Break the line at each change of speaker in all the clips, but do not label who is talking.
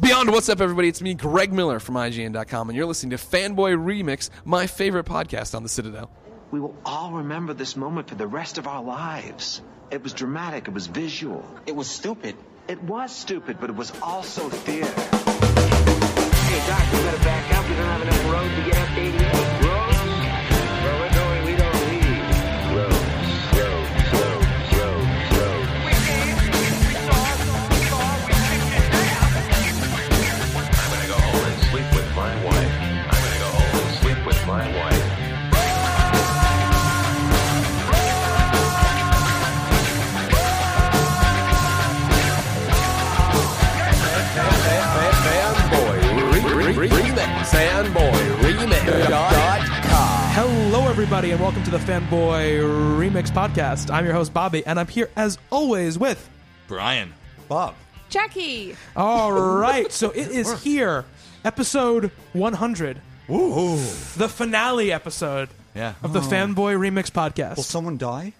Beyond What's Up, everybody. It's me, Greg Miller from IGN.com, and you're listening to Fanboy Remix, my favorite podcast on the Citadel.
We will all remember this moment for the rest of our lives. It was dramatic, it was visual.
It was stupid.
It was stupid, but it was also theater. Hey, Doc, we better back up. We don't have enough road to get up to 88. Roads? Where we're going, we don't leave. Roads, roads, roads, roads, roads.
We danced, we saw, we saw, we kicked it down.
I'm gonna go home and sleep with my wife. I'm gonna go home and sleep with my wife.
Hello, everybody, and welcome to the Fanboy Remix Podcast. I'm your host, Bobby, and I'm here as always with.
Brian.
Bob.
Jackie.
All right, so it is here, episode 100. The finale episode
Yeah.
of
Oh.
the Fanboy Remix
Will
Podcast.
someone die?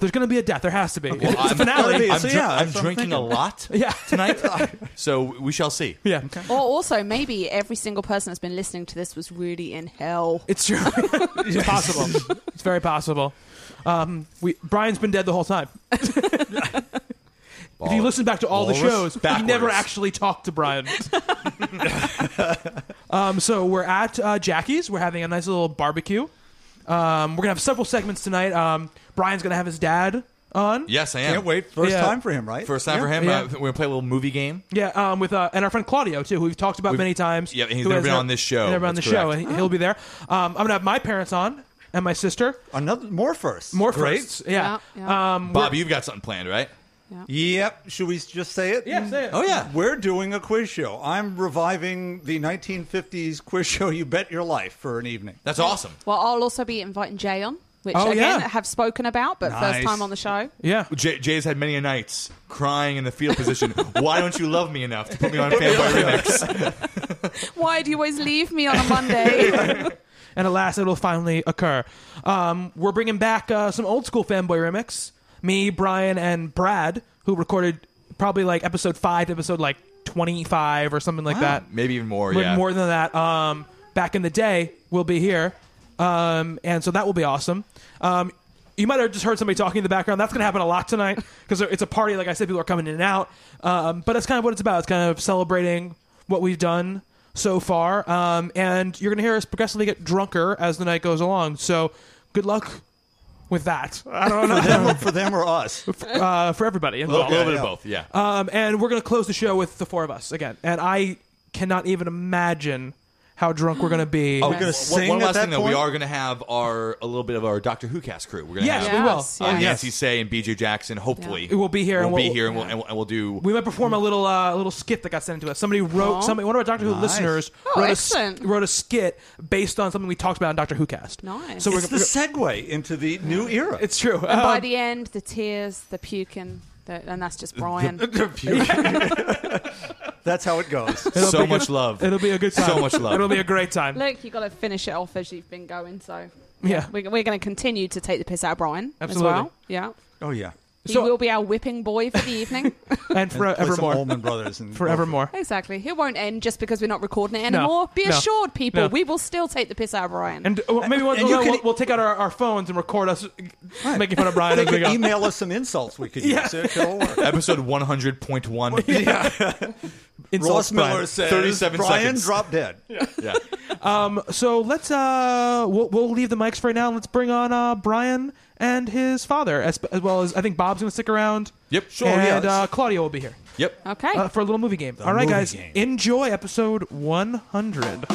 There's going to be a death. There has to be. it's
I'm-
the finale.
I'm,
so
dri-
yeah,
I'm
that's what I'm
drinking a
thinking.
lot
Yeah.
tonight, so we shall see.
yeah.
Or also, maybe every single person that's been listening to this was really in hell.
It's true. it's possible. It's very possible. Um, we Brian's been dead the whole time. if you listen back to all the shows,
Walrus
he never
backwards.
actually talked to Brian. um, so we're at uh, Jackie's. We're having a nice little barbecue. Um, we're gonna have several segments tonight. Um, Brian's gonna have his dad on.
Yes, I am.
Can't wait. First
Yeah.
time for him, right?
First time for
Yeah.
him.
Yeah.
Uh, we're gonna play a little movie game.
Yeah, um, with uh, and our friend Claudio too, who we've talked about
We've-
many times.
Yeah, he's
who
never
has
been
not-
on this show.
Never on the
That's
show,
correct.
and he- he'll be there. Um, I'm gonna have my parents on and my sister.
Another more first.
More firsts. Yeah.
Yeah, yeah.
Um,
Bob, you've got something planned, right?
Yep. Should we just say it?
Yeah, say it.
Oh yeah.
We're doing a quiz show. I'm reviving the 1950s quiz show. You bet your life for an evening.
That's awesome.
Well, I'll also be inviting Jay on, which
Oh,
again
yeah.
I have spoken about, but
Nice.
first time on the show.
Yeah.
J- Jay's had many a nights crying in the field position. Why don't you love me enough to put me on fanboy remix?
Why do you always leave me on a Monday?
And alas, it'll finally occur. Um, we're bringing back uh, some old school fanboy remix. Me, Brian, and Brad, who recorded probably like episode five, to episode like twenty-five or something like that.
Maybe even more.
Like,
yeah. Oh,
More than that. Um, back in the day, we'll be here, um, and so that will be awesome. Um, you might have just heard somebody talking in the background. That's going to happen a lot tonight because it's a party. Like I said, people are coming in and out. Um, but that's kind of what it's about. It's kind of celebrating what we've done so far. Um, and you're going to hear us progressively get drunker as the night goes along. So good luck with that I don't
For them, or, for them or us.
know, uh, for everybody
a little,
involved.
little bit of both. Yeah.
Um, and we're going to close the show with the four of us again. And I cannot even imagine how drunk we're going to be.
We're going to
One-
sing
one
at
last
that
thing though, we
point?
are going to have our a little bit of our Doctor Who cast crew. We're going to
Yes,
have
we will.
Yes,
uh,
yes.
Nancy Say and BJ Jackson. Hopefully,
We'll be here and
We'll, be
we'll-
here, and we'll, and we'll, and we'll do.
we might perform a little uh, little skit that got sent to us. Somebody wrote
Aw.
somebody one of our Doctor Who
Oh. Nice.
listeners
Oh,
wrote, a, s-
excellent.
wrote a skit based on something we talked about in Doctor Who cast.
Nice.
So we're,
It's the segue into the new era.
it's true.
and by
Um,
the end, the tears, the puking, the, and that's just Brian.
That's how it goes.
it'll
so
be
much
good-
love.
It'll be a good time.
So much love.
It'll be a great time.
Luke, you got to finish it off as you've been going. So
Yeah.
we're, we're going to continue to take the piss out of Brian
Absolutely.
as well. Yeah,
oh, yeah.
he
So-
will be our whipping boy for the evening.
And
Play some
forevermore.
Allman Brothers. And
Forevermore.
Exactly. He won't end just because we're not recording it
No.
anymore. Be
No.
assured, people,
No.
we will still take the piss out of Brian.
And uh, maybe one,
And you
we'll,
can-
we'll, we'll take out our, our phones and record us making fun of Brian
They
as we
could
go.
email us some insults we could
Yeah.
use. It could all work.
Episode one hundred point one.
Ross
Insults Brian.
Miller says,
37
Brian
seconds."
drop dead.
Yeah.
Um, So let's uh we'll, we'll leave the mics for right now. Let's bring on uh Brian and his father as, as well as I think Bob's going to stick around.
Yep. Sure,
And
yeah.
uh, Claudio will be here
Yep.
okay.
uh, for a little movie game. All right,
movie
guys,
game.
enjoy episode 100.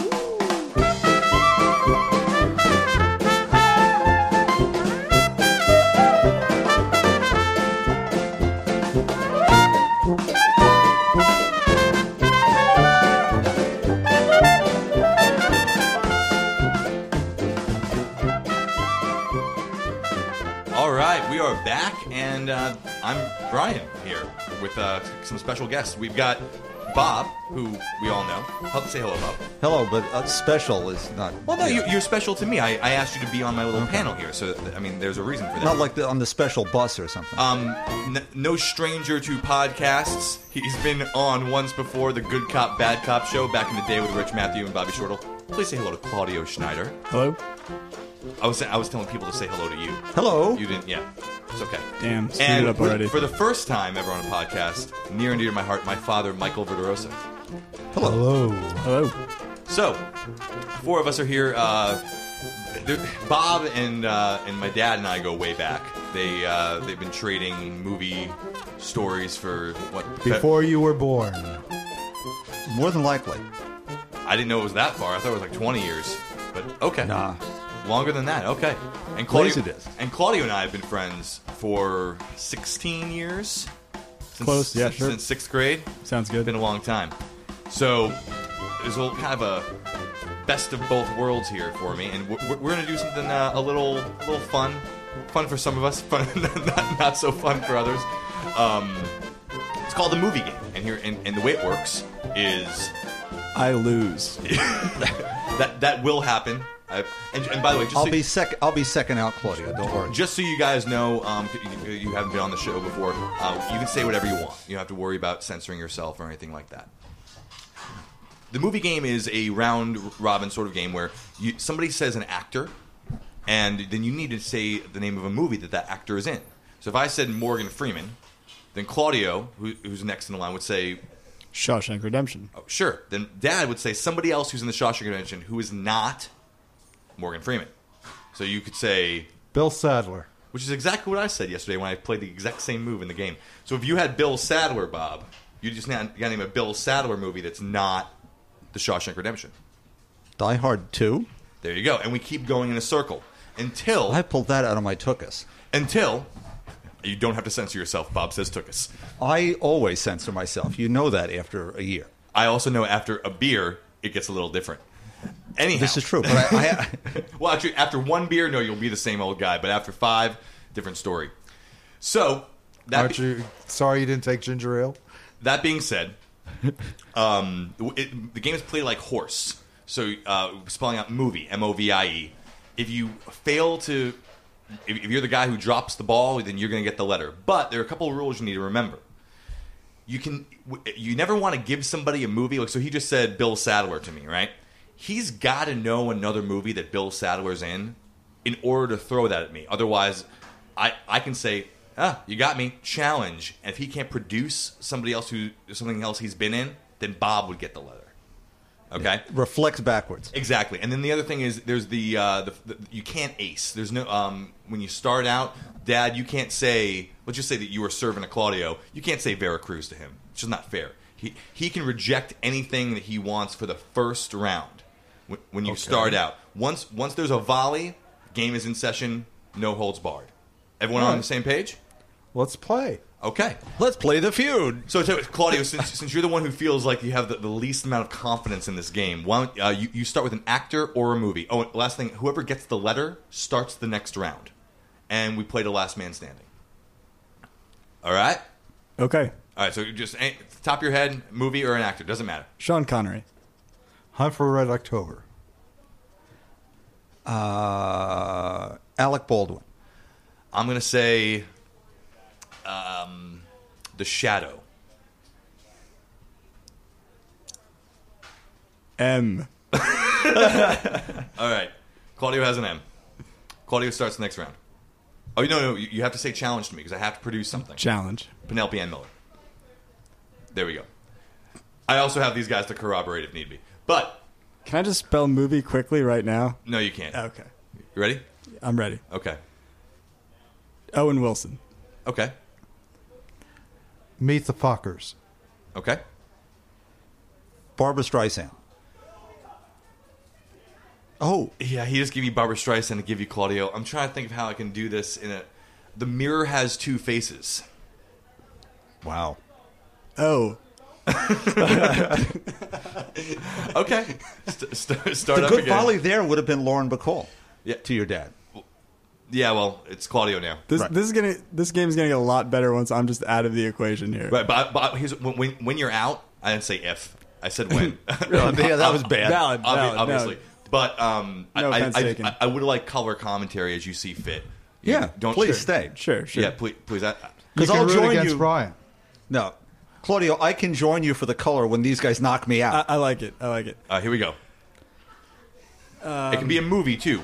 All right, we are back, and uh, I'm Brian here with uh, some special guests. We've got Bob, who we all know. Help say hello, Bob.
Hello, but uh, special is not.
Well, no,
yeah.
you, you're special to me. I, I asked you to be on my little panel here, so that, I mean, there's a reason for that.
Not like the, on the special bus or something.
um, n- no stranger to podcasts. He's been on once before the Good Cop Bad Cop show back in the day with Rich Matthew and Bobby Shortle. Please say hello to Claudio Schneider.
Hello?
I was I was telling people to say hello to you.
Hello.
You didn't, yeah. It's okay.
Damn, screwed
And
it up
with-
already.
for the first time ever on a podcast, near and dear to my heart, my father, Michael Verderosa.
Hello.
Hello.
So, four of us are here. Uh, there- Bob and uh, and my dad and I go way back. They uh, they've been trading movie stories for what?
Before you were born.
More than likely.
I didn't know it was that far. I thought it was like 20 years. But okay.
Nah.
Longer than that. Okay. And Claudio
Laserdisc.
and Claudio and I have been friends for 16 years. Since,
Close, yeah, sure.
Since sixth grade.
Sounds
It's
good.
been a long time. So there's a little kind of a best of both worlds here for me, and we're, we're gonna do something uh, a little, little fun, fun for some of us, fun not, not so fun for others. Um, it's called the movie game, and here and, and the way it works is
I lose.
that that will happen. I, and, and by the way, just
I'll
so-
be sec. I'll be second out, Claudia. Don't worry.
just so you guys know, um, you, you haven't been on the show before. Uh, you can say whatever you want. You don't have to worry about censoring yourself or anything like that. The movie game is a round robin sort of game where you, somebody says an actor, and then you need to say the name of a movie that that actor is in. So if I said Morgan Freeman, then Claudio, who, who's next in the line, would say
Shawshank Redemption.
Oh, Sure. Then dad would say somebody else who's in the Shawshank Redemption who is not Morgan Freeman. So you could say,
Bill Sadler.
which is exactly what I said yesterday when I played the exact same move in the game. So if you had Bill Sadler, Bob, you just now got to name a Bill Sadler movie that's not the Shawshank Redemption.
Die Hard Two.
There you go. And we keep going in a circle until
I pulled that out of my tookus.
until you don't have to censor yourself. Bob says took us.
I always censor myself. You know that after a year.
I also know after a beer it gets a little different. Anyhow,
This is true. But I, I,
well, actually, after one beer, no, you'll be the same old guy. But after five, different story. So that
Aren't you sorry you didn't take ginger ale?
that being said, um, it, the game is played like horse. So uh, spelling out movie M O V I E. If you fail to, if, if you're the guy who drops the ball, then you're going to get the letter. But there are a couple of rules you need to remember. You can you never want to give somebody a movie. Like so, he just said Bill Sadler to me, right? He's got to know another movie that Bill Sadler's in in order to throw that at me. Otherwise, I I can say. Ah, you got me. Challenge. And if he can't produce somebody else who something else he's been in, then Bob would get the letter. Okay.
reflect backwards.
Exactly, and then the other thing is there's the, uh, the, the you can't ace. There's no um, when you start out, Dad, you can't say. Let's just say that you were serving a Claudio. You can't say Veracruz to him. It's just not fair. He he can reject anything that he wants for the first round when, when you start out. Once once there's a volley, game is in session. No holds barred. Everyone on the same page?
Let's play.
Okay.
Let's play the feud.
So, so Claudio, since, since you're the one who feels like you have the, the least amount of confidence in this game, why don't uh, you, you start with an actor or a movie? Oh, and last thing, whoever gets the letter starts the next round, and we play to last man standing. All right,
Okay.
all right. So you just eh, top of your head, movie or an actor doesn't matter.
Sean Connery.
Hunt for Red October.
Uh, Alec Baldwin.
I'm gonna say, um, The Shadow.
M.
All right, Claudio has an M. Claudio starts the next round. Oh no, no, you, you have to say challenge to me because I have to produce something.
Challenge.
Penelope Ann Miller. There we go. I also have these guys to corroborate if need be. But
Can I just spell movie quickly right now?
no, you can't.
Okay.
You ready?
I'm ready.
Okay.
Owen Wilson.
Okay.
Meet the Fockers.
Okay.
Barbara Streisand.
Oh yeah, he just gave you Barbara Streisand and give you Claudio. I'm trying to think of how I can do this in a. The mirror has two faces.
Wow.
Oh.
Okay. St- st- start
the
up
good
again.
volley there would have been Lauren Bacall
Yeah.
to your dad.
Yeah. Well, it's Claudio now.
This
Right.
this is gonna this game's gonna get a lot better once I'm just out of the equation here.
Right, but, but here's, when, when when you're out, I didn't say if. I said when. yeah,
that was bad.
Valid, valid, no.
obviously. But um,
No
I, I,
offense
I,
taken.
I, I would like color commentary as you see fit. You
Yeah,
don't
please
sure.
stay.
Sure, sure.
Yeah, please, please. I,
You
'Cause
can
I'll
root
join
against
you.
Brian.
No, Claudio, I can join you for the color when these guys knock me out.
I, I like it. I like it.
uh, here we go. it can be a movie too.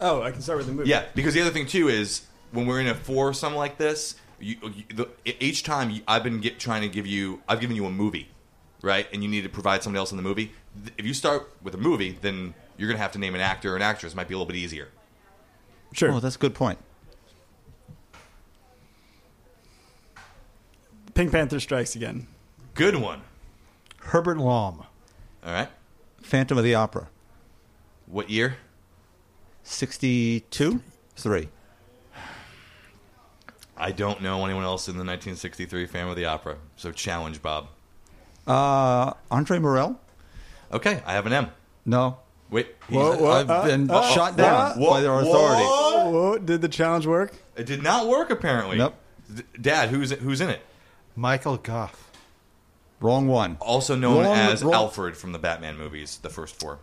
Oh, I can start with the movie.
Yeah, because the other thing too is when we're in a four or something like this, you, you, the, each time you, I've been get, trying to give you, I've given you a movie, right? And you need to provide somebody else in the movie. Th- If you start with a movie, then you're gonna have to name an actor or an actress. Might be a little bit easier.
Sure.
oh, that's a good point.
Pink Panther strikes again.
Good one.
Herbert Lom.
All right.
Phantom of the Opera,
What year?
sixty-two, three.
I don't know anyone else in the 1963 Phantom of the Opera. So challenge, Bob.
Uh, Andre Morel?
Okay, I have an M.
No.
Wait. he's-
Whoa, whoa,
I've
uh,
been
uh,
shot
uh,
down
whoa,
by their
whoa.
authority.
Oh, whoa, did the challenge work?
It did not work apparently.
Nope.
D- Dad, who's who's in it?
Michael Goff.
Wrong one.
Also known
Wrong-
as
wrong-
Alfred from the Batman movies, the first four.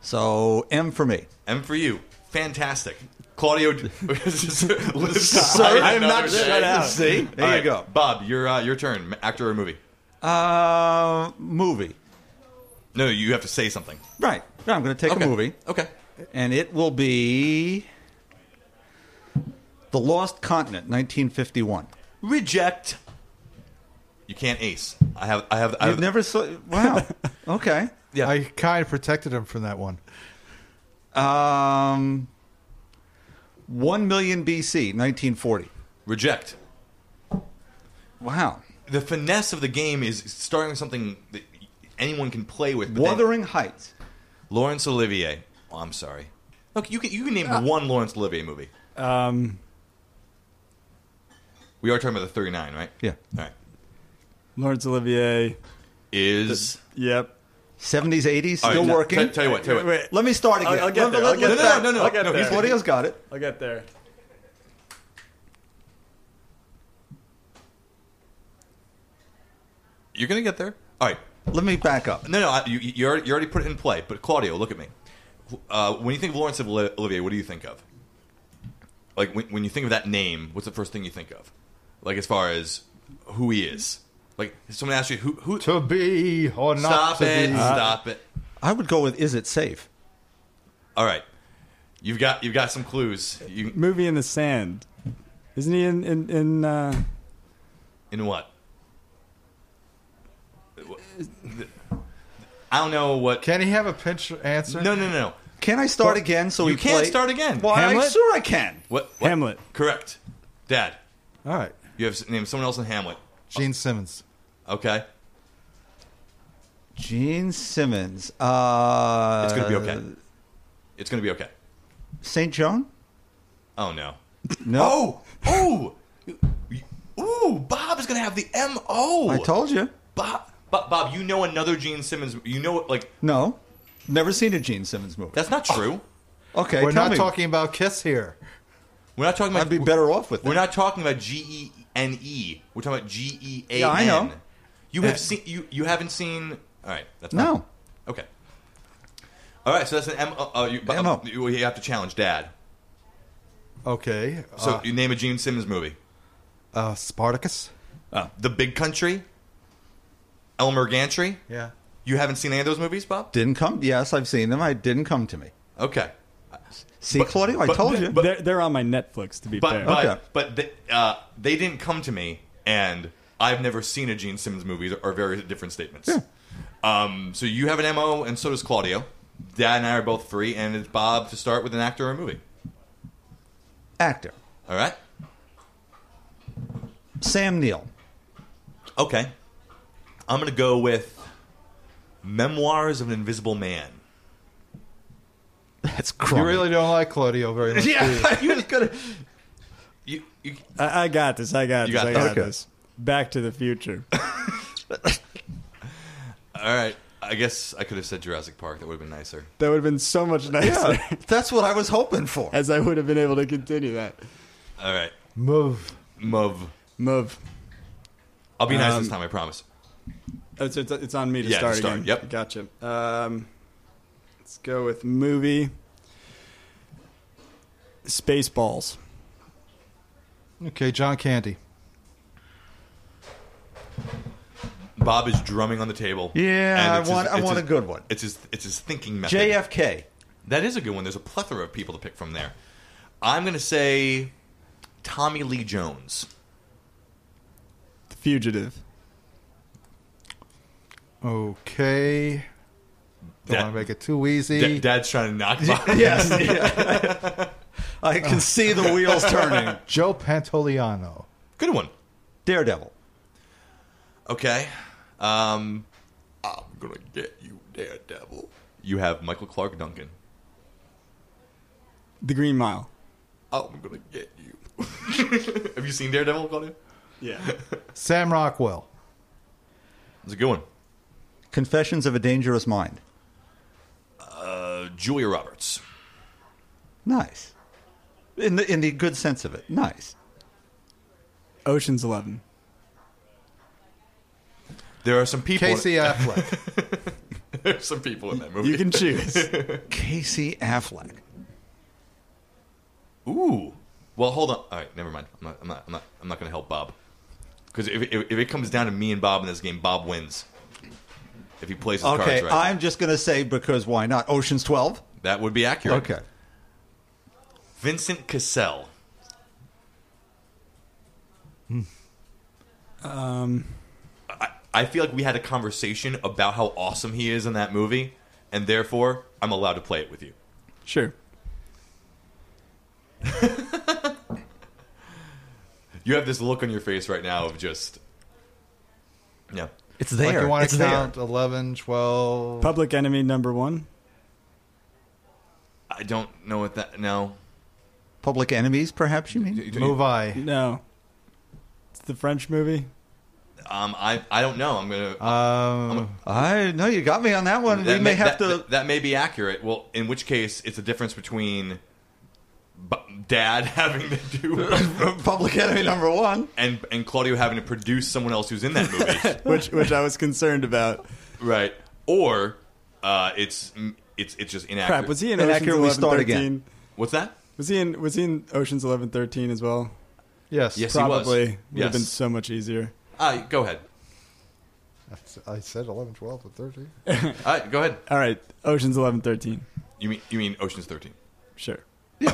So M for me.
M for you. Fantastic. Claudio d- lives to
Sir,
fight
I am not
another day.
shut out. See? There
All
you
right,
go.
Bob, your uh, your turn. M- Actor or movie?
Uh, movie.
No, you have to say something.
Right. Yeah, I'm going to take
Okay.
a movie,
Okay.
and it will be The Lost Continent, 1951.
Reject. You can't ace. I have I have I
I've
have
never saw. Wow. okay.
Yeah.
I kind of protected him from that one.
Um, one million BC, 1940.
reject.
Wow.
The finesse of the game is starting with something that anyone can play with. but then-
Wuthering Heights.
Laurence Olivier. Oh, I'm sorry. Look, you can you can name
Ah.
one Laurence Olivier movie.
Um,
We are talking about the 39, right?
Yeah.
All right.
Lawrence Olivier.
Is
Yep.
70s, 80s,
All right,
still
no,
working.
tell- tell you what, tell you what.
Wait,
Let me start again.
I'll- I'll get
Let-
there,
let-
I'll get
let-
there.
no, no,
I'll get
no,
there.
Claudio's got it.
I'll get there.
you're gonna get there. All right.
Let me back up.
No, no, I, you, you, already, you already put it in play. But Claudio, look at me. Uh, when you think of Laurence Oli- Olivier, what do you think of? Like when, when you think of that name, what's the first thing you think of? Like as far as who he is. Like if someone asks you who who.
To be or not
stop
to
it!
be.
stop it!
I would go with Is It Safe?
All right, you've got you've got some clues. You
Movie in the Sand. Isn't he in in, in uh,
in what?
Uh,
I don't know what.
Can he have a pinch answer?
no, no, no, no.
Can I start again? So
you
we
can't
play-
start again.
Why?
Hamlet?
Sure, I can.
What, what?
Hamlet.
Correct. Dad,
All right.
you have s- name someone else in Hamlet.
Gene Simmons.
Okay.
Gene Simmons. Uh,
It's going to be okay. It's going to be okay.
St. Joan?
Oh, no.
No.
Oh! Ooh, Bob is going to have the M.O.
I told you.
Bob, Bob, Bob, you know another Gene Simmons. You know, like,
No. Never seen a Gene Simmons movie.
that's not true.
okay,
We're
tell
not
me.
talking about Kiss here.
We're not talking about.
I'd be better off with it.
We're not talking about G E N E. We're talking about G E A N.
Yeah, I know.
You have seen. You you haven't seen. All right. That's fine.
No.
Okay. All right. So that's an M. Uh, uh, you, but,
MO.
you, you have to challenge Dad.
Okay. Uh,
So you name a Gene Simmons movie. Uh,
uh, Spartacus.
The Big Country. Elmer Gantry.
Yeah.
You haven't seen any of those movies, Bob?
Didn't come. Yes, I've seen them. I didn't come to me.
Okay.
See,
But-
Claudio, I
but-
told you.
But-
they're, they're on my Netflix, to be
But
fair.
but
Okay.
but they, uh, they didn't come to me, and I've never seen a Gene Simmons movie. Are very different statements. Um, so you have an mo, and so does Claudio. Dad and I are both free, and it's Bob to start with an actor or a movie.
Actor.
All right.
Sam Neill.
Okay. I'm gonna go with Memoirs of an Invisible Man.
That's crummy.
You really don't like Claudio very much. do you?
yeah, you was gonna.
You, you
I, I got this. I got
You
this.
got
I
this.
got
Okay.
this. Back to the Future.
all right? I guess I could have said Jurassic Park. That would have been nicer.
That would have been so much nicer
That's what I was hoping for.
as I would have been able to continue that.
All right.
Move.
Move.
Move.
Um,
I'll be nice this time. I promise.
Oh, so it's, it's on me to
Yeah, to
start,
start,
again.
yep.
Gotcha. Um, let's go with movie. Spaceballs.
Okay, John Candy.
Bob is drumming on the table.
Yeah,
And
I
it's his-
want- I
it's
want
his-
a good one.
It's his it's his thinking method.
JFK.
That is a good one. There's a plethora of people to pick from there. I'm gonna say Tommy Lee Jones.
The Fugitive.
Okay. Don't
That-
want to make it too easy.
Da- Dad's trying to knock Bob.
Yes. I can see the wheels turning.
Joe Pantoliano.
Good one.
Daredevil.
Okay. Um, I'm gonna get you, Daredevil. You have Michael Clark Duncan.
The Green Mile.
Oh, I'm gonna get you. have you seen Daredevil, Claudia?
Yeah.
Sam Rockwell.
It's a good one.
Confessions of a Dangerous Mind.
Uh, Julia Roberts.
Nice. In the in the good sense of it. Nice.
Ocean's Eleven.
There are some people.
Casey Affleck.
There's some people in that movie.
You can choose.
Casey Affleck.
Ooh. Well, hold on. All right, never mind. I'm not. I'm not. I'm not. I'm not going to help Bob. Because if, if, if it comes down to me and Bob in this game, Bob wins. If he plays his
Okay,
cards right,
I'm just gonna say because why not? Ocean's Twelve.
that would be accurate.
Okay.
Vincent Cassell.
Um,
I feel like we had a conversation about how awesome he is in that movie, and therefore I'm allowed to play it with you.
sure.
You have this look on your face right now of just, yeah.
It's
Like
there.
you want
it's
to
there.
count 11, 12.
Public Enemy number one.
I don't know what that. No,
Public Enemies, perhaps you mean?
Move I.
No. It's the French movie.
um, I I don't know. I'm gonna.
Um,
I no, you got me on that one.
That
we may have
that,
to.
That, that may be accurate. Well, in which case, it's a difference between bu- dad having to do
Public Enemy number one.
and and Claudio having to produce someone else who's in that movie,
Which which I was concerned about.
right? Or uh, it's it's it's just inaccurate.
Crap, was he in
Then
Ocean's
accurate, we
Eleven
start
Thirteen?
again.
What's that?
Was he in was he in Ocean's Eleven Thirteen as well?
yes.
Yes, he was.
Probably. Would have been
Yes.
so much easier.
Uh, go ahead.
I said 11, 12, and 13.
All right, go ahead.
All right, Ocean's Eleven Thirteen.
You mean you mean Ocean's Thirteen?
Sure.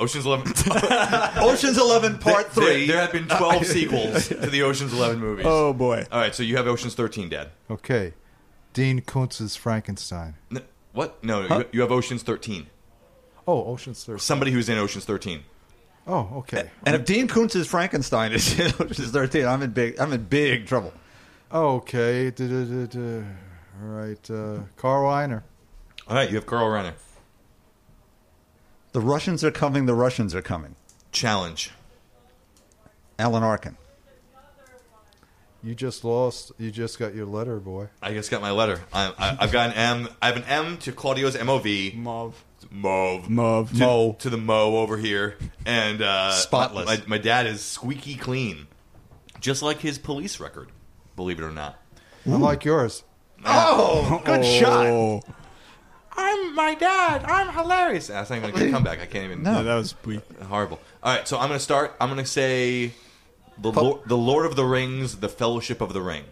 Ocean's Eleven. Oh,
Ocean's Eleven Part
There-
Three.
There, have been twelve sequels to the Ocean's Eleven movies.
Oh boy.
All right, so you have Ocean's Thirteen, Dad.
Okay. Dean Kuntz's Frankenstein.
N- what? No, no you, you have Ocean's Thirteen.
Oh, Ocean's 13.
Somebody who's in Ocean's Thirteen.
Oh, okay.
and if Dean Koontz's Frankenstein is in Ocean's Thirteen, I'm in big. I'm in big trouble.
Oh, Okay. Du-du-du-du. All right. Uh, Carl Reiner.
All right, you have Carl Reiner.
The Russians are coming. The Russians are coming.
Challenge.
Alan Arkin.
You just lost. You just got your letter, boy.
I just got my letter. I, I, I've got an M. I have an M to Claudio's MOV.
Mauve.
Mauve.
Mauve.
To, to the Mo over here. And uh,
Spotless.
My, my dad is squeaky clean. Just like his police record, believe it or not.
Unlike yours.
Oh!
Good shot.
Oh,
I'm my dad. I'm hilarious. That's not even a good comeback. I can't even.
yeah, that was weak.
Horrible. All right, so I'm going to start. I'm going to say the, Lord, the Lord of the Rings, The Fellowship of the Ring.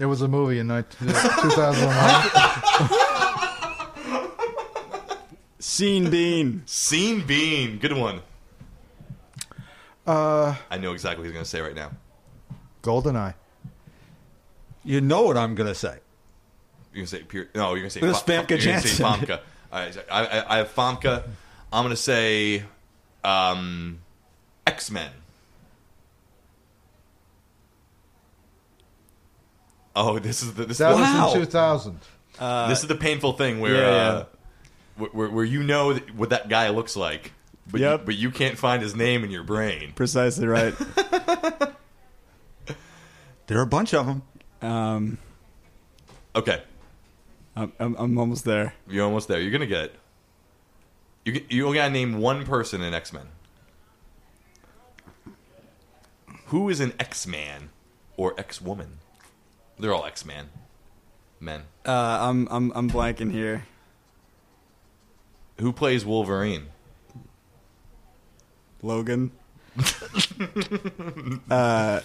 It was a movie in 19,
uh,
2009.
Scene Bean.
Scene Bean. Good one.
uh,
I know exactly what he's going to say right now.
Goldeneye.
You know what I'm going to say.
You're gonna say Pier- no. You're gonna say
It was Famke
you're gonna say
Janssen.
Famke. All right, so I, I, I have Famke. I'm gonna say um, X Men. Oh, this is the this,
That
Wow.
was uh, in 2000.
Uh, this is the painful thing where
yeah,
uh, where- where, where you know that- what that guy looks like, but you,
Yep.
but you can't find his name in your brain.
Precisely right.
There are a bunch of them.
Um,
Okay,
I'm, I'm, I'm almost there.
you're almost there. You're gonna get it. You g- you only gotta name one person in X Men. Who is an X man or X woman? They're all X man. Men.
Uh, I'm I'm I'm blanking here.
Who plays Wolverine?
Logan. uh,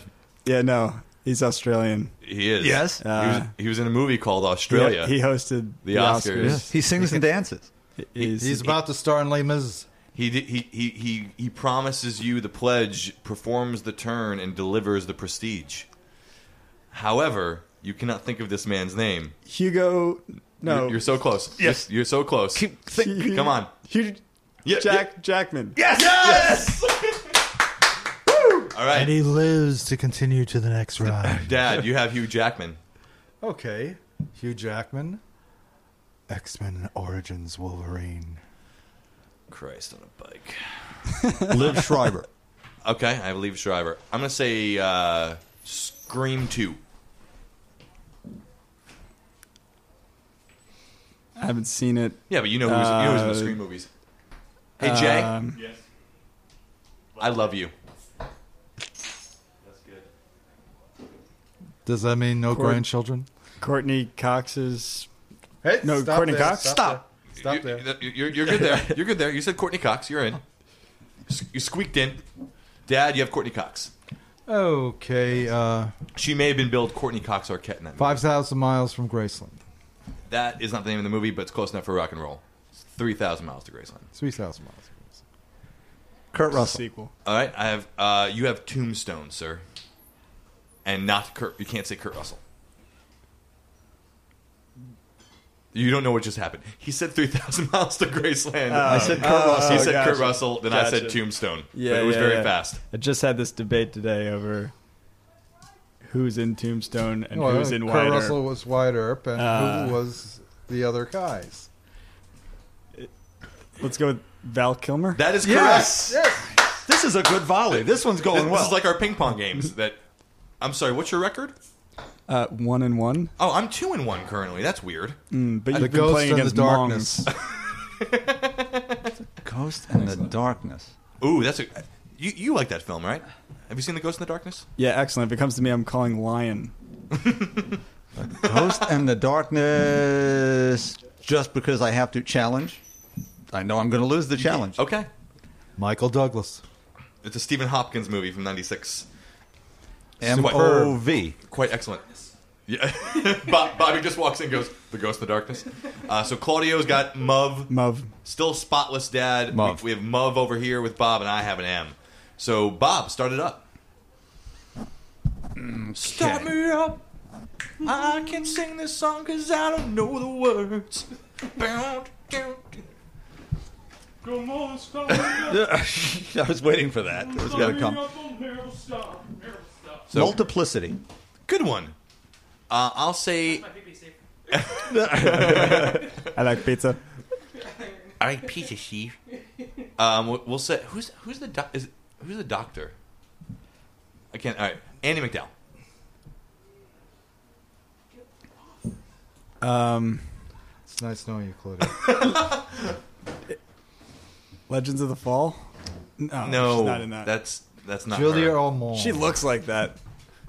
yeah, no, he's Australian. Uh,
He is.
Yes.
He was, he was in a movie called Australia.
He, he hosted
The Oscars.
He sings and dances.
He's,
He's about to star in Les Mis.
He, did, he, he, he, he promises you the pledge, performs the turn, and delivers the prestige. However, you cannot think of this man's name.
Hugo. No,
You're, you're so close. Yes. You're, so close.
Hugh-
Come on.
Hugh-
Yeah,
Jack Jackman.
Yes! Yes! All right.
And he lives to continue to the next round.
Dad, you have Hugh Jackman.
Okay. Hugh Jackman. X Men Origins Wolverine.
Christ on a bike.
Liv Schreiber.
Okay, I believe Shriver. I'm gonna say uh, Scream Two.
I haven't seen it.
Yeah, but you know who's, you know who's in
Uh,
the Scream movies. Hey Jay,
Um,
I love you.
Does that mean no
Cord-
grandchildren?
Courtney Cox's.
Hey,
No, stop Courtney there, Cox.
Stop.
you, you- You're, you're good there. You're good there. You said Courtney Cox. You're in. S- You squeaked in. Dad, you have Courtney Cox.
Okay. Uh,
She may have been billed Courtney Cox Arquette in that. Movie.
Five thousand miles from Graceland.
That is not the name of the movie, but it's close enough for rock and roll. Three thousand miles to Graceland.
Three thousand miles. From Graceland.
Kurt Russell.
sequel.
All right, I have. Uh, you have Tombstone, sir, and not Kurt. You can't say Kurt Russell. You don't know what just happened. He said three thousand miles to Graceland.
Oh,
Oh,
I said Kurt
he
Russell.
said
gotcha.
Kurt Russell, then I
Gotcha.
said Tombstone.
Oh, Yeah,
but it was
yeah,
very
yeah.
fast.
I just had this debate today over who's in Tombstone and
Well,
who's in
Oh, Kurt
Wyatt Earp.
Russell was Wyatt Earp, and
Uh,
who was the other guys?
Let's go with Val Kilmer.
That is correct.
This is a good volley. This one's
This,
going
this
well.
is like our ping pong games. That I'm sorry. What's your record?
Uh, one and one.
Oh, I'm two and one currently. That's weird.
Mm, but
The
you've been
Ghost
playing
and the
against
Darkness.
Mongs.
Ghost in the Darkness.
Ooh, that's a. You, you like that film, right? Have you seen The Ghost in the Darkness?
Yeah, excellent. If it comes to me, I'm calling Lion.
Ghost and the Darkness. Just because I have to challenge, I know I'm going to lose the challenge.
Okay,
Michael Douglas.
it's a Stephen Hopkins movie from '96.
M O V.
quite excellent. Yeah. Bob, Bobby just walks in and goes, The Ghost in the Darkness. Uh, so Claudio's got Muv.
Mov.
Still spotless dad.
Muv.
We, we have Muv over here with Bob, and I have an M. So Bob, start it up.
Mm,
Start me up. I can sing this song because I don't know the words.
Come on, stop. I
I was waiting for that. It was going to come.
Never stop. Never stop.
So,
Multiplicity.
good one. Uh, I'll say,
I think we safe.
I like pizza.
all right, Peter Sheaf. Um, we'll- we'll say who's who's the doc- is, who's the doctor? I can't. All right, Andy McDowell.
Um,
It's nice knowing you, Claudia.
Legends of the Fall. No,
No,
she's not in that.
that's that's not
Julia
her.
Ormond.
She looks like that.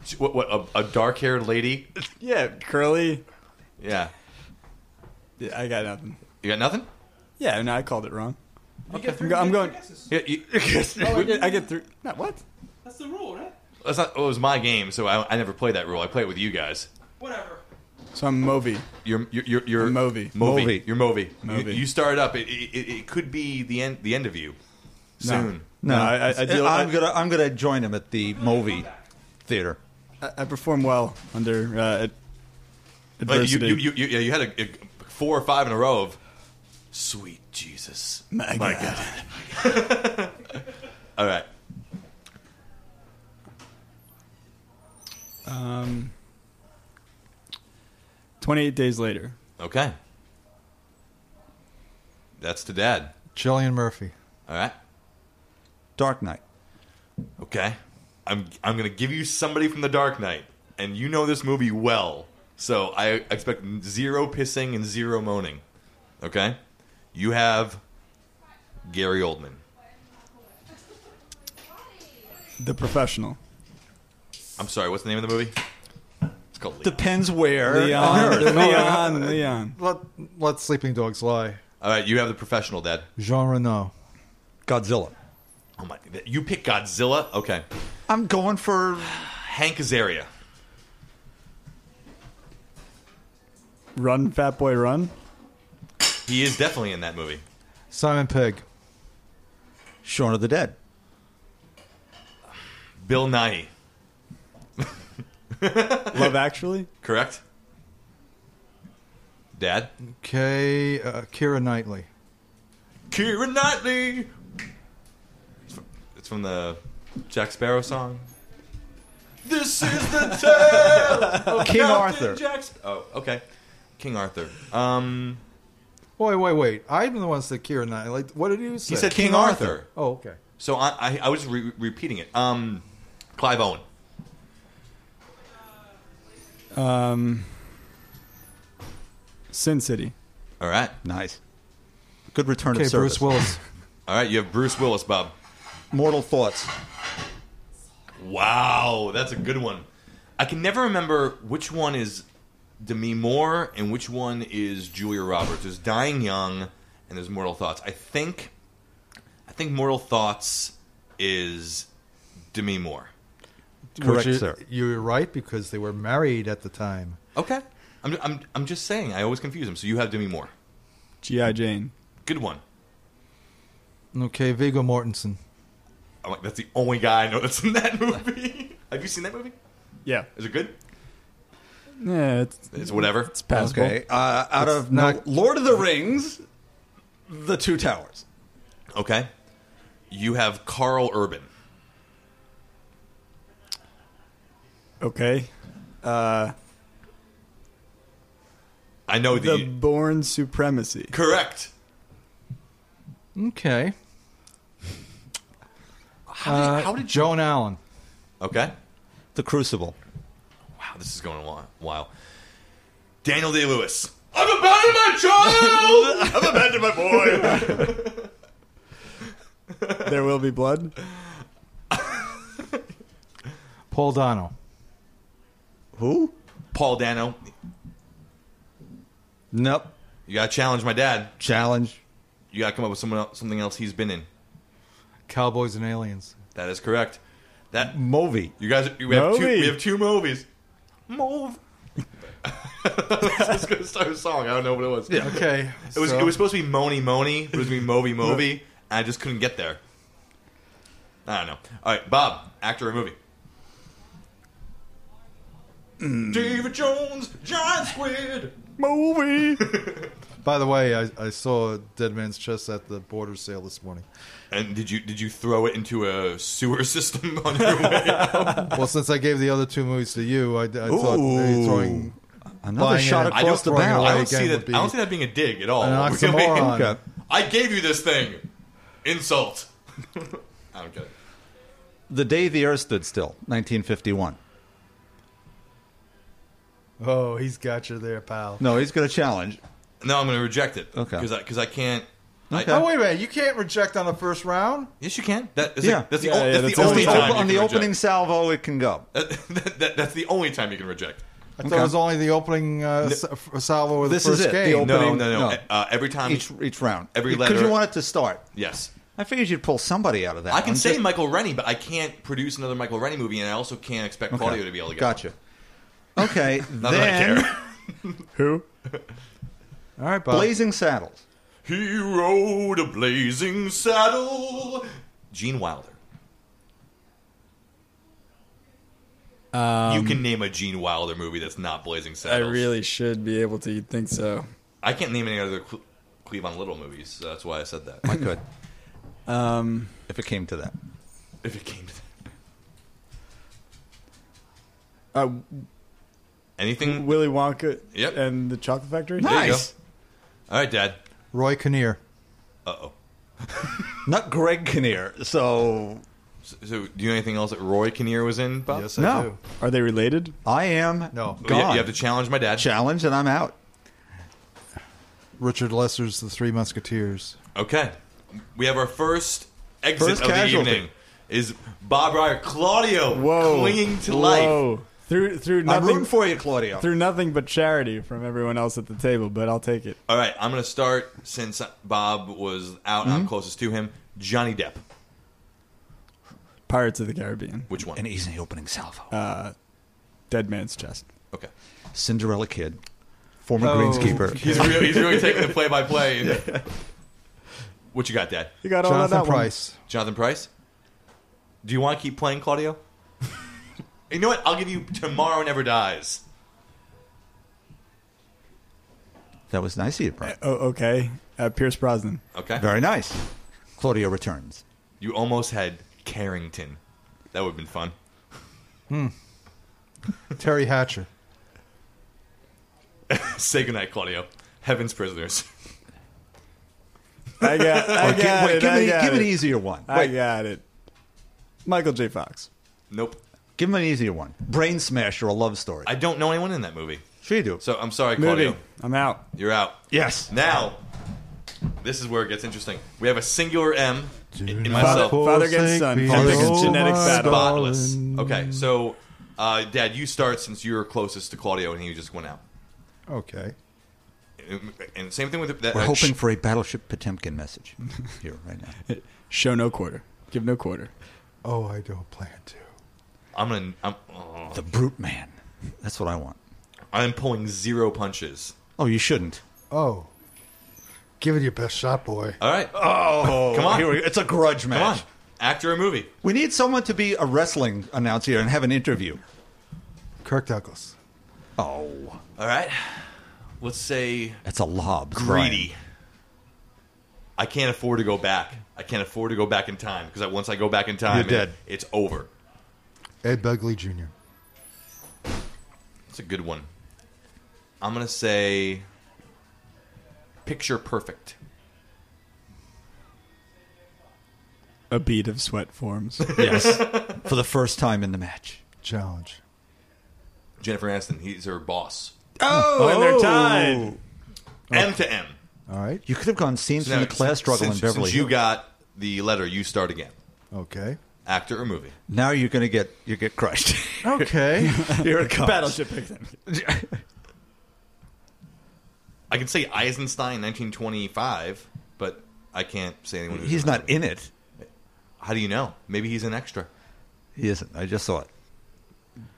She- What? what a, a dark-haired lady?
Yeah, curly.
Yeah,
Yeah, I got nothing.
you got nothing.
Yeah, no, I called it wrong.
get
I'm, go- I'm going.
Yeah, you, that's
Oh, I get, I get through. Not what?
That's the rule, right?
not. Well, it was my game, so I, I never play that rule. I play it with you guys.
Whatever.
So I'm Moby.
You're you're you're, you're
Movi.
Movi.
Movi.
You're Movi. You,
Movi.
you start up. It, it, it it could be the end the end of you soon.
No,
No, I- I- I deal-
Uh,
am
I-
gonna I'm gonna join him at the movie theater.
I, I perform well under uh, ad-
Like you,
adversity.
you, you, you, yeah, you had a, a- four or five in a row of sweet Jesus.
My God.
All right,
Um, 28 days later.
okay. That's to dad.
Jillian Murphy.
All right.
Dark Knight.
Okay. I'm I'm gonna give you somebody from The Dark Knight, and you know this movie well, so I expect zero pissing and zero moaning. Okay. You have Gary Oldman.
The Professional.
I'm sorry. What's the name of the movie? It's called Leon.
Depends where.
on
Leon,
Earth.
Leon, Leon. Let, let sleeping dogs lie.
All right, you have the professional, Dad.
Jean Reno.
Godzilla.
Oh my! You pick Godzilla. Okay.
I'm going for
Hank Azaria.
Run, Fat Boy, run.
He is definitely in that movie.
Simon Pegg.
Shaun of the Dead.
Bill Nye.
Love Actually.
Correct. Dad.
Okay, uh, Kira Knightley.
Kira Knightley. It's from the Jack Sparrow song. This is the tale of
King
Captain
Arthur.
Jack Sp- oh, okay. King Arthur. Um,
Wait, wait, wait. I'm the one that said Kira Knightley. What did you say?
he said King, Arthur.
Oh, okay.
So I, I, I was re- repeating it. Um, Clive Owen.
Um, Sin City.
All right,
Nice. Good return
Okay,
of service.
Bruce Willis.
all right. You have Bruce Willis, Bob.
Mortal Thoughts.
Wow, that's a good one. I can never remember which one is Demi Moore and which one is Julia Roberts. There's Dying Young and there's Mortal Thoughts. I think I think Mortal Thoughts is Demi Moore.
Correct,
Which is-
sir.
You're right because they were married at the time.
Okay. I'm, I'm, I'm just saying, I always confuse them. So you have Demi Moore.
G.I. Jane.
Good one.
Okay, Viggo Mortensen.
I'm like, that's the only guy I know that's in that movie. have you seen that movie?
Yeah.
Is it good?
Yeah, it's,
It's whatever.
it's passable.
Okay. Uh, out of
not-
no, Lord of the Rings, The Two Towers.
Okay. You have Carl Urban.
Okay. Uh,
I know that
the
you-
Born Supremacy.
Correct.
Okay.
How did, how did
Joan Allen.
Okay.
Uh, The Crucible.
Wow, this is going a while. Daniel Day Lewis. I've abandoned my child. I've abandoned my boy.
there Will Be Blood.
Paul Dano.
Who?
Paul Dano,
Nope.
you gotta challenge my dad.
Challenge.
You gotta come up with someone else, something else he's been in.
Cowboys and Aliens.
That is correct. That
Movie.
you guys, we have two.
Movie.
We have two movies. Move. I was gonna start a song. I don't know what it was. Yeah.
Okay.
It was.
so-
It was supposed to be Moni Moni. It was gonna be Moby Moby. and I just couldn't get there. I don't know. All right, Bob, actor or movie?
Hmm.
David Jones, Giant Squid.
Movie.
By the way, I, I saw Dead Man's Chest at the border sale this morning.
And did you did you throw it into a sewer system on your way? out?
Well, since I gave the other two movies to you, I, I thought maybe
Ooh.
throwing
Another
Buying
shot
it.
I
across
don't,
the
throwing
bow.
I
away
don't see
again
that.
would be
I don't see that being a dig at all.
an
We're gonna be-
oxymoron.
Okay.
I gave you this thing. Insult. I don't get it.
The Day the Earth Stood Still, 1951.
Oh, he's got you there, pal.
No, he's going to challenge.
No, I'm going to reject it.
Okay.
Because because I, can't. I-
Okay.
Oh, wait a minute. You can't reject on the first round.
yes, you can. That is
Yeah.
the, that's the,
Yeah,
on-
yeah, that's
that's the
the
only
only
Open-
time
on
you can
the
reject.
opening salvo, it can go.
That, that- that's the only time you can reject.
I thought it was only the opening uh, s- f- salvo of the
This is
first
it, the
game.
open-
No, no,
Opening-
no.
no.
Uh, every time.
Each each round,
Every
because
letter-
you want it to start.
yes.
I figured you'd pull somebody out of that.
I can
one.
say
Just-
Michael Rennie, but I can't produce another Michael Rennie movie, and I also can't expect Claudio to be able to get one.
Gotcha. Okay,
Not
then
that I care.
Who?
All right, Bob.
Blazing Saddles.
He rode a blazing saddle. Gene Wilder. you can name a Gene Wilder movie that's not Blazing
I
Saddles.
really should be able to. You'd think so.
I can't name any other Cle- Cleavon Little movies. So that's why I said
I
that.
could,
Um,
if it came to that.
if it came to that.
uh,
anything,
Willy Wonka
Yep.
and the Chocolate Factory.
There you
Nice.
go. All right, Dad.
Roy Kinnear.
Uh oh.
Not Greg Kinnear. So
So, so do you know anything else that Roy Kinnear was in? Bob?
Yes, I do.
no,
Are they related?
I am
No.
You,
gone.
you have to challenge my dad.
challenge, and I'm out.
Richard Lesser's The Three Musketeers.
Okay. We have our first exit
First
of the
casualty.
evening. is Bob Ryder, Claudio, clinging to life.
Whoa. Through through
I'm
nothing.
rooting for you, Claudio.
Through nothing but charity from everyone else at the table, but I'll take it.
All right, I'm going to start since Bob was out. and I'm closest to him. Johnny Depp.
Pirates of the Caribbean.
Which one?
An easy opening salvo.
Uh, Dead Man's Chest.
Okay.
Cinderella Kid, former
Oh,
greenskeeper.
He's really, he's really taking the play-by-play. What you got, Dad?
You got all of
Jonathan
that one.
Price.
Jonathan Price. Do you want to keep playing, Claudio? you know what? I'll give you Tomorrow Never Dies.
That was nice of you, Brian.
Oh, okay. Uh, Pierce Brosnan.
Okay.
Very nice. Claudio returns.
You almost had Carrington. That would have been fun.
Terry Hatcher.
Say goodnight, Claudio. Heaven's Prisoners.
I got, I
Or gi-
got
wait,
it.
give
I
me-
got
give an
it.
easier one.
I
Wait.
got it. Michael J. Fox.
Nope.
Give him an easier one. Brain Smash or a love story.
I don't know anyone in that movie.
sure you do.
So I'm sorry, Claudio.
Movie. I'm out.
You're out.
yes.
Now, this is where it gets interesting. We have a singular M in, in
Do
Father,
myself.
not
father against
forsake
son.
me,
Father against
oh
genetic
my
battle.
God.
Spotless.
Darling.
Okay, so uh, Dad, you start since you're closest to Claudio, and he just went out.
Okay.
And same thing with that.
We're
uh,
hoping for a Battleship Potemkin message here right now.
Uh, Show no quarter. Give no quarter.
Oh, I don't plan to.
I'm gonna. I'm, oh,
The Brute Man. That's what I want.
I'm pulling zero punches.
Oh, you shouldn't.
Oh. Give it your best shot, boy.
All right, come
Oh,
Come on.
Here we go. It's a grudge
on,
match.
actor or movie.
We need someone to be a wrestling announcer and have an interview.
Kirk Douglas.
Oh,
All right, let's say
that's a lob.
greedy. I can't afford to go back. I can't afford to go back in time because once I go back in time,
You're dead.
it- it's over.
Ed Begley Jr.
It's a good one. I'm gonna say picture perfect.
A bead of sweat forms.
Brian. Yes. For the first time in the match.
Challenge.
Jennifer Aniston. He's her boss.
oh, and they're
Oh.
tied.
M to M.
All right.
You could have gone scenes
So
from
now,
the class struggle
since,
in Beverly
Since you
Hills.
got the letter, you start again.
Okay.
Actor or movie?
now you're going to get you get crushed.
Okay.
Here it comes.
Battleship Pickton.
I can say Eisenstein, 1925, but I can't say anyone. who's
He's not in it.
How do you know? Maybe he's an extra.
He isn't. I just saw it.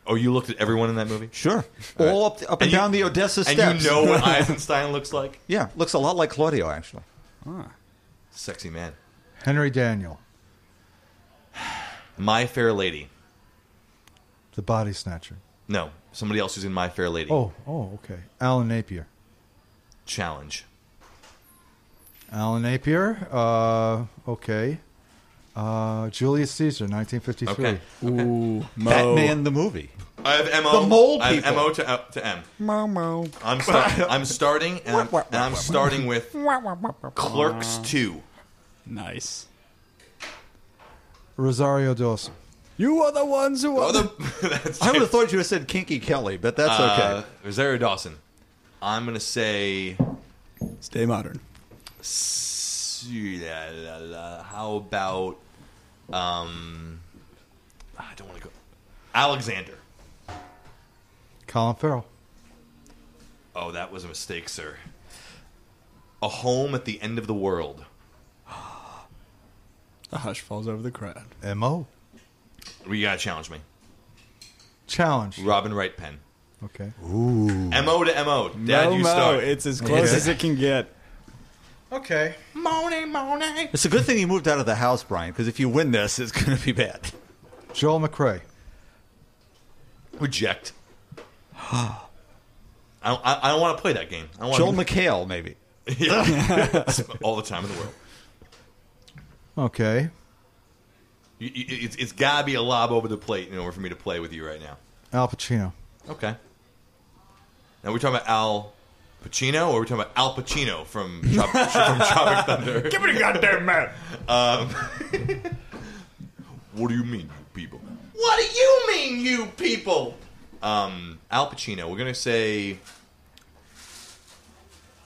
Oh, you looked at everyone in that movie,
Sure. All, up, up and,
you-
down the Odessa
and
steps.
you know what Eisenstein looks like?
yeah, looks a lot like Claudio actually.
Ah.
Sexy man.
Henry Daniel.
My Fair Lady.
The Body Snatcher.
No, somebody else who's in My Fair Lady.
Oh, oh, okay. Alan Napier.
Challenge.
Alan Napier. Uh, okay. Uh, Julius Caesar, 1953.
Okay.
Ooh, Mo.
Batman the movie.
I have mo.
The mole
I have
people.
mo to, uh, to m.
Momo.
I'm start, I'm starting and I'm, and I'm starting with Clerks Two.
Nice.
Rosario Dawson.
You are the ones who are.
Oh, the, that's
I would have thought you would have said Kinky Kelly, but that's
Uh,
okay.
Rosario Dawson. I'm gonna say.
Stay modern.
s- la, la, la, How about? Um, I don't want to go. Alexander.
Colin Farrell.
Oh, that was a mistake, sir. A home at the end of the world.
The hush falls over the crowd.
M.O.
You gotta challenge me.
Challenge.
Robin Wright Penn.
Okay.
Mo to mo. Dad,
Mo,
you
Mo,
start.
Oh, It's as close
Yeah.
as it can get.
Okay.
Money, money.
It's a good thing you moved out of the house, Brian, because if you win this, it's going to be bad.
Joel McRae.
Reject. I don't, I, I don't want to play that game. I want
Joel McHale, maybe.
all the time in the world.
Okay.
You, you, it's, it's gotta be a lob over the plate in order for me to play with you right now.
Al Pacino.
Okay. Now we're talking about Al Pacino, or we're talking about Al Pacino from Trop- from Tropic Thunder. Give me the goddamn man. Um, what do you mean, you people? What do you mean, you people? Um, Al Pacino. We're gonna say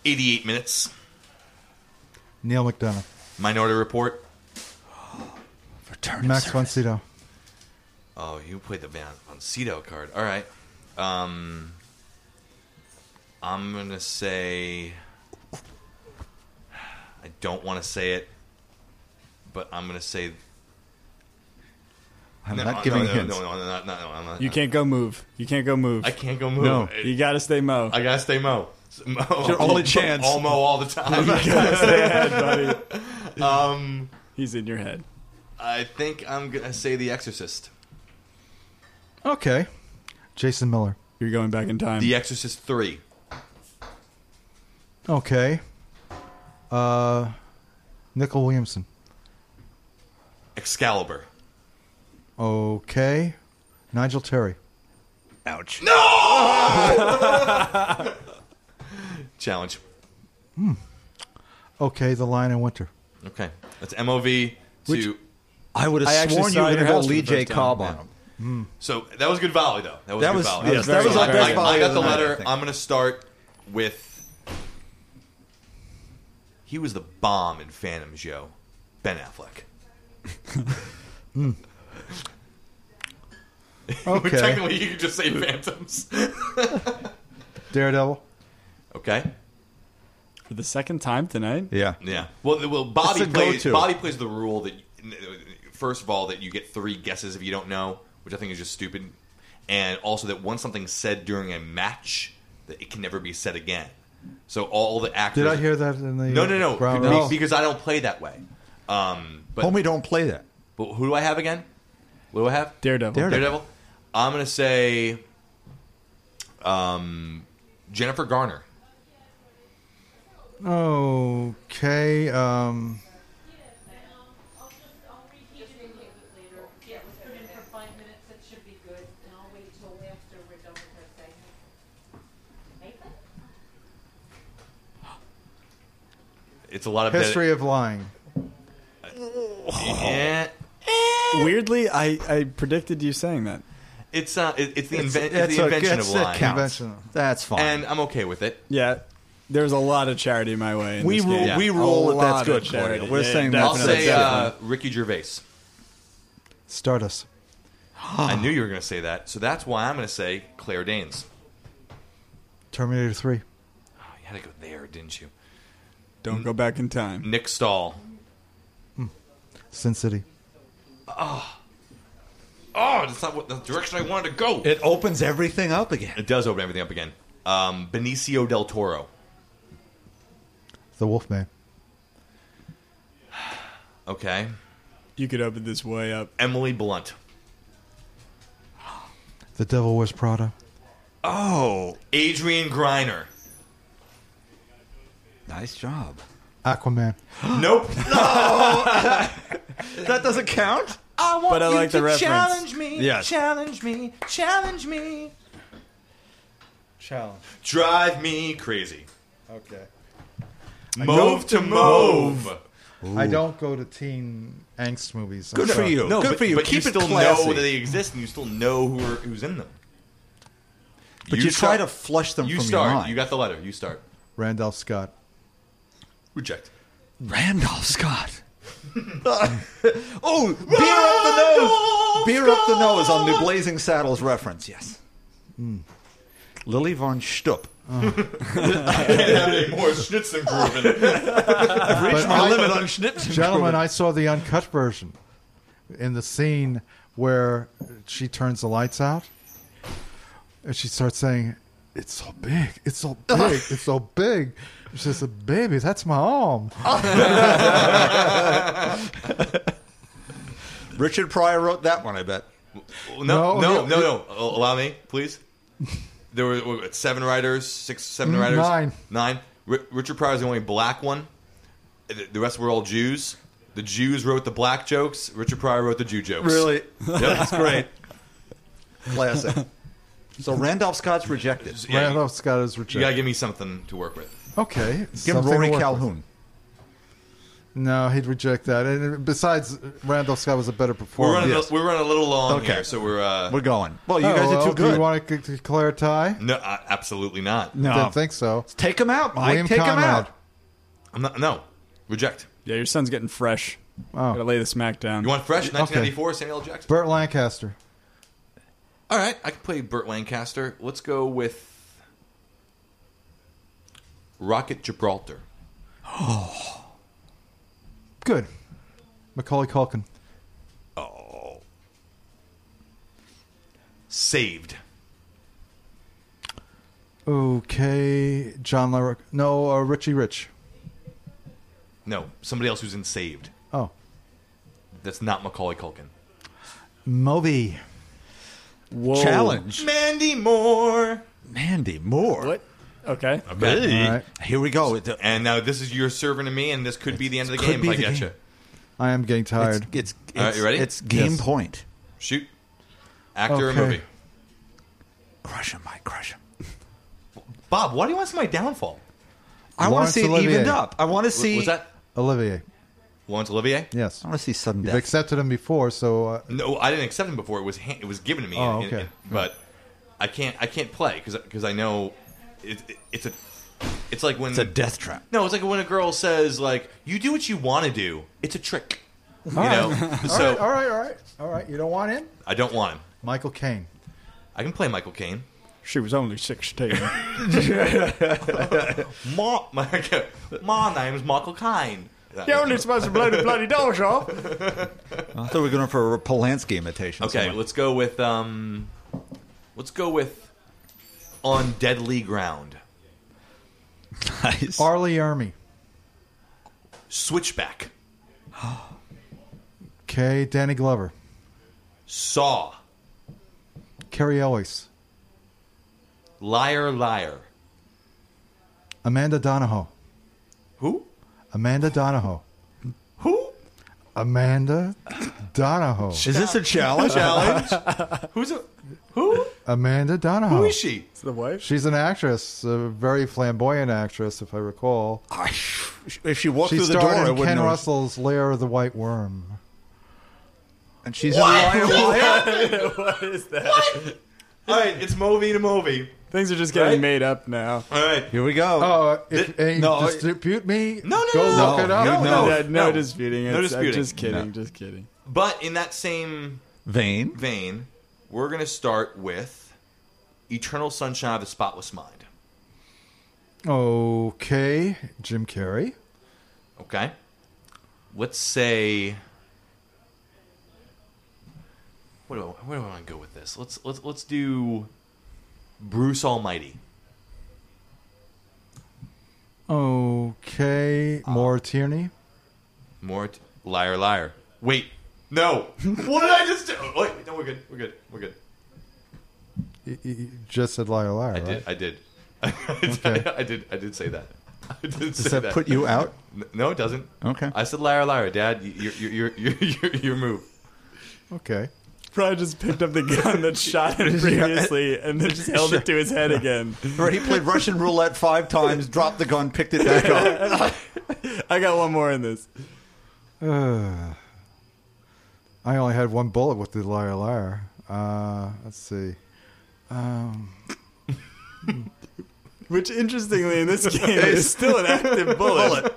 eighty-eight minutes.
Neil McDonough.
Minority Report.
For
Return
Max von Sydow.
Oh, you played the Van Cito card. All right. Um, I'm gonna say. I don't want to say it, but I'm gonna say.
I'm
No,
not
no,
giving
no,
hints.
No, no, no, no, no, no, I'm not-
You can't go move. You can't go move.
I can't go move.
No,
It-
you gotta stay mo.
I gotta stay mo. Mo.
It's your only chance.
All mo all the time.
You gotta stay ahead,
buddy. Um,
He's in your head.
I think I'm gonna say The Exorcist.
Okay. Jason Miller.
You're going back in time.
The Exorcist Three.
Okay. Uh, Nickel Williamson.
Excalibur.
Okay. Nigel Terry.
Ouch. No. Challenge.
Okay, The Lion in Winter.
Okay, that's MOV to.
I would've
I actually sworn you saw were gonna your go house for Lee the J. first time. Cobb on
him.
So that was a good volley, though. That was
That
a good
was-
volley.
yes, That that was was our very best good. volley
I, I got
of
the
the night, I
letter.
think.
I'm going to start with. He was the bomb in Phantom Joe, Ben Affleck.
Hmm.
Okay.
Technically, you could just say Phantoms.
Daredevil.
okay.
For the second time tonight.
Yeah.
Yeah. Well, the- well, Bobby
It's a
plays.
go-to.
Bobby plays the rule that first of all that you get three guesses if you don't know, which I think is just stupid, and also that once something's said during a match, that it can never be said again. So all the actors.
Did I hear that in the
No, no, no.
Brown
Be-
Rose?
Because I don't play that way. Um, but
Homie, don't play that.
But who do I have again? What do I have?
Daredevil.
Daredevil. I'm gonna say, um, Jennifer Garner.
Okay. Um,
It's a lot of
History of Lying.
Yeah.
Weirdly, I, I predicted you saying that.
It's uh, it, it's the,
It's-
inven- it's
that's
the
a-
invention
that's-
of
that
lying.
counts. Invention.
That's fine.
and I'm okay with it.
Yeah, there's a lot of charity my way. In
We
this
rule-
game.
we
A
rule that that's
lot of
good,
charity.
Claudia. We're
Yeah,
saying
I'll
definitely.
say uh,
Definitely.
Ricky Gervais.
Stardust.
I knew you were going to say that, so that's why I'm going to say Claire Danes.
Terminator 3.
Oh, you had to go there, didn't you?
don't go back in time.
Nick Stahl.
Sin City.
Oh, oh, that's not what the direction I wanted to go.
It opens everything up again.
It does open everything up again. Um, Benicio del Toro.
The Wolfman.
Okay.
You could open this way up.
Emily Blunt.
The Devil Wears Prada.
Oh, Adrian Griner.
Nice job.
Aquaman.
Nope.
that doesn't count.
I
want But I you like the to reference. challenge
me.
Yes.
Challenge me. Challenge me.
Challenge.
Drive me crazy.
Okay.
Move to move.
I don't go to teen angst movies. I'm
Good for
sorry.
you. No,
but,
good for you.
But
Keep
you
it
still
classy.
know that they exist, and you still know who are, who's in them.
But you, try to flush them
You
from
start.
your mind.
You got the letter. You start.
Randolph Scott.
Reject.
Randolph Scott. oh, beer up the nose. Beer up the nose on the Blazing Saddles reference. Yes. Hmm. Lily von Stupp.
I can't have any more Schnitzengruben.
I've reached
But
my
I-
limit on Schnitzengruben.
Gentlemen, I saw the uncut version in the scene where she turns the lights out and she starts saying, It's so big. It's so big. It's so big. She says, Baby, that's my arm.
Richard Pryor wrote that one, I bet.
no,
No,
no, no,
you-
no, Al- Allow me, please. There were what, what, seven writers, six, seven
Mm,
writers,
nine.
nine. Ri Richard Pryor's the only black one. The, the rest were all Jews. The Jews wrote the black jokes. Richard Pryor wrote the Jew jokes.
Really?
Yep.
That's great. Classic. So Randolph Scott's rejected.
Yeah, you-
Randolph oh, Scott is
You gotta
rejected.
give me something to work with.
okay.
Give him
something
Rory
to work with.
Calhoun.
No, he'd reject that. And besides, Randolph Scott was a better
We're
performer.
running. A, we're running a little long
Okay.
here, so we're. Uh,
We're going. Well, you guys are too
Oh, Do
good.
you want to declare a tie?
no, uh, absolutely not.
Didn't think so.
Take him out, Mike.
William
Take him
Conrad.
out.
I'm not. No, reject.
Yeah, your son's getting fresh.
Oh.
Gotta lay the smack down.
You want fresh?
Okay.
1994, Samuel L. Jackson.
Burt Lancaster.
All right, I can play Burt Lancaster. Let's go with Rocket Gibraltar.
Good. Macaulay Culkin.
Oh. Saved.
Okay. John Larroque. No, uh, Richie Rich.
No, somebody else who's in Saved.
Oh.
That's not Macaulay Culkin.
Moby.
Whoa.
Challenge.
Mandy Moore.
Mandy Moore. What?
Okay.
Hey.
All right.
Here we go. It-
And now this is your serving to me, and this could be the end of the
could
game.
be
if I
the
get
game.
you.
I am getting
It's,
tired.
it's,
All right,
it's-
you ready?
It's game
Yes.
point.
Shoot. Actor or
Okay.
movie.
Crush him, Mike. Crush him.
Bob, why do you want to see my downfall?
I want to
Laurence
see it
Olivier.
evened up. I want to see.
Was that
Olivier.
Laurence Olivier?
Yes.
I want to see sudden
You've
death.
accepted him before, so uh,
No, I didn't accept him before. It was ha- it was given to me.
Oh,
and- and-
okay.
but I can't I can't play because I know it, it- it's a it's like when
it's a death trap.
No, it's like when a girl says like you do what you want to do. It's a trick. You know.
all
so
right, all right, all right, all right. You don't want him?
I don't want him.
Michael Caine.
I can play Michael Caine.
She was only 16.
Ma, my, my name's Michael Caine. That-
supposed to blow the bloody doors off.
I thought we were going for a Polanski imitation.
Okay,
somewhere.
let's go with um, let's go with on deadly ground.
nice.
Arlie Ermy.
Switchback.
Okay. Danny Glover.
Saw.
Carrie Elwes.
Liar, liar.
Amanda Donahoe.
Who?
Amanda Donahoe.
Who?
Amanda Donahoe.
Is this a challenge?
Challenge.
Oh.
Who's a who?
Amanda Donahoe.
Who is she?
the wife?
She's an actress, a very flamboyant actress, if I recall.
I- if she walked
She
through the door,
starred
I
in
wouldn't
Ken
know.
Russell's Lair of the White Worm.
And she's in Liar Liar.
what is that?
All right, it's Moby to Moby.
Things are just getting
Right?
made up now.
All right.
Here we go.
uh,
Oh, if
Th-
you
no, I-
dispute me,
No, no,
go
no, no,
look it up.
no, no.
yeah, no,
no.
disputing.
No
It's,
disputing.
I'm just kidding. Just kidding.
But in that same
Vane.
vein, we're gonna start with Eternal Sunshine of the Spotless Mind.
Okay, Jim Carrey.
Okay. Let's say. What do I, where do I want to go with this? Let's let's let's do Bruce Almighty.
Okay, Maura Tierney.
More t- liar, liar. Wait, no. what did I just do? Oh, Wait, no, we're good. We're good. We're good.
Y- y- You just said liar, liar.
I
right?
did. I did. I did. I did say that. I did say
Does that
that.
put you out?
N- No, it doesn't.
Okay.
I said liar, liar, Dad. y- Your your your your your, your move.
Okay.
Probably just picked up the gun that shot him previously and then just held it to his head again.
Right, he played Russian roulette five times, dropped the gun, picked it back up.
I got one more in this.
Uh, I only had one bullet with the liar, liar. Uh, let's see. Um,
Which, interestingly, in this game, is still an active bullet.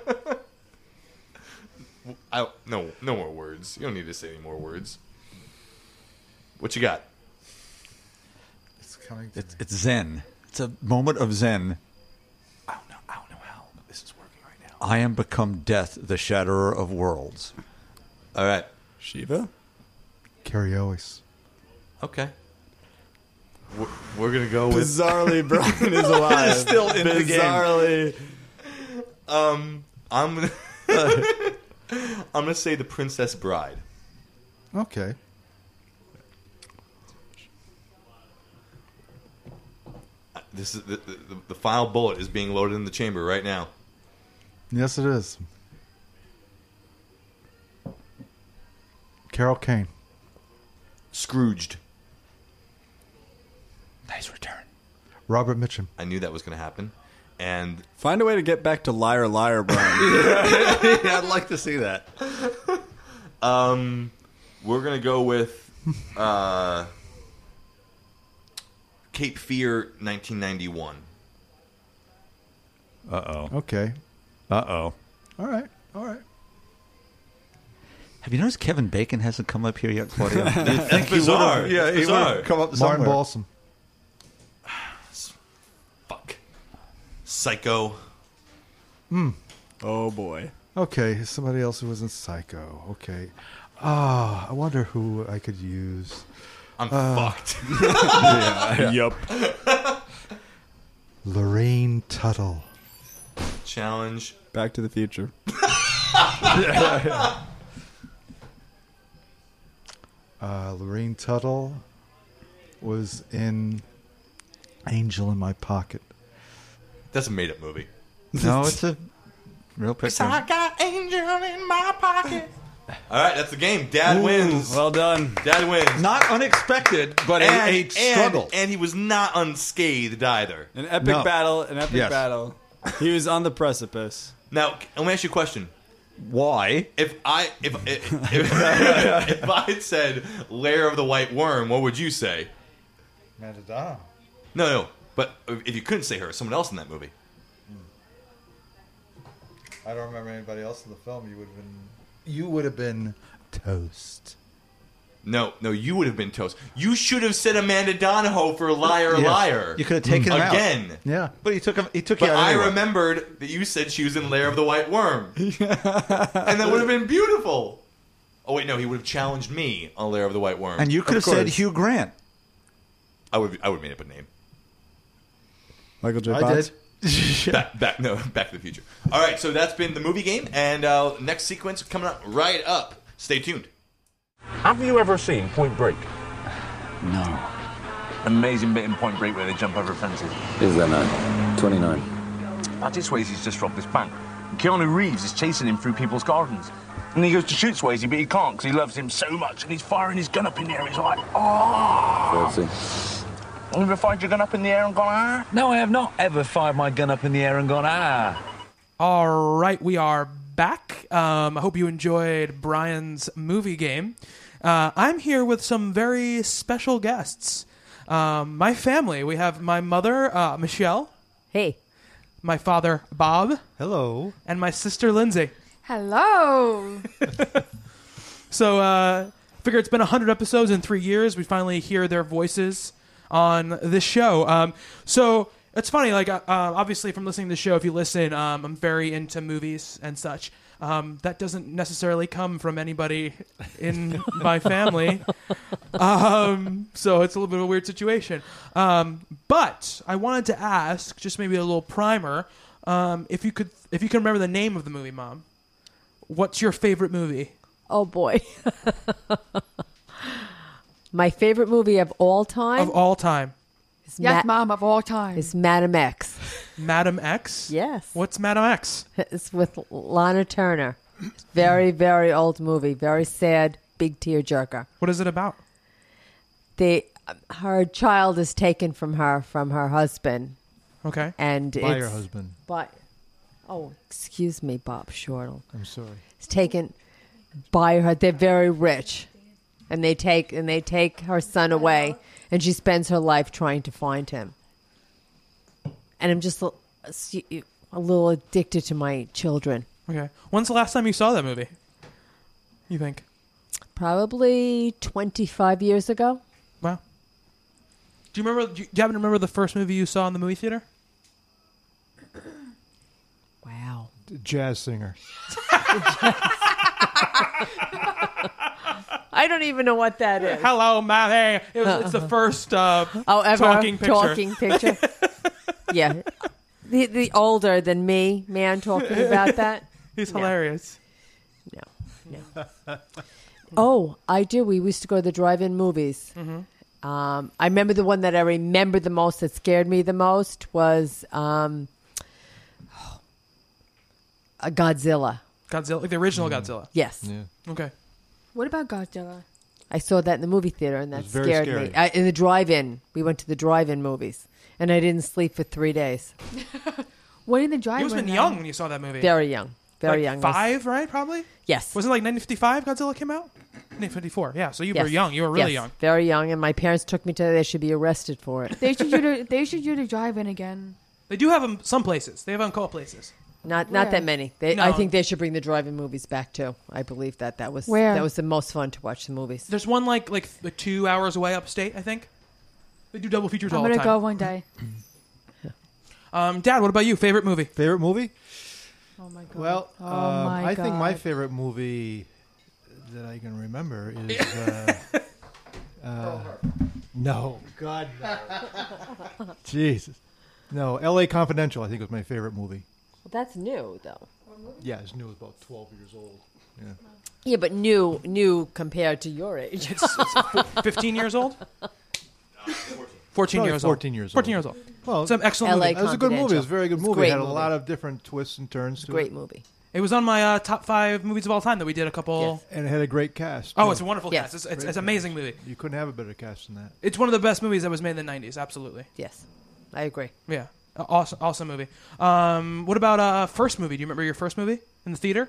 I no no more words. You don't need to say any more words. What you got?
it's coming. To
It's, it's Zen. It's a moment of Zen.
I don't know. I don't know how this is working right now.
I am become death, the shatterer of worlds.
All right.
Shiva?
Carrie Elwes.
Okay. We're, we're gonna go with
Bizarrely, Brian is alive.
Still in the game.
Bizarrely.
um. I'm gonna I'm gonna say the Princess Bride.
Okay.
This is the, the, the, the final bullet is being loaded in the chamber right now.
Yes, it is. Carol Kane.
Scrooged.
Nice return.
Robert Mitchum.
I knew that was gonna happen, and
Find a way to get back to liar, liar, Brian.
Yeah, I'd like to see that.
Um, we're gonna go with uh, Cape Fear, nineteen ninety one.
Uh oh.
Okay.
Uh oh.
All right. All right.
Have you noticed Kevin Bacon hasn't come up here yet, Claudio? You'd
That's
think he
bizarre.
would've- Yeah, he would
Bizarre.
have come up
Martin
somewhere.
Balsam.
Fuck. Psycho.
Hmm.
Oh boy.
Okay, somebody else who wasn't psycho. Okay. Ah, I wonder who I could use. Uh,
I'm fucked.
yeah,
Yup.
Lorraine Tuttle.
Challenge.
Back to the Future.
Uh, Lorraine Tuttle was in Angel in My Pocket.
That's a made up movie.
No, it's a real picture.
got angel in my pocket. All right, that's the game. Dad
Ooh,
wins.
well
done.
Dad wins.
Not unexpected, but a-
and,
a
and-
struggle.
And, he was not unscathed either.
An epic battle. An epic
Yes.
battle. He was on the precipice.
Now, c- let me ask you a question.
Why?
If I if if, if, if I had said layer of the white worm, what would you say?
Nadada.
No, no. But if you couldn't say her, someone else in that movie.
I don't remember anybody else in the film. You would have been. You would have been toast.
No, no, you would have been toast. You should have said Amanda Donahoe for liar,
Yes.
liar. Mm.
You could have taken him out.
again.
Yeah,
but he took him. He took
But
you out.
I
anyway.
remembered that you said she was in Lair of the White Worm. and that would have been beautiful. Oh, wait, no, he would have challenged me on Lair of the White Worm.
and you could have said Hugh Grant.
I would, I would have made up a name.
Michael J.
I
Fox.
did.
back, back, no, Back to the Future. All right, so that's been the movie game, and uh, next sequence coming up right up. Stay tuned.
Have you ever seen Point Break?
No.
Amazing bit in Point Break where they jump over fences.
Is there now? 29.
That's Swayze's just robbed this bank. Keanu Reeves is chasing him through people's gardens. And he goes to shoot Swayze, but he can't because he loves him so much. And he's firing his gun up in the air. He's like, oh!
30.
You ever fired your gun up in the air and gone, ah?
No, I have not ever fired my gun up in the air and gone, ah.
All right, we are back. Um, I hope you enjoyed Brian's movie game. Uh, I'm here with some very special guests. Um, my family. We have my mother, uh, Michelle.
Hey.
My father, Bob.
Hello.
And my sister, Lindsay.
Hello.
So, uh, figure it's been 100 episodes in three years. We finally hear their voices on this show. Um, so, it's funny. Like, uh, uh, obviously, from listening to the show, if you listen, um, I'm very into movies and such. Um, that doesn't necessarily come from anybody in my family. Um, so, it's a little bit of a weird situation. Um, but I wanted to ask, just maybe a little primer, um, if you could, if you can remember the name of the movie, Mom. What's your favorite movie?
Oh boy. My favorite movie of all time
of all time.
is
Yes,
Ma-
mom, of all time.
is Madam X.
Madam X?
Yes.
What's Madam X?
It's with Lana Turner. It's Very, very old movie. Very sad. Big tearjerker.
What is it about?
The her child is taken from her from her husband.
Okay.
And
By
it's-
her husband.
By oh, excuse me, Bob Shortle.
I'm sorry.
It's taken by her. They're very rich, and they take and they take her son away, and she spends her life trying to find him. And I'm just a, a little addicted to my children.
Okay. When's the last time you saw that movie? You think?
Probably 25 years ago.
Wow. Do you remember? Do you, do you happen to remember the first movie you saw in the movie theater?
Wow.
Jazz singer.
I don't even know what that is.
Hello, Mommy. It was, It's the first uh,
Uh-huh. Oh, ever
talking picture.
Talking picture. yeah. The, the older than me man talking about that.
He's
No.
hilarious.
No. Oh, I do. We used to go to the drive-in movies. Um, I remember the one that I remember the most that scared me the most was um, a Godzilla.
Godzilla, like the original Godzilla.
Yes.
Okay.
What about Godzilla?
I saw that in the movie theater, and that
was very
scared
scary.
me. I, in the drive-in, we went to the drive-in movies, and I didn't sleep for three days.
What in the drive? uh,
You must have been young when you saw that movie.
Very young, very
Like
young.
Five, right? Probably.
Yes.
Wasn't it like 1955 Godzilla came out? 1954. Yeah. So you were
Yes.
young. You were really
Yes,
young.
very young. And my parents took me to. They should be arrested for it.
They should do. The, they should do the drive-in again.
They do have them some places. They have on call places.
Not not
Where?
that many. They, I
No.
think they should bring the drive-in movies back too. I believe that that was
Where?
that was the most fun to watch the movies.
There's one like like th- two hours away upstate, I think. They do double features
I'm
all the
gonna
time.
go one day.
Um, Dad, what about you? Favorite movie?
Favorite movie?
Oh my god.
Well,
oh
um,
my
I
god.
think my favorite movie that I can remember is. Uh, uh, no, God,
well,
Jesus, no. L.A. Confidential, I think, was my favorite movie.
that's new though.
Yeah, it's new. It was about twelve years old. Yeah.
Yeah, but new new compared to your age.
It's, it's 15 years old. 14
Probably
years old.
14 years old.
14 years old.
Well,
it's an
LA
excellent movie.
It was a good movie. It was a very good
It's a
movie.
great
It had a
movie.
lot of different twists and turns. To
Great
it.
movie.
It was on my uh, top five movies of all time that we did a couple.
And it had a great cast.
Oh,
too.
it's a wonderful cast. It's, it's,
Great
it's an amazing movie.
You couldn't have a better cast than that.
It's one of the best movies that was made in the 90s. Absolutely.
Yes, I agree.
Yeah. A- Awesome, awesome movie. Um, what about uh, first movie? Do you remember your first movie in the theater?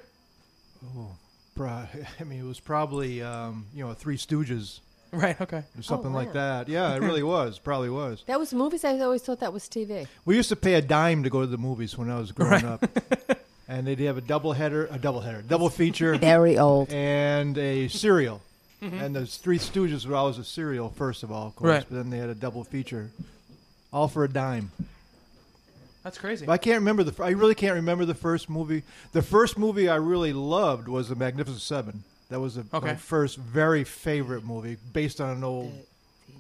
Oh, pro- I mean, it was probably um, you know Three Stooges,
Right, okay.
or something
Oh,
like
wow.
that. Yeah, it really was. Probably was.
That was movies. I always thought that was TV.
We used to pay a dime to go to the movies when I was growing up, and they'd have a double header, a double header, double feature,
Very old.
and a cereal.
Mhm.
And those Three Stooges were always a cereal first of all, of course.
Right.
But then they had a double feature, all for a dime.
That's crazy.
But I can't remember the. fir- I really can't remember the first movie. The first movie I really loved was The Magnificent Seven. That was the
Okay.
my first very favorite movie, based on an old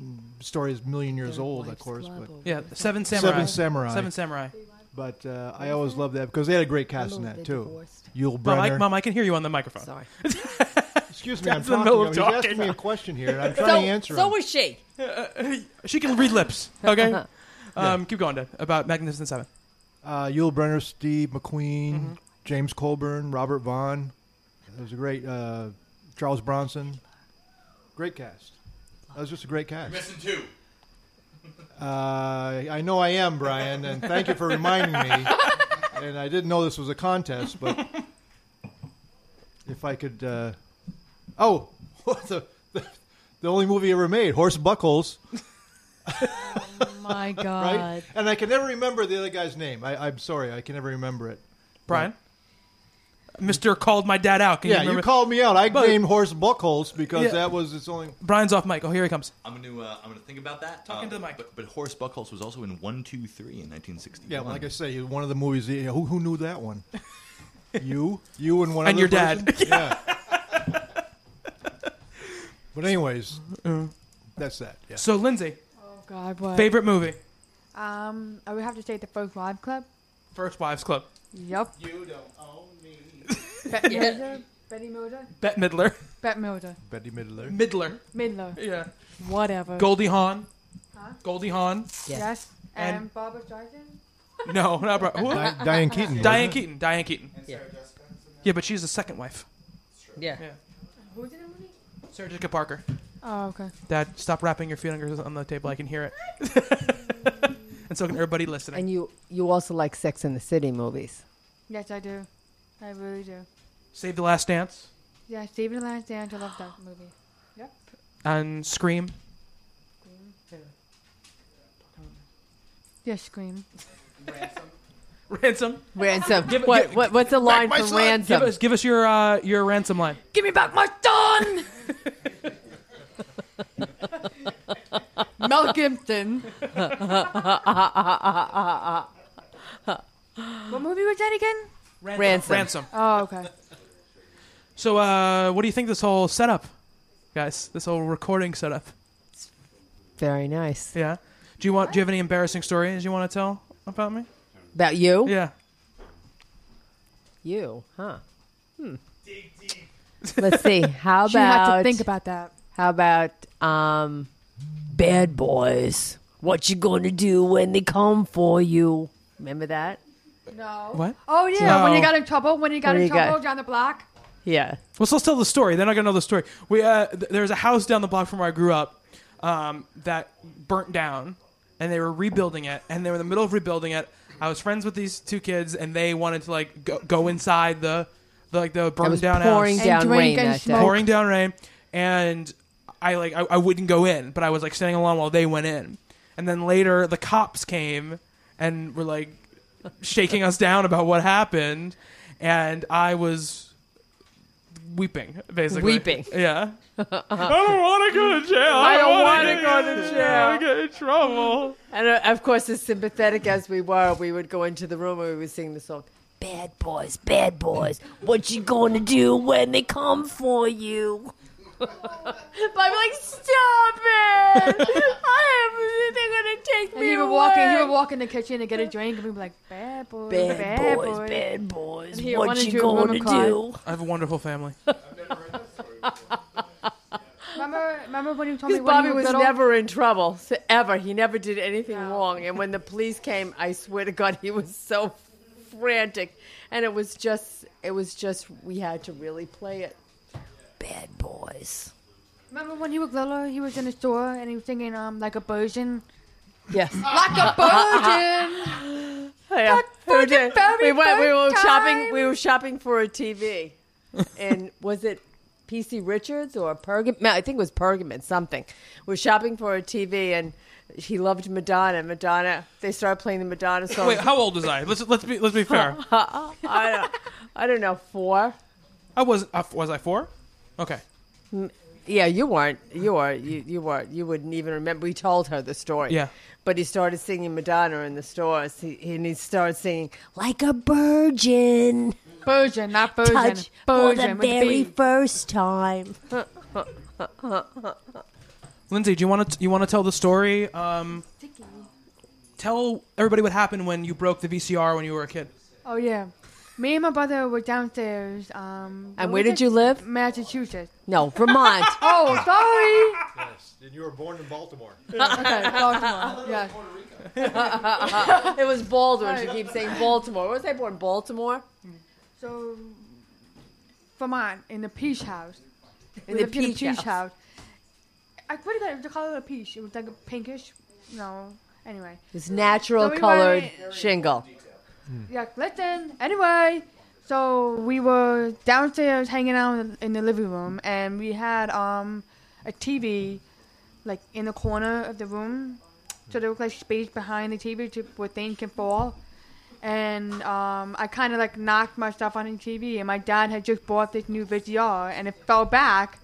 mm, story that's a million years old, of course. But
Yeah, Seven Samurai.
Seven Samurai.
Seven Samurai.
But uh, I always loved that because they had a great cast in that too. Yul
Mom, I,
Brynner.
Mom, I can hear you on the microphone. Sorry.
Excuse
Dad's
me,
in
I'm
the middle
talking.
of
He's
talking.
asking me a question here, and I'm
So,
trying to answer.
so
him.
was she.
She can read lips. Okay. Um, Keep going, Dad. About Magnificent Seven.
Uh, Yul Brynner, Steve McQueen,
Mm-hmm.
James Colburn, Robert Vaughn. That was a great. Uh, Charles Bronson. Great cast. That was just a great cast.
Missing two.
Uh, I know I am, Brian, and thank you for reminding me. And I didn't know this was a contest, but if I could. Uh, oh, what the, the, the only movie ever made, Horse Buckles.
my god.
Right? And I can never remember the other guy's name. I, I'm sorry, I can never remember it.
Brian? Mister called my dad out. Can
yeah,
you,
you,
remember-
called me out. I
But-
named Horse Buckles because
Yeah.
that was its only.
Brian's off mic. Oh, here he comes.
I'm gonna uh, I'm gonna think about that. Talking to the mic. But, but Horace Buckholz was also in one, two, three in 1961.
Yeah, like I say, it was one of the movies. You know, who who knew that one? you, you, and one
And
other
your dad.
person? yeah. but anyways, that's that. Yeah.
Uh-huh. So, Lindsay,
Oh god. What?
favorite movie?
Um, I would have to say the first live club. Oh.
First Wives Club.
Yep.
You don't own me.
Bette
Yeah.
Midler. Betty Midler.
Bette Midler.
Bette Midler.
Betty Midler.
Midler.
Midler.
Yeah.
Whatever.
Goldie Hawn.
Huh?
Goldie Hawn.
Yes. And,
And
Barbara Streisand.
no, not Bri- who?
Di- Diane Keaton, wasn't
Diane
it?
Keaton. Diane Keaton. Yeah. but she's the second wife.
Yeah.
Who did the movie?
Sarah Jessica Parker.
Oh, okay.
Dad, stop wrapping your fingers on the table. I can hear it. and so can everybody listening.
And you you also like Sex in the City movies.
Yes, I do. I really do.
Save the Last Dance
Yeah, Stephen and the Last Dance. I love that movie. Yep.
and Scream.
Yeah, Scream.
Ransom.
Ransom.
Give it-
what,
give-
what what's the line
Back my
for
son.
ransom?
Give us, give us your uh, your ransom line.
Give me back my son.
Mel Gibson. what movie was that again?
Ransom. Ransom.
Oh, okay.
So, uh, what do you think this whole setup, guys? This whole recording setup.
Very nice.
Yeah. Do you want? Do you have any embarrassing stories you want to tell about me?
About you?
Yeah.
You, huh? Hmm. Let's see. How about
She had to think about that.
How about um, bad boys? What you gonna do when they come for you? Remember that?
No.
What?
Oh yeah, when
No.
you got in trouble, when you got
When
in
you got-
trouble down the block.
Yeah.
Well, so let's tell the story. They're not gonna know the story. We uh, th- there's a house down the block from where I grew up um, that burnt down, and they were rebuilding it, and they were in the middle of rebuilding it. I was friends with these two kids, and they wanted to like go, go inside the, the like the burned
was
down
pouring
house,
down And drink rain and that day. smoke.
pouring down rain, and I like I, I wouldn't go in, but I was like standing along while they went in, and then later the cops came and were like shaking us down about what happened, and I was weeping, basically.
Weeping.
Yeah.
I
don't want to go to jail.
I don't want
wanna
to go to jail.
I get in trouble.
And uh, of course, as sympathetic as we were, we would go into the room and we would sing the song. Bad boys, bad boys. What you gonna do when they come for you?
But I'm like, stop it! I am. They're gonna take
And
me
he would
away.
walk in. He would walk in the kitchen and get a drink, and we'd be like, "Bad boys,
Bad
bad,
boys,
boys,
bad boys,
And he
what
wanted
you
to do a room
gonna
and cry.
do?
I have a wonderful family.
Remember, remember when you told me
Because
when
Bobby
you were
was
little?
never in trouble, so ever. He never did anything wrong. And when the police came, I swear to God, he was so frantic. And it was just, it was just, we had to really play it. Bad boys.
Remember when you were little? He was in the store and he was singing um like a virgin.
Yes.
Like a virgin.
Yeah. We, did. we
very
went. We were
first
shopping. We were shopping for a TV, and was it PC Richards or Pergament? I think it was Pergament. Something. We're shopping for a TV, and he loved Madonna. Madonna. They started playing the Madonna song.
Wait, how old was I? Let's let's be let's be fair.
I don't. I don't know. Four.
I was uh, was I four? Okay.
Mm, Yeah, you weren't. You were. You, you weren't. You wouldn't even remember. We told her the story.
Yeah.
But he started singing Madonna in the stores, he, and he started singing like a virgin.
Virgin, not virgin.
Touch for the
virgin with a
very
B.
first time.
Lindsay, do you want to you want to tell the story? Um, tell everybody what happened when you broke the VCR when you were a kid.
Oh yeah. Me and my brother were downstairs. Um,
And
what
where
was
did you live?
Massachusetts.
No, Vermont.
Oh, sorry.
Yes, and you were born in Baltimore.
okay, Baltimore. Yes.
it was Baltimore. She keeps saying Baltimore. What was I born? Baltimore?
So, Vermont in the peach house.
In
We
the
lived
peach house.
I what did that? The color of the peach. It was like a pinkish. No. Anyway.
It's natural
So we
colored
went-
shingle.
Yeah, listen. Anyway, so we were downstairs hanging out in- in the living room, and we had um a TV like in the corner of the room, so there was like space behind the TV to, where things can fall. And um, I kind of like knocked my stuff on the TV, and my dad had just bought this new VCR, and it fell back,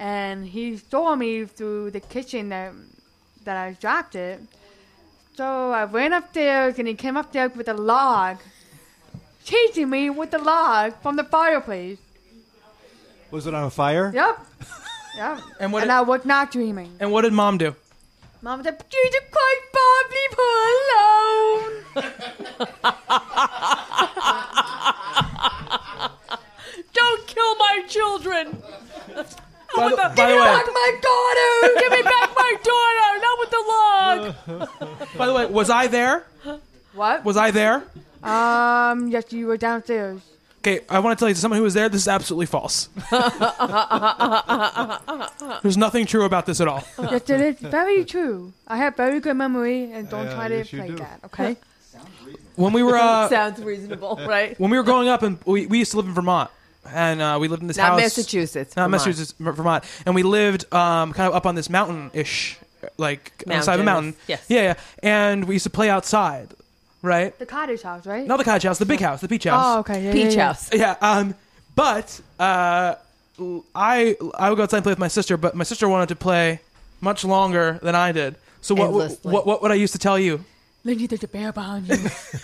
and he saw me through the kitchen that that I dropped it. So I ran upstairs and he came upstairs with a log, chasing me with the log from the fireplace.
Was it on a fire?
Yep. Yep.
And what?
and I was not dreaming.
And what did mom do?
Mom said, Jesus Christ, Bob, leave her alone.
Don't kill my children.
By the, by the
Give me
way,
back my daughter. Give me back my daughter. Not with the log.
by the way, was I there?
What?
Was I there?
Um, yes, you were downstairs.
Okay, I want to tell you, to someone who was there, this is absolutely false.
yes,
There's nothing true about this at all.
it is very true. I have very good memory and don't
Yeah,
try to
yes, you
play
do.
that, okay?
When we were uh,
Sounds reasonable, right?
when we were growing up, and we, we used to live in Vermont, and uh, we lived in this
Not
house,
Massachusetts,
not
Vermont.
Massachusetts, Ver- Vermont, and we lived um, kind of up on this mountain-ish, like on the side of a
Mountain,
mountain.
yes.
Yeah, yeah. And we used to play outside, right?
The cottage house, right?
Not the cottage house, the big house, the peach house.
Oh, okay, yeah, Peach yeah, yeah. house.
Yeah. Um, but uh, l- I I would go outside and play with my sister, but my sister wanted to play much longer than I did. So what what,
Endlessly.
what what would I used to tell you?
Lindsay, there's a bear behind you.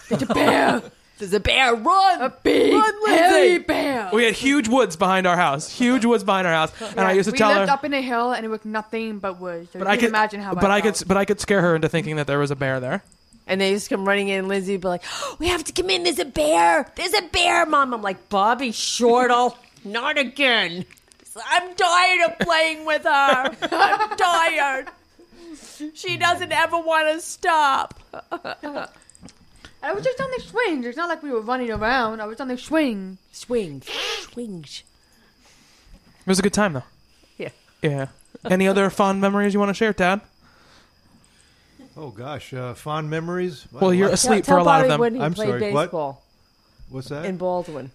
There's a bear.
There's a bear. Run. A
big,
Run, Lindsay.
hairy bear.
We had huge woods behind our house, huge woods behind our house, and I
Yeah,
used to
we
tell
lived
her.
up in a hill and it was nothing but woods. So
But
you
I
can
could
imagine how
But
I,
I could but I could scare her into thinking that there was a bear there.
And they just come running in, and Lindsay would be like, "Oh, We have to come in. There's a bear. There's a bear, Mom. I'm like, Bobby Shortle, not again. I'm tired of playing with her. I'm tired. She doesn't ever want to stop.
I was just on the swing. It's not like we were running around. I was on the swing.
Swing. Swing.
It was a good time though.
Yeah.
Yeah. Any other fond memories you want to share, Dad?
Oh gosh, uh, fond memories.
Well, you're
Wow.
asleep Tell- for a tell lot of Bobby them. when he
I'm
played
sorry. What?
baseball.
What's that?
In Baldwin,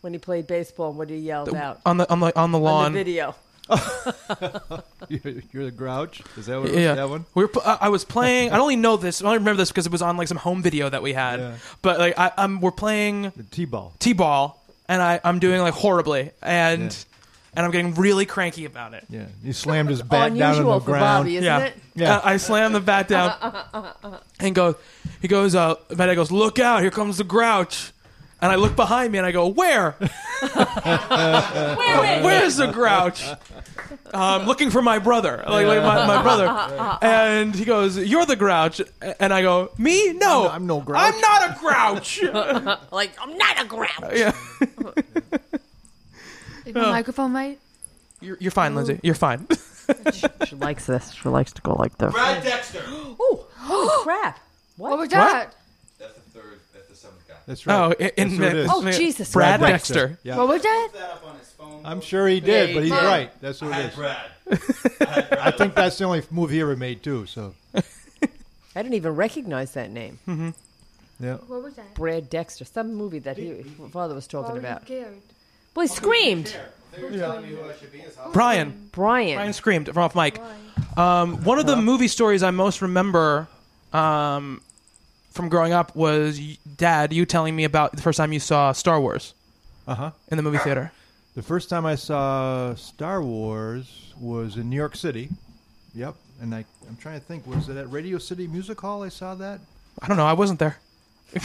when he played baseball, what he yelled out
On the on the on the
on
lawn.
the video.
You're you're the grouch. Is that what?
yeah,
That one.
We were, pl- I I was playing. I only know this. I only remember this because it was on like some home video that we had.
Yeah.
But like, I, I'm we're playing
t-ball,
t-ball, and I I'm doing like horribly, and and I'm getting really cranky about it.
Yeah, you slammed
Oh.
Oh,
his bat down on the ground.
yeah.
Yeah.
Uh, I slam the bat down and go. He goes. Uh, my dad goes. Look out! Here comes the grouch. And I look behind me and I go, where? Where's the grouch? Um, looking for my brother, like, like my, my
Uh,
brother. And he goes, "You're the grouch," and I go, "Me? No, I'm,
no
grouch. I'm not a grouch."
like, I'm not a grouch.
yeah,
Is my
Uh.
microphone right?
you're, you're fine, Lindsay. You're fine.
she likes this. She likes to go like this.
Brad Dexter.
Oh, oh crap! What,
was
that?
That's the third. That's the seventh guy.
That's
Oh,
right.
i-
That's
in
who it
the-
is.
Oh, Jesus Brad Christ. Dexter.
Yeah.
What was that?
I'm sure he
There
did,
you
but he's
go.
right. That's who
I
it
had
is.
Brad.
I think that's the only movie he ever made too. So
I didn't even recognize that name. Mm-hmm.
yeah.
What was that? Oh,
Brad Dexter, some movie that he, my father was talking about.
Scared.
Well, he screamed.
Brian.
Brian.
Brian screamed from off mic. Um, one of the movie stories I most remember um, from growing up was y- Dad, you telling me about the first time you saw Star Wars
Uh huh.
in the movie theater.
The first time I saw Star Wars was in New York City. Yep. And I, I'm trying to think, was it at Radio City Music Hall I saw that?
I don't know. I wasn't there.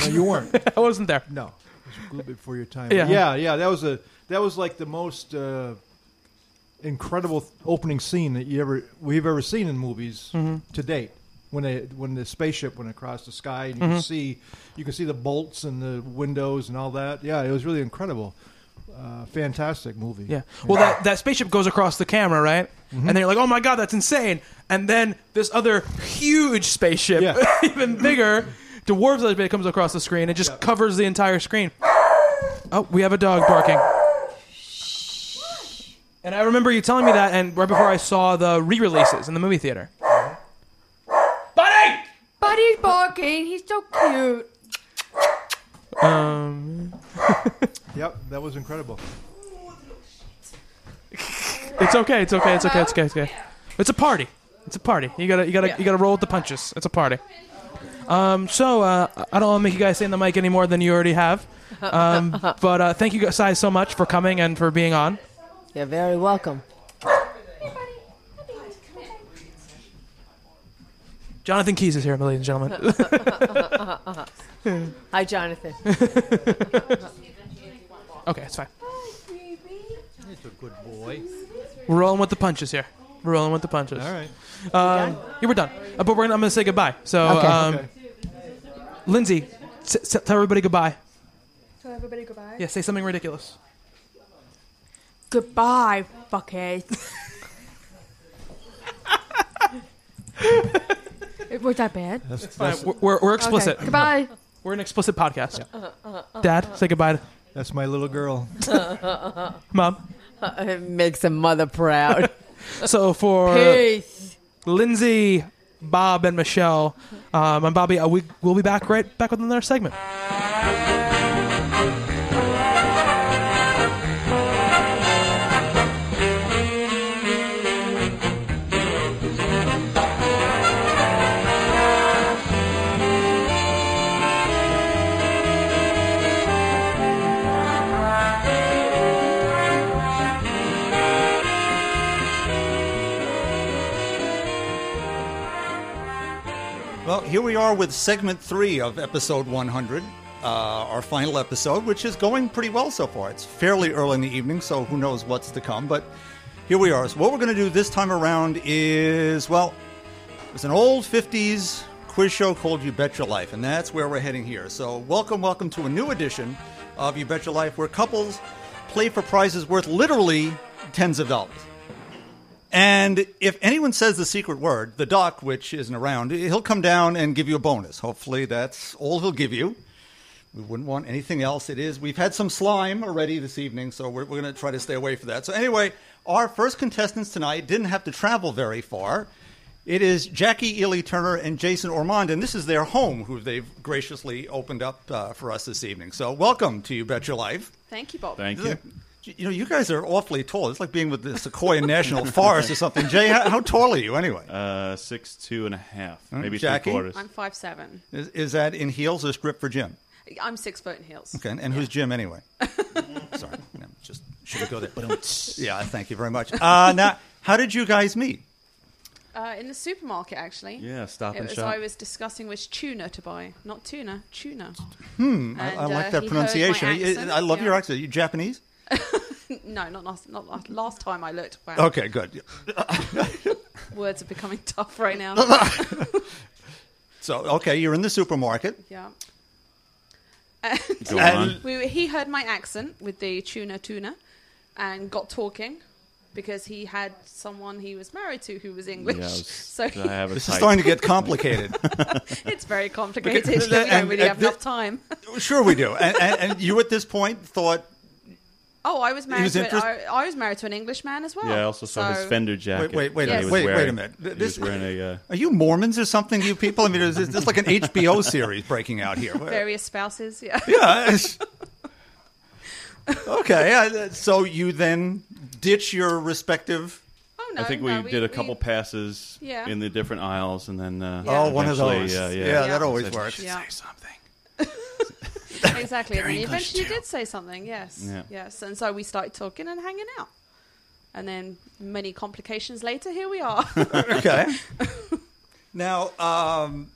No, you weren't.
I wasn't there.
No, it was a little bit before your time.
Yeah.
Yeah, yeah, That was a that was like the most uh, incredible th- opening scene that you ever we've ever seen in movies
Mhm.
to date. When they when the spaceship went across the sky and you
Mhm.
can see you can see the bolts and the windows and all that. Yeah, it was really incredible. Uh, fantastic movie.
Yeah. Well, that, that spaceship goes across the camera, right? And then you're like, oh my God, that's insane. And then this other huge spaceship, even bigger, dwarves that bit comes across the screen. It just covers the entire screen. Oh, we have a dog barking. And I remember you telling me that, and right before I saw the re releases in the movie theater.
Buddy's barking. He's so cute.
Um,
Yep, that was incredible.
it's okay, it's okay, it's okay, it's okay, it's okay. It's a party. It's a party. You gotta, you gotta, you gotta roll with the punches. It's a party. Um, so uh, I don't want to make you guys say in the mic any more than you already have. Um, but uh, thank you guys so much for coming and for being on.
You're very welcome.
Jonathan Keys is here, ladies and gentlemen.
Hi, Jonathan.
okay, it's fine.
It's a good boy.
We're rolling with the punches here. We're rolling with the punches. All
right.
Um, yeah, we're done. Uh, but we're gonna, I'm going to say goodbye. So,
Okay.
um,
Okay.
Lindsay, s- s- tell everybody goodbye.
So everybody goodbye.
Yeah, say something ridiculous.
Goodbye, fuckhead.
It was that bad?
It's fine. We're, we're, we're explicit.
Okay. Goodbye.
We're an explicit podcast.
Uh,
Um,
uh, uh,
Dad, say goodbye.
That's my little girl.
Mom.
it makes a mother proud.
so for
Peace.
Lindsay, Bob, and Michelle, um, I'm Bobby. Uh, we, we'll be back right back with another segment.
Well, here we are with segment three of episode 100, uh, our final episode, which is going pretty well so far. It's fairly early in the evening, so who knows what's to come, but here we are. So, what we're going to do this time around is, well, it's an old 50s quiz show called You Bet Your Life, and that's where we're heading here. So, welcome, welcome to a new edition of You Bet Your Life, where couples play for prizes worth literally tens of dollars. And if anyone says the secret word, the doc, which isn't around, he'll come down and give you a bonus. Hopefully, that's all he'll give you. We wouldn't want anything else. It is. We've had some slime already this evening, so we're, we're going to try to stay away from that. So, anyway, our first contestants tonight didn't have to travel very far. It is Jackie Ely Turner and Jason Ormond, and this is their home, who they've graciously opened up uh, for us this evening. So, welcome to You Bet Your Life.
Thank you, Bob.
Th- You know, you guys are awfully tall. It's like being with the Sequoia National Forest or something. Jay, how, how tall are you anyway?
Uh, six, two and a half,
Mm,
maybe
Jackie?
three quarters.
I'm five seven.
Is, is that in heels or strip for gym?
I'm six foot in heels.
Okay, and, and who's Jim anyway? Sorry, no, just should we go there? yeah, thank you very much. Uh, now, how did you guys meet?
Uh, in the supermarket, actually.
Yeah, Stop
it
and
was,
Shop.
I was discussing which tuna to buy, not tuna, tuna.
Hmm, I,
And,
I
uh,
like
he
that
heard
pronunciation.
my
I-
accent,
I love
yeah.
your accent. You Japanese?
no, not last, not last, last time I looked. Wow.
Okay, good.
Words are becoming tough right now.
So, okay, you're in the supermarket.
yeah.
Go on.
We, were- he heard my accent with the tuna tuna, and got talking. Because he had someone he was married to who was English,
Yeah, I was-
so he,
I have a This is type. starting to get complicated.
it's very complicated.
Okay,
we don't
and-
really
and
have
thi-
enough time.
Sure, we do. And, and, and you at this point thought,
Oh, I was married
was
to
interest-
an, I, I was married to an Englishman as well.
Yeah, I
also saw his
Oh, So-
Fender jacket.
Wait, wait, wait, a
that
minute,
he was
wait, wait a
wearing.
minute.
He was
This-
wearing a, uh,
are you Mormons or something, you people? I mean, is this like an HBO series breaking out here?
Various spouses, yeah.
Yeah. it's- okay, I- so you then ditch your respective.
Oh
I think we did a couple passes
Yeah.
in the different aisles, and then uh,
Oh, one of
eventually,
those.
uh, yeah,
Yeah, that always works.
Yeah. Say
something.
exactly.
They're
And he
English,
eventually did say something, yes.
Yeah.
Yes. And so we started talking and hanging out. And then many complications later, here we are.
okay. Now, um,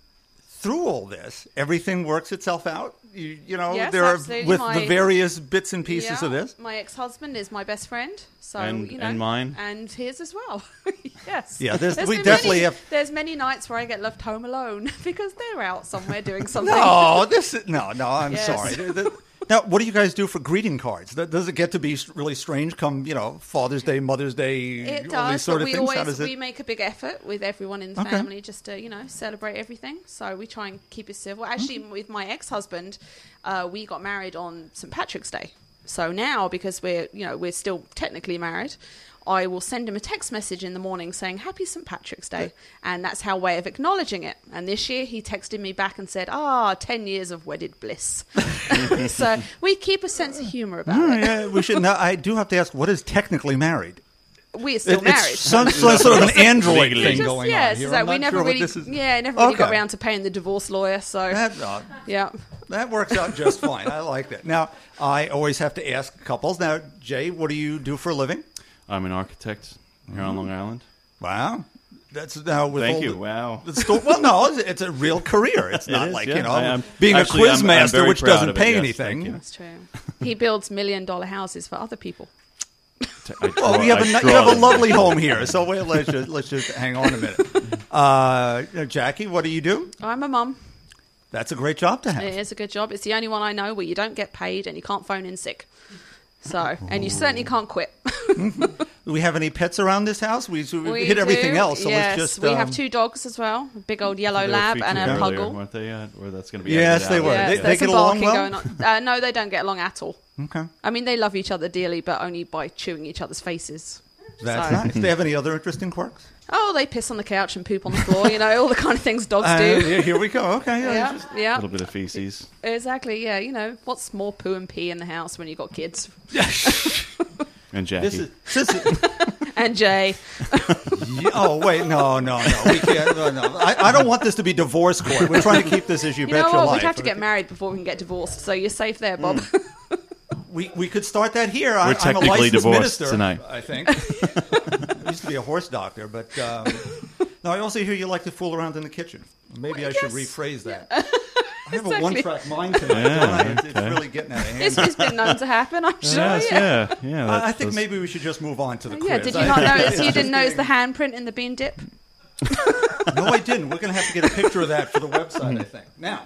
through all this, everything works itself out. You, you know,
Yes,
there are
absolutely.
with
My-
the various bits and pieces
Yeah.
of this.
My ex husband is my best friend. So
And-
you know
and mine.
And his as well. yes.
Yeah, there's- we
been
definitely
many,
have-
there's many nights where I get left home alone because they're out somewhere doing something.
No, this is, no, no. I'm
Yes.
sorry. The- the- Now, what do you guys do for greeting cards? Th- Does it get to be s- really strange? Come, you know, Father's Day, Mother's Day,
It
all these
does,
sort
but
of
we
things. How
always
does
we
it?
make a big effort with everyone in the
Okay.
family just to you know celebrate everything. So we try and keep it civil. Actually, with my ex-husband, uh, we got married on St Patrick's Day. So now, because we're you know we're still technically married, I will send him a text message in the morning saying Happy St Patrick's Day, and that's our way of acknowledging it. And this year, he texted me back and said, Ah, 10 years of wedded bliss. so we keep a sense of humor uh, about
Oh,
it.
yeah, we should. Now, I do have to ask, what is technically married?
We're still
It-
married.
It's some, some sort of an android
It's
thing
just-
going
yeah,
on
it's
here.
just like
I'm
we
not
never
sure what
really,
this is.
yeah, never really got
Okay.
around to paying the divorce lawyer. So
That- uh,
yeah,
That works out just fine. I like that. Now, I always have to ask couples. Now, Jay, what do you do for a living?
I'm an architect here on Long Island.
Wow, that's now with
Thank
all
you.
the-
wow.
the sto- well, no, it's- it's a real career. It's
It
not
is,
like
yeah.
you know
I am-
being
actually,
a
I'm-
quiz
I'm
master,
very
which
proud
doesn't
of it.
pay
Yes,
anything.
thank you.
that's true. He builds million dollar houses for other people.
Well, we have a, ni- you have a lovely home here, so wait, let's just let's just hang on a minute. Uh, Jackie, what do you do?
I'm a mum.
That's a great job to have.
It is a good job. It's the only one I know where you don't get paid and you can't phone in sick. So, and you certainly can't quit.
Do we have any pets around this house? We, we,
We
hit everything
do,
else, so
yes,
let's just
we
um,
have two dogs as well, a big old yellow
They were
lab and a
featured earlier,
puggle.
weren't they? Uh, or that's going to be
Yes,
edited
they
out.
were.
Yeah,
They-
so
they
there's
get
some
along
barking
well?
going on. Uh, no, they don't get along at all.
Okay.
I mean, they love each other dearly, but only by chewing each other's faces.
That's
So-
nice. Do they have any other interesting quirks?
Oh, they piss on the couch and poop on the floor, you know, all the kind of things dogs
Uh,
do.
yeah, here we go. Okay, yeah,
yeah,
A
yeah.
little bit of feces.
exactly. Yeah, you know, what's more poo and pee in the house when you got kids?
And Jackie.
This is-
and Jay.
Ye- oh wait, no, no, no, we can't. No, no. I, I don't want this to be divorce court. We're trying to keep this as you,
You
bet
know
your
what?
life. Mm,
We'd have to get married before we can get divorced, so you're safe there, Bob.
we we could start that here.
We're
I,
technically
I'm a licensed
divorced
minister,
tonight.
I think. I used to be a horse doctor, but um, no. I also hear you like to fool around in the kitchen. Maybe I, should rephrase that. I have a
Exactly.
one-track mind tonight.
Yeah,
don't I? It's- It's
okay.
really getting out of hand.
It's, it's been known to happen, I'm sure.
Yes, yeah, yeah.
I, I
that's-
think
that's-
maybe we should just move on to the
Oh,
quiz.
yeah, did you
I
not
think
notice?
it's
You
just
didn't notice
getting-
the handprint in the bean dip?
No, I didn't. We're going to have to get a picture of that for the website, I think. Now,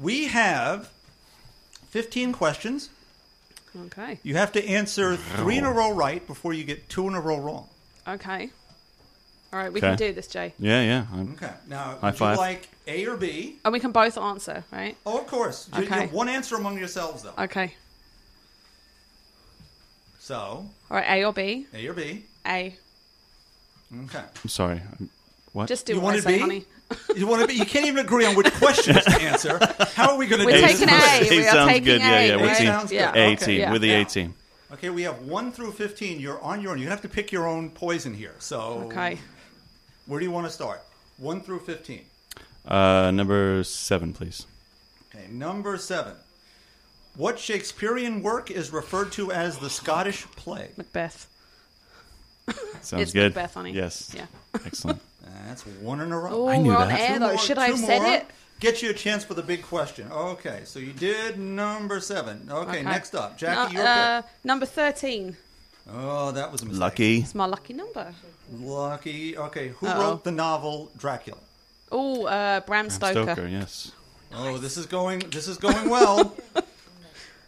we have 15 questions.
Okay.
You have to answer three in a row right before you get two in a row wrong.
Okay. All right, we
Okay.
can do this, Jay.
Yeah, yeah. I'm,
Okay. Now,
high
would
five.
you like A or B?
And we can both answer, right?
Oh, of course. You- you
Okay.
have one answer among yourselves, though.
Okay.
So,
All right, A or B?
A or B?
A.
Okay.
I'm sorry. I'm- What?
Just do
You
what I
wanna
say,
be?
honey.
You want to be? You can't even agree on which questions to answer. How are we going to
We're
do
taking
this?
A. We are
sounds
taking
good. Yeah,
A,
yeah. We're
right?
team
Yeah.
A
Okay.
team.
Yeah.
We're the A team.
Okay, we have one through fifteen. You're on your own. You have to pick your own poison here. So
Okay.
where do you want to start? One through fifteen.
Uh, number seven, please.
Okay, number seven. What Shakespearean work is referred to as the Scottish play?
Macbeth.
Sounds
It's
good.
Macbeth, honey.
Yes.
Yeah.
Excellent.
That's one in a row.
Oh, I knew we're on that. air,
Two
though.
more-
Should I have
two
said
more.
it?
Get you a chance for the big question. Okay, so you did number seven. Okay, next up, Jackie,
No,
your
uh, number thirteen.
pick. Oh, that was a mistake.
Lucky.
It's my lucky number.
Lucky. Okay, who
Uh-oh.
wrote the novel Dracula?
Oh, uh, Bram Stoker.
yes.
Oh, this is going. This is going well.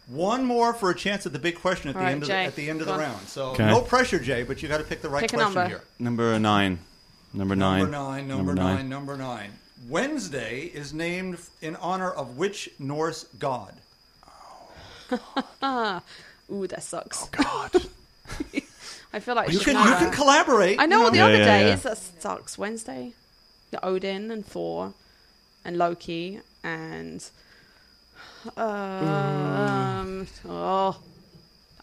One more for a chance at the big question at
All
the
right,
end of
Jay,
the, at the end of
go
the
on.
round. So
Okay.
no pressure, Jay, but you got to pick the right
Pick a
question
number.
here.
Number nine. Number nine.
Number nine. Number nine. Number nine. Wednesday is named in honor of which Norse god?
Ah. Ooh, that sucks. Oh God. I feel like
You
I should
can-
know
you can
that.
collaborate,
I know
you
all the
know.
other
Yeah, yeah,
days that sucks. Wednesday, the Odin and Thor, and Loki and um oh,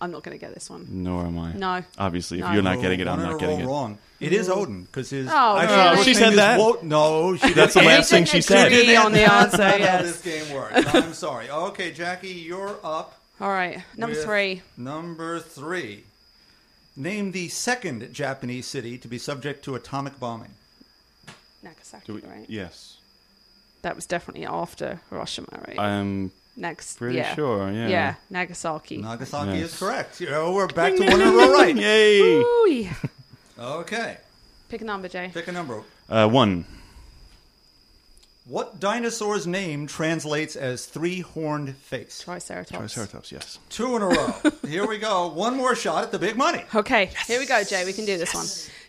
I'm not gonna get this one.
Nor am I.
No.
Obviously, if
No.
you're not getting it, I'm
One in
not
a
getting
row
it.
Wrong. It is Odin because his.
Oh, really?
his
Oh,
first
she
name
said
is
that?
Wo- no, she
That's the
didn't.
last thing she said.
She didn't.
on the
That's
answer,
not how
yes.
this game works. I'm sorry. Okay, Jackie, you're up.
All right, number
with
three.
Number three. Name the second Japanese city to be subject to atomic bombing.
Nagasaki, right?
Yes.
That was definitely after Hiroshima, right?
I'm
Next,
pretty
yeah.
sure, yeah.
Yeah, Nagasaki.
Nagasaki
Yes.
is correct. You know, we're back to one in a row right.
Yay!
Woo-wee.
Okay.
Pick a number, Jay.
Pick a number.
Uh, one.
What dinosaur's name translates as three horned face?
Triceratops.
Triceratops, yes.
Two in a row. Here we go. One more shot at the big money.
Okay, here we go, Jay. We can do this one.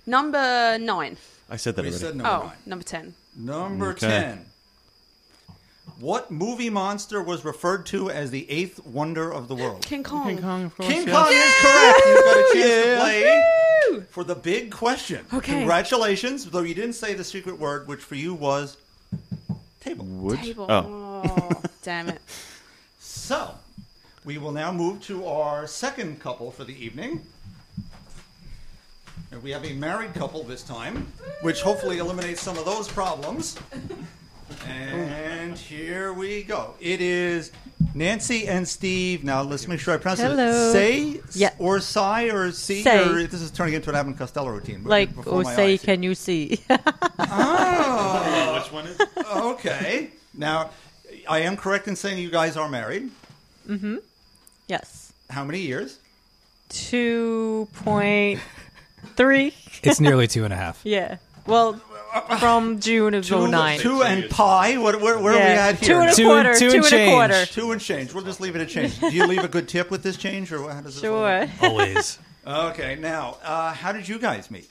Number nine.
I said that
We
already.
said number
Oh,
nine.
number ten.
Number
Okay.
10. What movie monster was referred to as the eighth wonder of the world?
King Kong. King Kong, of course.
King Kong is correct. You've got a chance to play
Woo!
for the big question.
Okay.
Congratulations, though you didn't say the secret word, which for you was table.
Table.
Oh.
Oh, damn it.
So, we will now move to our second couple for the evening. And we have a married couple this time, which hopefully eliminates some of those problems. And here we go. It is Nancy and Steve. Now let's make sure I pronounce
Hello.
it. Say
Yeah.
or sigh or see
Say.
or this is turning into an Abbott Costello routine. but
Like,
before
or
my
say,
eyes.
can you see?
Oh.
Which one is
okay. Now I am correct in saying you guys are married.
mm-hmm. Yes.
How many years?
2.3.
It's nearly two and a half.
yeah. Well, from June of
Two,
09.
two and pi. What, where where are we
Yeah.
at here?
Two and a Two- quarter, two and two and a change. quarter.
Two and change. We'll just leave it at change. Do you leave a good tip with this change, or how does it?
Sure.
Always.
okay. Now, uh, how did you guys meet?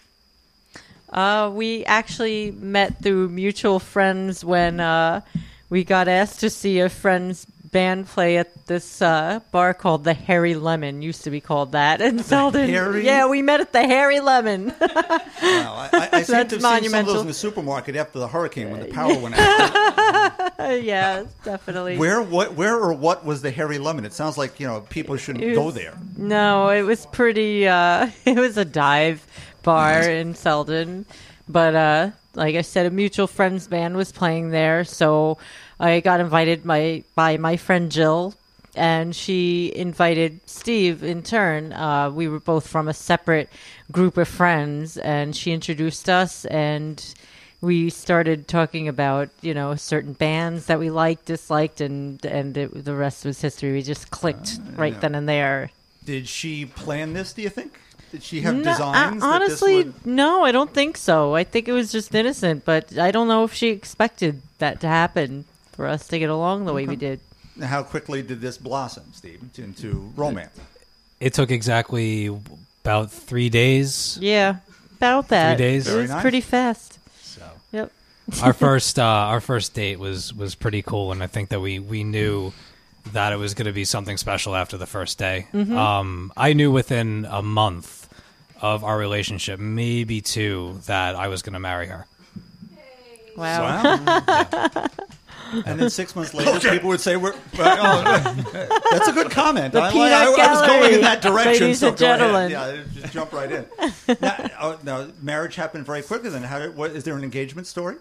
Uh, we actually met through mutual friends when uh, we got asked to see a friend's band play at this uh, bar called the Hairy Lemon. Used to be called that in Selden.
Hairy-
Yeah, we met at the Hairy Lemon.
Wow, I, I, I seem
That's
to have seen some of
monumental.
those in the supermarket after the hurricane when the power went out.
yeah, definitely.
Where, what, where, or what was the hairy lemon? It sounds like you know people shouldn't
It
go
was-
there.
No, it was pretty. Uh, it was a dive bar in Selden, but uh, like I said, a mutual friend's band was playing there, so I got invited my by my friend Jill, and she invited Steve in turn. Uh, we were both from a separate group of friends, and she introduced us and. We started talking about you know certain bands that we liked, disliked, and and it, the rest was history. We just clicked right
yeah.
then and there.
Did she plan this? Do you think? Did she have
No,
uh,
I-
designs? that this
honestly,
would-
no, I don't think so. I think it was just innocent, but I don't know if she expected that to happen for us to get along the way we did.
how quickly did this blossom, Steve, into romance?
It took exactly about three days.
Yeah, about that.
days.
It
Very
was
nice.
pretty fast. So. Yep.
our first uh, our first date was was pretty cool, and I think that we we knew that it was going to be something special after the first day.
Mhm.
Um, I knew within a month of our relationship, maybe two, that I was going to marry her.
Wow.
Wow.
And then six months later, people would say, "We're oh, that's a good comment."
The
I,
peanut
I, I was going in that
gallery,
direction,
ladies
so
and
go ahead.
gentlemen.
Yeah, just jump right in. Now, oh, no, marriage happened very quickly. Then, how did, what, is there an engagement story?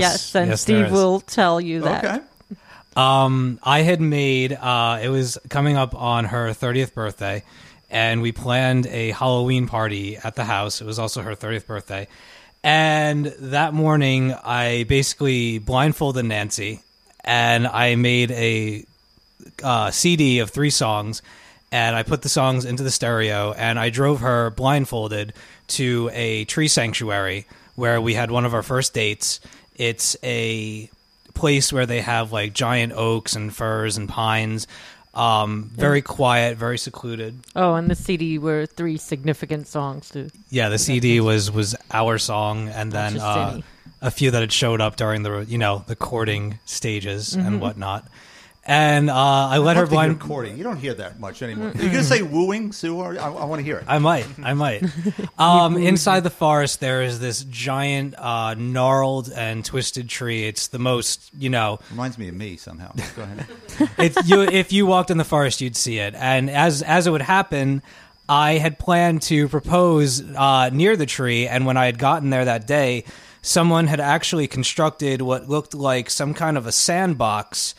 Yes, and
Yes, there
Steve
is.
will tell you that.
Okay.
Um, I had made uh, it was coming up on her 30th birthday, and we planned a Halloween party at the house. It was also her 30th birthday, and that morning I basically blindfolded Nancy, and I made a uh, CD of three songs, and I put the songs into the stereo, and I drove her blindfolded to a tree sanctuary where we had one of our first dates. It's a place where they have like giant oaks and firs and pines. Um, very quiet, very secluded.
Oh, and the CD were three significant songs too.
Yeah, the CD was was our song, and
Not
then
just
uh,
any.
a few that had showed up during the you know the courting stages
Mhm.
and whatnot. And uh, I let her
love that you're
blind.
courting. You don't hear that much anymore.
Mm-mm.
You're gonna say wooing, Sue? Or, I, I want to hear it.
I might. I might. Um, inside the forest, there is this giant, uh, gnarled and twisted tree. It's the most, you know.
Reminds me of me somehow. Go ahead.
it's, you, if you walked in the forest, you'd see it. And as as it would happen, I had planned to propose uh, near the tree. And when I had gotten there that day, someone had actually constructed what looked like some kind of a sandbox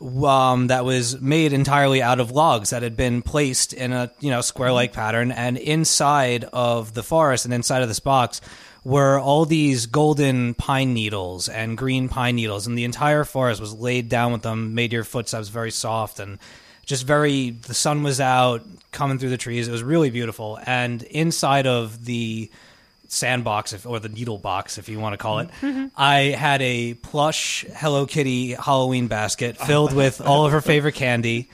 um, that was made entirely out of logs that had been placed in a you know square like pattern, and inside of the forest and inside of this box were all these golden pine needles and green pine needles, and the entire forest was laid down with them, made your footsteps very soft and just very. The sun was out, coming through the trees. It was really beautiful, and inside of the sandbox if, or the needle box if you want to call it
Mhm.
i had a plush hello kitty halloween basket filled with all of her favorite candy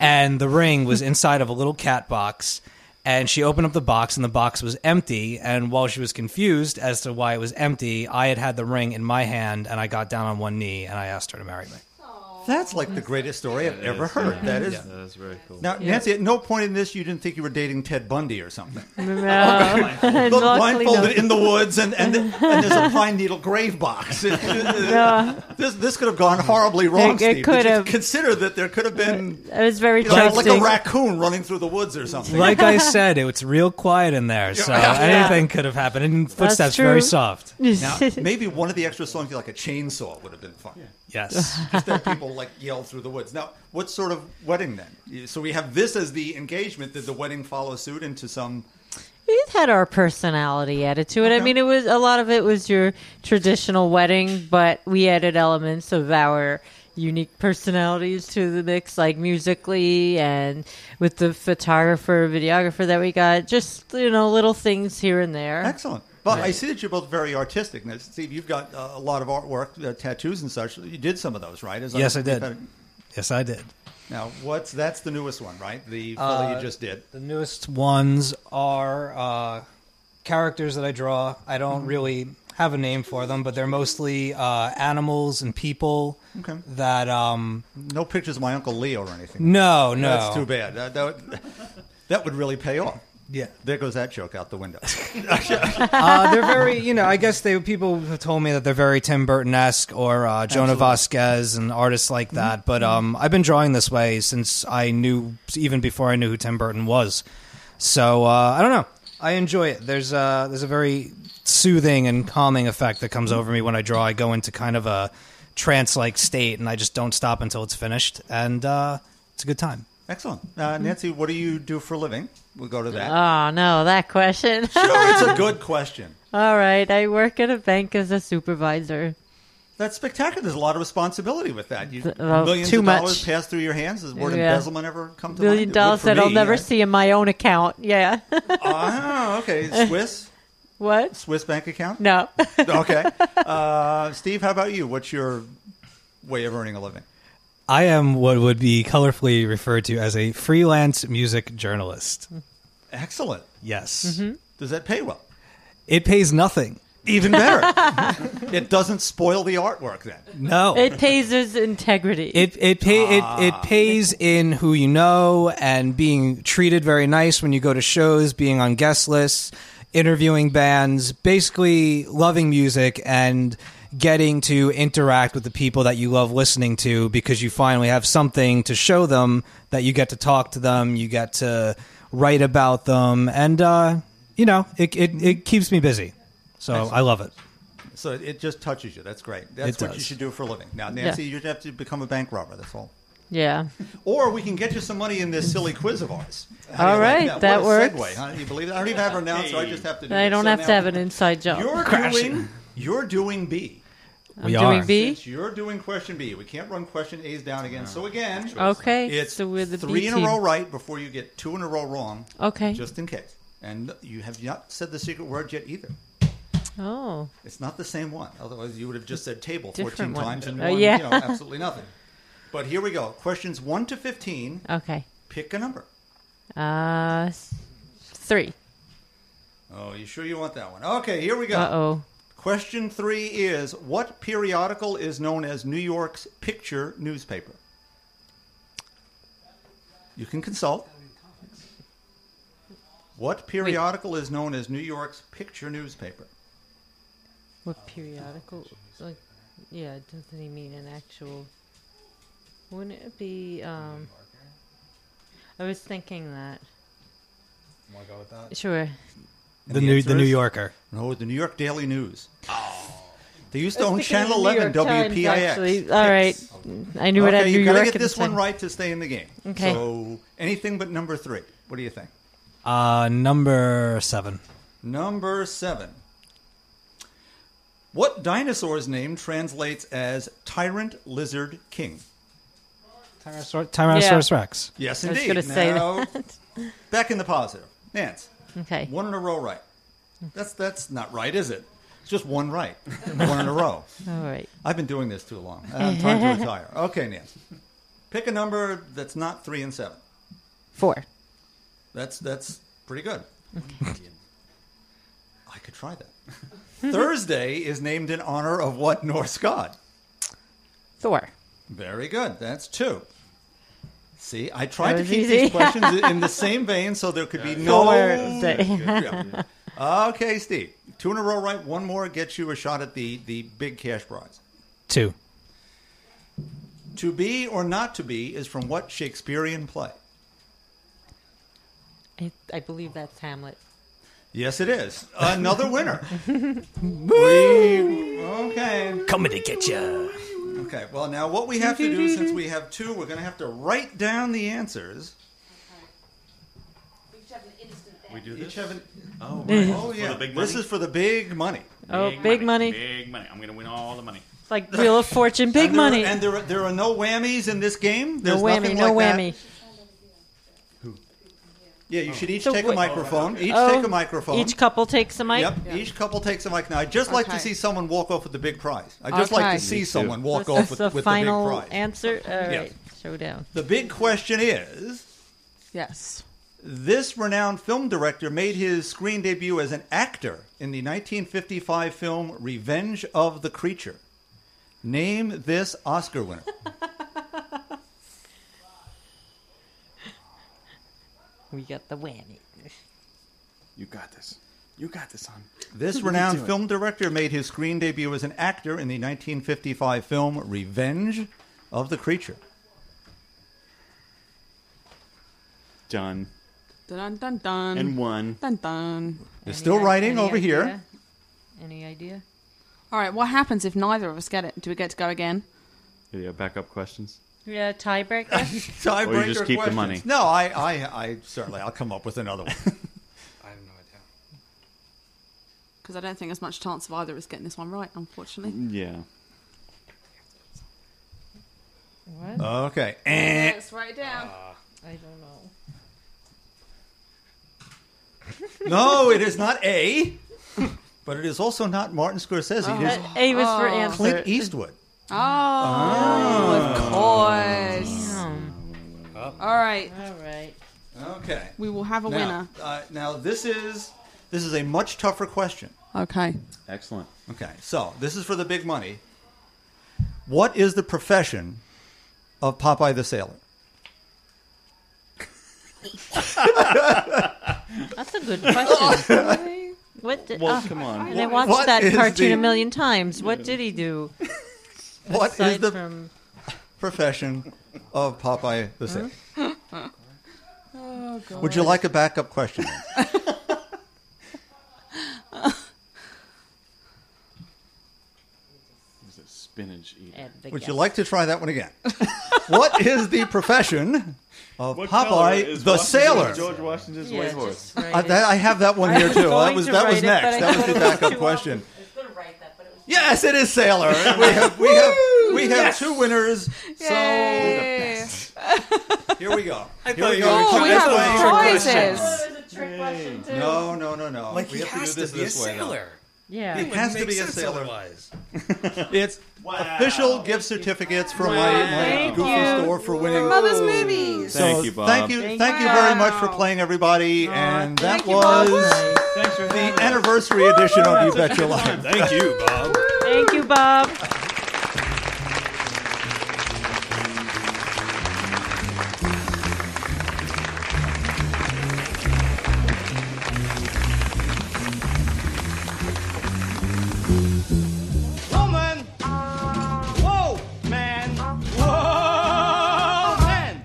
and the ring was inside of a little cat box and she opened up the box and the box was empty and while she was confused as to why it was empty i had had the ring in my hand and i got down on one knee and i asked her to marry me
That's like the greatest story I've ever
is,
heard.
yeah.
That is
Yeah, that is very cool.
Now,
Yeah.
Nancy, at no point in this you didn't think you were dating Ted Bundy or something.
No.
Look,
Luckily
blindfolded
not.
in the woods, and, and, and there's a pine needle grave box. this, this could have gone horribly wrong.
It- it
Steve. Did
could
you
have.
Consider that there could have been
It was very
you know, like a
trusting.
raccoon running through the woods or something.
like i said it was real quiet in there so
Yeah.
anything could have happened and footsteps very soft
Now, maybe one of the extra songs, like a chainsaw, would have been fun.
Yes.
Just that people like yell through the woods. Now, what sort of wedding then? You- So we have this as the engagement. Did the wedding follow suit into some?
It had our personality added to it. I mean, it was a lot of it was your traditional wedding, but we added elements of our unique personalities to the mix, like musically and with the photographer, videographer that we got. Just you know, little things here and there.
Excellent. Well, I
Right.
see that you're both very artistic. Now, Steve, you've got uh, a lot of artwork, uh, tattoos and such. You did some of those, right? As
yes i
I'm-
did yes i did
Now, what's that's the newest one, right? The fellow
Uh,
you just did.
The newest ones are uh, characters that I draw. I don't really have a name for them, but they're mostly uh, animals and people
Okay.
that. Um,
no pictures of my uncle Leo or anything.
No, no,
that's too bad. That, that, would, that would really pay off.
Yeah,
there goes that joke out the window.
uh, they're very, you know, I guess they people have told me that they're very Tim Burton esque or uh, Jonah
Absolutely.
Vasquez and artists like that. But um, I've been drawing this way since I knew, even before I knew who Tim Burton was. So uh, I don't know. I enjoy it. There's a there's a very soothing and calming effect that comes over me when I draw. I go into kind of a trance like state, and I just don't stop until it's finished, and uh, it's a good time.
Excellent. Uh, Nancy, what do you do for a living? We'll go to that.
Oh no, that question.
Sure, it's a good question.
All right, I work at a bank as a supervisor.
That's spectacular. There's a lot of responsibility with that. You,
well,
millions
uh, too
of
much.
dollars pass through your hands. Does the word
Yeah.
embezzlement ever come to
Million
mind? It would
dollars
for
that I'll
me,
never
right?
see in my own account. Yeah.
Ah, okay. Swiss?
What?
Swiss bank account?
No.
okay. Uh, Steve, how about you? What's your way of earning a living?
I am what would be colorfully referred to as a freelance music journalist.
Excellent.
Yes.
Mm-hmm.
Does that pay well?
It pays nothing.
Even better. it doesn't spoil the artwork then.
No.
It pays his integrity.
It it pay,
Ah.
it it pays in who you know and being treated very nice when you go to shows, being on guest lists, interviewing bands, basically loving music and getting to interact with the people that you love listening to because you finally have something to show them that you get to talk to them, you get to write about them, and uh, you know it, it it keeps me busy. So
Nice.
I love it.
So it just touches you. That's great. That's
It
what you
does.
should do for a living. Now,
Yeah.
Nancy, you'd have to become a bank robber. That's all.
Yeah.
Or we can get you some money in this silly quiz of ours. How do
All
you like
right, that
What a
works.
Segue, huh? You believe it? I don't even have an announcer. I just have to. do
I
it.
don't
So
have
now-
to have an inside job.
You're
Crashing.
doing. You're doing B.
I'm We doing are. B?
Since You're doing question B. We can't run question A's down again. So
Uh,
again,
Okay,
it's
so we're the B
three in
team.
a row right before you get two in a row wrong.
Okay.
just in case. And you have not said the secret word yet either.
Oh.
It's not the same one. Otherwise, you would have just said table 14
Different one.
times and
Oh,
one,
yeah.
you know, absolutely nothing. But here we go. Questions 1 to 15.
Okay.
Pick a number.
Uh, s- three.
Oh, you sure you want that one? Okay, here we go.
Uh-oh.
Question 3 is What periodical is known as New York's picture newspaper? You can consult. What periodical is known as New York's picture newspaper?
What periodical? Like, yeah, doesn't he mean an actual? Wouldn't it be? Um, I was thinking that.
Want to go with that?
Sure.
And
The New-
answer
the New
is-
Yorker.
No, the New York Daily News.
Oh.
They used to
I
own
was thinking
Channel
of the New
11
York Times,
WPIX.
actually. All right. I knew it
okay,
had New
you gotta
York
get
at
this
the
one
time.
right to stay in the game.
Okay.
So anything but number three. What do you think?
Uh, number seven.
Number seven. What dinosaur's name translates as Tyrant Lizard King?
Tyrannosaurus Rex.
Yes,
I was
indeed.
gonna say
Now,
that.
Back in the positive. Nance.
Okay.
One in a row right. That's that's not right, is it? It's just one right. one in a row.
All right.
I've been doing this too long. Uh, time to retire. Okay, Nancy. Pick a number that's not three and seven.
Four.
That's that's pretty good. I could try that. Thursday is named in honor of what Norse god?
Thor.
Very good. That's two. See, I tried to
was
keep
easy.
these questions in the same vein so there could be no.
Thursday.
Yeah. Okay, Steve. Two in a row, right? One more gets you a shot at the the big cash prize.
Two.
To be or not to be is from what Shakespearean play?
I, I believe that's Hamlet.
Yes, it is. Another winner. We- okay.
Coming to get you.
Okay, well, now what we have to do, since we have two, we're going to have to write down the answers.
We do
Each have an.
Oh,
right.
Oh, yeah.
For the big
This
money?
is for the big money.
Oh, big money.
Big money. I'm going to win all the money.
It's like Wheel of Fortune, big
and there
money.
Are, and there are, there are no whammies in this game. There's
no whammy,
nothing
no
like that.
whammy.
Yeah, you should each
So
take a
wait-
microphone. Each
Oh,
take a microphone.
Each couple takes a mic.
Yep. Each couple takes a mic. Now, I'd just like to
Okay.
see someone walk off with the big prize. I'd just
Okay.
like to see someone walk
So
off
that's
with,
the
with
final
the big prize.
answer. All right,
Yeah.
showdown.
The big question is
Yes.
this renowned film director made his screen debut as an actor in the 1955 film Revenge of the Creature. Name this Oscar winner.
We got the whammy.
You got this. You got this, son.
This
You
renowned
do it.
film director made his screen debut as an actor in the 1955 film Revenge of the Creature.
Done.
Dun dun dun.
And one.
Dun dun.
They're still writing over here.
Any idea?
All right. What happens if neither of us get it? Do we get to go again?
Yeah, backup questions.
Yeah, tiebreaker.
Or you just keep the money.
No, I, I, I certainly, I'll come up with another one.
Because I don't think there's much chance of either of us getting this one right, unfortunately.
Yeah.
What?
Okay. Eh.
Let's write it down.
I don't know.
no, it is not A, but it is also not Martin Scorsese. It is
Oh. A was for answer.
Clint Eastwood.
Oh,
Ah.
of course. All right.
All right.
Oh. Okay.
We will have a
Now, uh, now this is this is a much tougher question.
winner. Okay.
Excellent.
Okay, so this is for the big money. What is the profession of Popeye the Sailor?
That's a good question. What? Did,
Well,
oh,
come on.
And I
What-
watched
what
that
is
cartoon
the-
a million times. What did he do?
What is
Aside
the-
from
Profession of Popeye the Sailor.
Oh, God.
Would you like a backup question?
He's a spinach eater.
Would you like to try that one again? what is the profession of
What color
Popeye
is
the
Washington-
Sailor?
George Washington's
Yeah,
racehorse.
just write
Uh,
it.
that- I have that one
I
here
was
too. That
going
was
to
that
write
was
it, but
next.
I
That was
thought
the
it was
backup
too
question.
often.
Yes, it is Sailor. And we have we have we have two winners.
Yay.
So here we go.
I
Here
thought
we
you
go.
were
Trick
trying- I thought it was a
question.
trick question. Oh, it was a trick Yay. question, too.
No, no, no, no.
Like,
we
he
have
has
to do
to
this
be a
this way. though.
sailor.
Yeah.
it
It
has to
wouldn't
be
make
a
sense
sailor.
otherwise.
it's official gift certificates from my, my
Thank
goofy
you.
store for winning.
For Mother's movies.
So,
Thank you, Bob.
Thank you,
Thank
thank,
you,
you very much for playing, everybody. and that
you, Bob.
was the anniversary edition of You Bet Your Life.
Thank you, Bob.
Thank you, Bob.
Woman. Whoa, man. Whoa, man.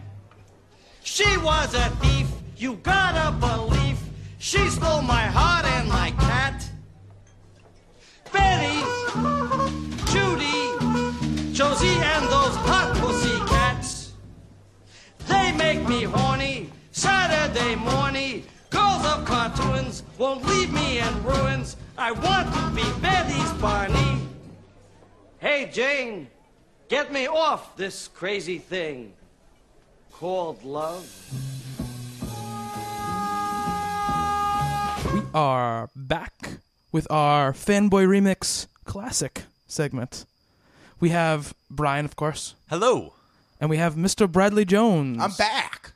She was a thief. You gotta believe. She stole my heart and my cat. Betty, Judy, Josie, and those hot pussy cats. They make me horny. Saturday morning. Girls of cartoons won't leave me in ruins. I want to be Betty's Barney. Hey, Jane, get me off this crazy thing called love.
We are back with our fanboy remix classic segment. We have Brian, of course.
Hello.
And we have Mr. Bradley Jones.
I'm back.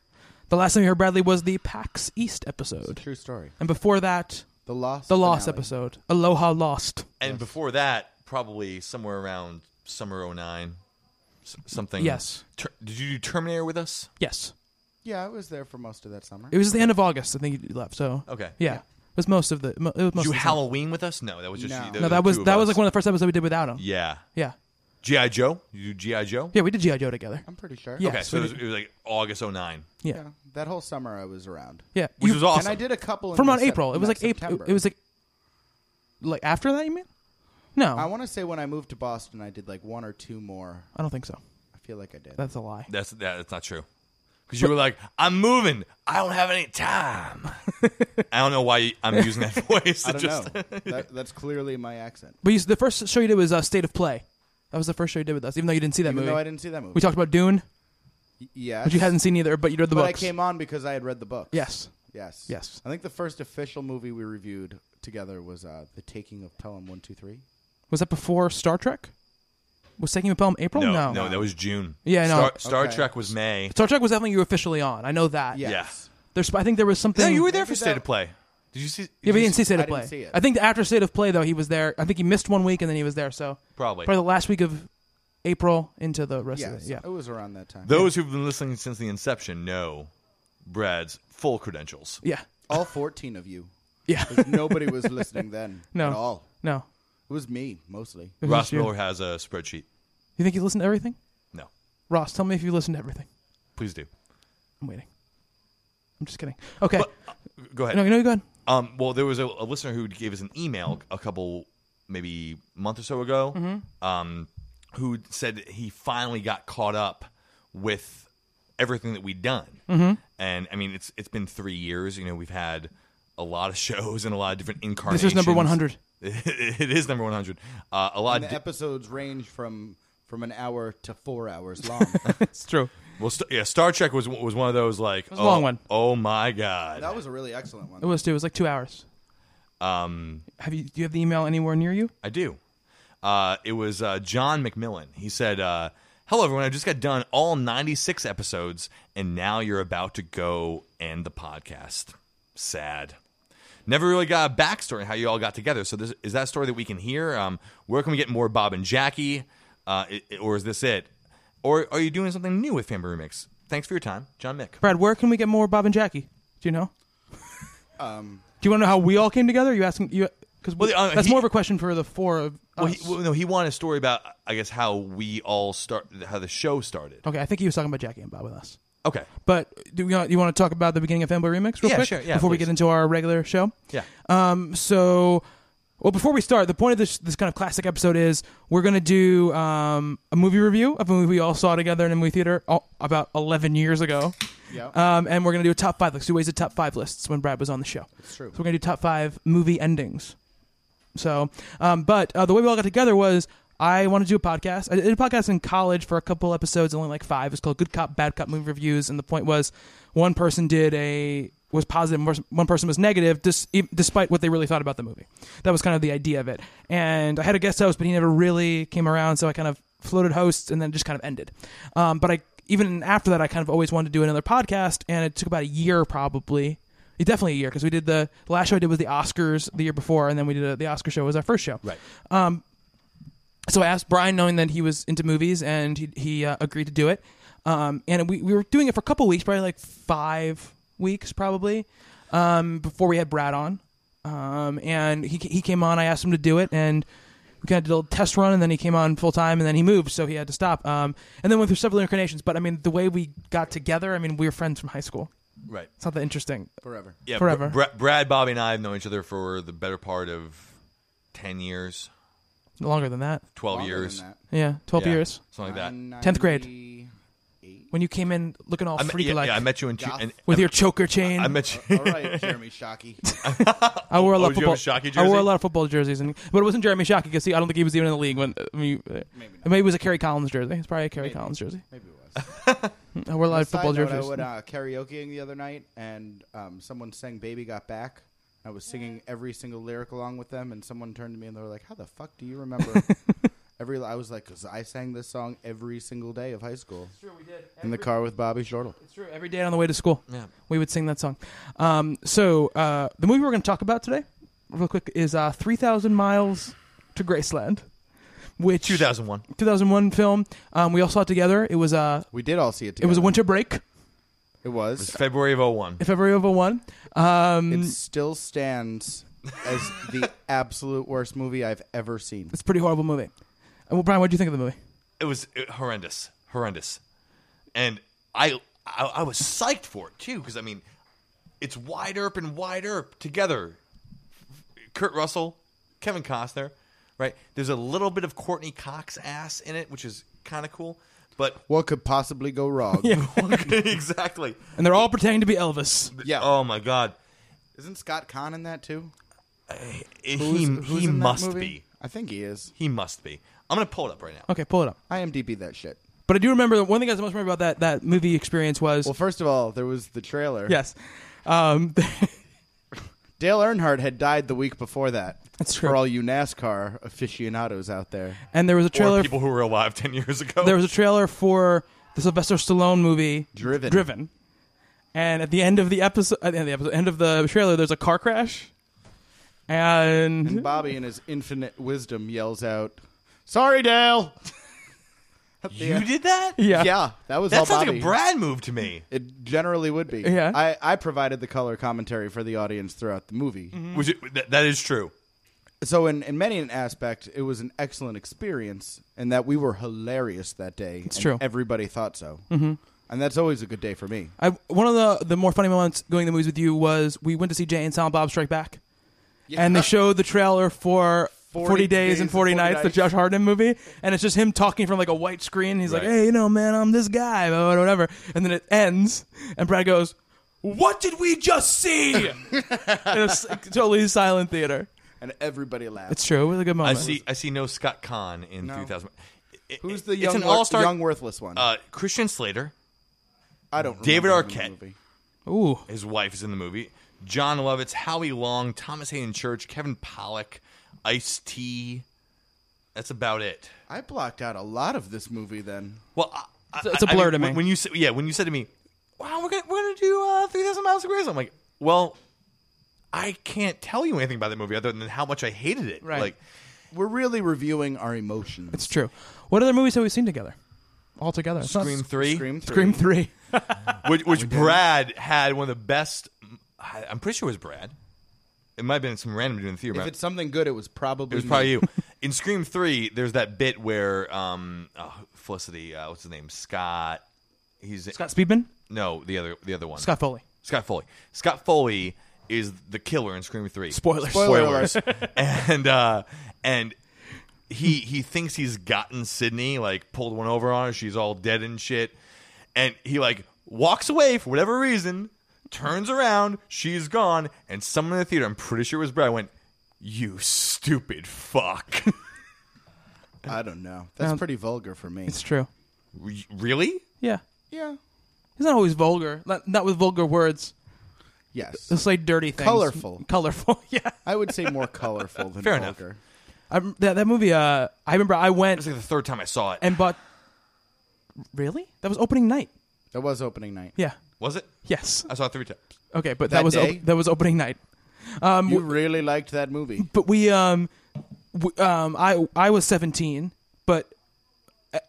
The last time you heard Bradley was the PAX East episode.
true story.
And before that,
the Lost
the Lost
finale.
episode. Aloha Lost.
And before that, probably somewhere around summer 09, s- something.
Yes.
Ter- did you do Terminator with us?
Yes.
Yeah, I was there for most of that summer.
It was the end of August, I think you left. So
Okay.
yeah,
Yeah.
it was most of the. mo- It was
Did
most
you
of the
Halloween with us? No, that was just
No.
you-
No, that
the
was
two of
that was
us.
like one of the first episodes we did without him.
Yeah.
Yeah.
GI Joe. You do GI Joe.
Yeah, we did GI Joe together.
I'm pretty sure.
Yes,
okay, so
we
it was, it was like August 09.
Yeah.
That whole summer I was around.
Yeah,
Which was awesome.
And I did a couple in
from around
Sep-
April. It
in
was like April.
September.
It was like like after that. You mean? No,
I want to say when I moved to Boston, I did like one or two more.
I don't think so.
I feel like I did.
That's a lie.
That's that, that's not true. Because you were like, I'm moving. I don't have any time. I don't know why I'm using that voice.
I
It
don't
just-
know. That, that's clearly my accent.
But you, the first show you did was uh, State of Play. That was the first show you did with us, even though you didn't see that
Even
movie.
though I didn't see that movie.
We talked about Dune,
Y- Yes.
which you hadn't seen either, but you read the
but
books.
I came on because I had read the books.
Yes.
Yes.
Yes.
I think the first official movie we reviewed together was uh, The Taking of Pelham 123.
Was that before Star Trek? Was Taking a Pelham April?
No,
No,
no, that was June.
Yeah, I know.
Star- Star Okay. Trek was May.
Star Trek was definitely you officially on. I know that.
Yes. Yeah.
There's, I think there was something.
No, you were there for State of Play. Did you see?
Yeah, but he didn't see
you-
State of Play. I think after State of Play, though, he was there. I think he missed one week and then he was there. So
Probably.
probably the last week of April into the rest of it. Yeah,
It was around that time.
Those who've been listening since the inception know Brad's full credentials.
Yeah.
All 14 of you.
Yeah.
'Cause Nobody was listening then.
No.
At all.
No.
It was me, mostly.
It was
Ross
just you.
Miller has a spreadsheet.
You think you listened to everything?
No.
Ross, tell me if you listened to everything.
Please do.
I'm waiting. I'm just kidding. Okay.
uh, Go ahead.
No, no, go ahead.
Um, well, there was a, a listener who gave us an email a couple, maybe month or so ago,
Mhm.
um, who said that he finally got caught up with everything that we'd done.
Mm-hmm.
Mhm.
And I mean, it's it's been three years. You know, we've had a lot of shows and a lot of different incarnations.
This is number 100.
it is number one hundred. Uh, a lot.
And
Of
the
di-
episodes range from from an hour to four hours long.
it's true.
well, st- yeah, Star Trek was was one of those like
was
a
oh,
long one.
Oh my god.
that was a really excellent one.
It was too. It was like two hours.
Um,
Have you? Do you have the email anywhere near you?
I do. Uh, it was uh, John McMillan. He said, uh, "Hello, everyone. I just got done all 96 episodes, and now you're about to go end the podcast. Sad. Never really got a backstory on how you all got together. So, this, is that a story that we can hear? Um, where can we get more Bob and Jackie? Uh, i i- or is this it? Or are you doing something new with Family Remix? Thanks for your time, John Mick.
Brad, where can we get more Bob and Jackie? Do you know?
Um,
Do you want to know how we all came together? You asking you because
Well, uh,
that's
he-
more of a question for the four of
Well, he,
us.
well, no, he wanted a story about, I guess, how we all start, how the show started.
okay, I think he was talking about Jackie and Bob with us.
Okay.
But do we, you want to talk about the beginning of Fanboy Remix real
Yeah,
quick
sure, yeah,
before we
please.
get into our regular show?
Yeah.
Um, so, well, before we start, the point of this this kind of classic episode is we're going to do um, a movie review of a movie we all saw together in a movie theater oh, about 11 years ago.
Yeah.
Um, and we're going to do a top five. Let's do ways of top five lists when Brad was on the show.
It's true.
So we're going to do top five movie endings. So, um, but uh, the way we all got together was I wanted to do a podcast. I did a podcast in college for a couple episodes, only like five. It's called Good Cop, Bad Cop Movie Reviews. And the point was one person did a was positive, and one person was negative, dis, e- despite what they really thought about the movie. That was kind of the idea of it. And I had a guest host, but he never really came around. So I kind of floated hosts and then just kind of ended. Um, but I even after that, I kind of always wanted to do another podcast, and it took about a year probably yeah, definitely a year because we did the, the last show I did was the Oscars the year before, and then we did a, the Oscar show was our first show. Right. Um, so I asked Brian, knowing that he was into movies, and he he uh, agreed to do it. Um, and we, we were doing it for a couple weeks, probably like five weeks, probably um, before we had Brad on. Um, and he he came on. I asked him to do it, and we kind of did a little test run, and then he came on full time, and then he moved, so he had to stop. Um, and then went through several incarnations. But I mean, the way we got together, I mean, we were friends from high school.
Right.
It's not that interesting.
Forever.
Yeah, Br-
Forever.
Br- Brad, Bobby, and I have known each other for the better part of 10 years,
Longer than that.
12
Longer
years.
than that. Yeah, 12 years.
Something like that.
Tenth grade. When you came in looking all
I met-
freaky
yeah,
like.
yeah, I met you in- Goth. in-
with
I-
your choker chain.
I met you- All
right, Jeremy Shockey.
I wore a
Oh,
lot of
did you
football.
have a Shockey
I wore a
jersey?
lot of football jerseys, and but it wasn't Jeremy Shockey because he, I don't think he was even in the league when. uh, I mean, maybe, maybe it was a Kerry Collins jersey. It's probably a Kerry Collins jersey.
Maybe it
was. I wore a lot
On
of football
side note,
jerseys.
I went uh, karaokeing the other night, and um, someone sang "Baby Got Back." I was singing every single lyric along with them, and someone turned to me and they were like, "How the fuck do you remember?" every I was like, "Cause I sang this song every single day of high school." It's
true, we did.
in the car with Bobby Shortle.
It's true. Every day on the way to school,
Yeah.
we would sing that song. Um, so uh, the movie we're going to talk about today, real quick, is uh, Three Thousand Miles to Graceland, which
2001.
2001 film. Um, we all saw it together. It was uh,
we did all see it.
It was a
together.
winter break
It was.
It's February of 01.
in February of 01. Um,
it still stands as the absolute worst movie I've ever seen.
It's a pretty horrible movie. Uh, Well, Brian, what would you think of the movie?
It was uh, horrendous. Horrendous. And I, I, I was psyched for it, too, because, I mean, it's Wide Earp and Wide Earp together. Kurt Russell, Kevin Costner, right? There's a little bit of Courtney Cox ass in it, which is kind of cool. But
What could possibly go wrong?
exactly.
And they're all pretending to be Elvis.
Yeah. Oh my God.
Isn't Scott Kahn in that too?
He
Who's- who's
he
in that
must
movie?
be.
I think he is.
He must be. I'm gonna pull it up right now.
Okay, pull it up.
I am DP that shit.
But I do remember that one thing I was most remember about that, that movie experience was well,
first of all, there was the trailer.
Yes, um,
Dale Earnhardt had died the week before that.
That's true.
For all you NASCAR aficionados out there.
and there was a trailer.
Or people who were alive ten years ago.
There was a trailer for the Sylvester Stallone movie
Driven.
Driven. And at the end of the episode, at the end of the, episode, end of the trailer, there's a car crash, and,
And Bobby, in his infinite wisdom, yells out, "Sorry, Dale."
You did that?
Yeah, yeah, that was
That
all
sounds like a
Bobby.
Brad move to me.
It generally would be.
Yeah.
I, I provided the color commentary for the audience throughout the movie.
Mm-hmm. Which it- that- that is true.
So, in, in many an aspect, it was an excellent experience, and that we were hilarious that day.
It's
and
true.
Everybody thought so,
Mhm.
and that's always a good day for me.
I one of the the more funny moments going to the movies with you was we went to see Jay and Silent Bob Strike Back, and they showed the trailer for. 40,
40
days, and 40, nights, the Josh Hartnett movie, and it's just him talking from like a white screen. He's like,
Right.
"Hey, you know, man, I'm this guy, blah, blah, blah, whatever." And then it ends, and Brad goes, "What did we just see?" in a s- totally silent theater.
And everybody laughed.
It's true. It was a good moment.
I see. I see no Scott Kahn in
No.
2000. It-
Who's
it-
the
it's
young
an
wor-
all-star-
young worthless one?
Uh, Christian Slater.
I don't.
David
remember him in the
Arquette.
movie.
Ooh.
His wife is in the movie. John Lovitz, Howie Long, Thomas Hayden Church, Kevin Pollak, Ice T. That's about it.
I blocked out a lot of this movie then.
Well, I, I-
It's a- it's a
I mean,
blur to
when-
me.
When you said, yeah, when you said to me, "Wow, we're gonna we're gonna do uh, 3,000 Miles to Grace," I'm like, "Well, I can't tell you anything about that movie other than how much I hated it." Right. Like,
We're really reviewing our emotions.
It's true. What other movies have we seen together? All together. It's not-
Scream three,
Scream three. Scream three.
which which Brad had one of the best. I- I'm pretty sure it was Brad. It might have been some random dude in the theater.
If it's something good, it was probably
It was
me.
probably you. In Scream Three, there's that bit where um, oh, Felicity, uh, what's his name, Scott, he's
Scott Speedman?
No, the other, the other one,
Scott Foley.
Scott Foley. Scott Foley is the killer in Scream Three.
Spoilers. Spoilers.
and uh, and he he thinks he's gotten Sydney, like pulled one over on her. She's all dead and shit. And he like walks away for whatever reason, turns around, she's gone, and someone in the theater, I'm pretty sure it was Brad, went, "You stupid fuck."
I don't know. That's
Um,
pretty vulgar for me.
It's true.
Re- really?
Yeah.
Yeah.
He's not always vulgar. Not, not with vulgar words.
Yes.
He'll say dirty things.
Colorful.
Colorful. Yeah.
I would say more colorful than
Fair enough.
vulgar.
I'm, that, that movie, uh, I remember I went. It was
like the third time I saw it.
And bought. Really? That was opening night.
That was opening night.
Yeah.
Was it?
Yes.
I saw it three times.
Okay, but that,
That
was op-
day?
that was opening night. Um,
You
we-
really liked that movie.
but we um, w- um, I I was seventeen, but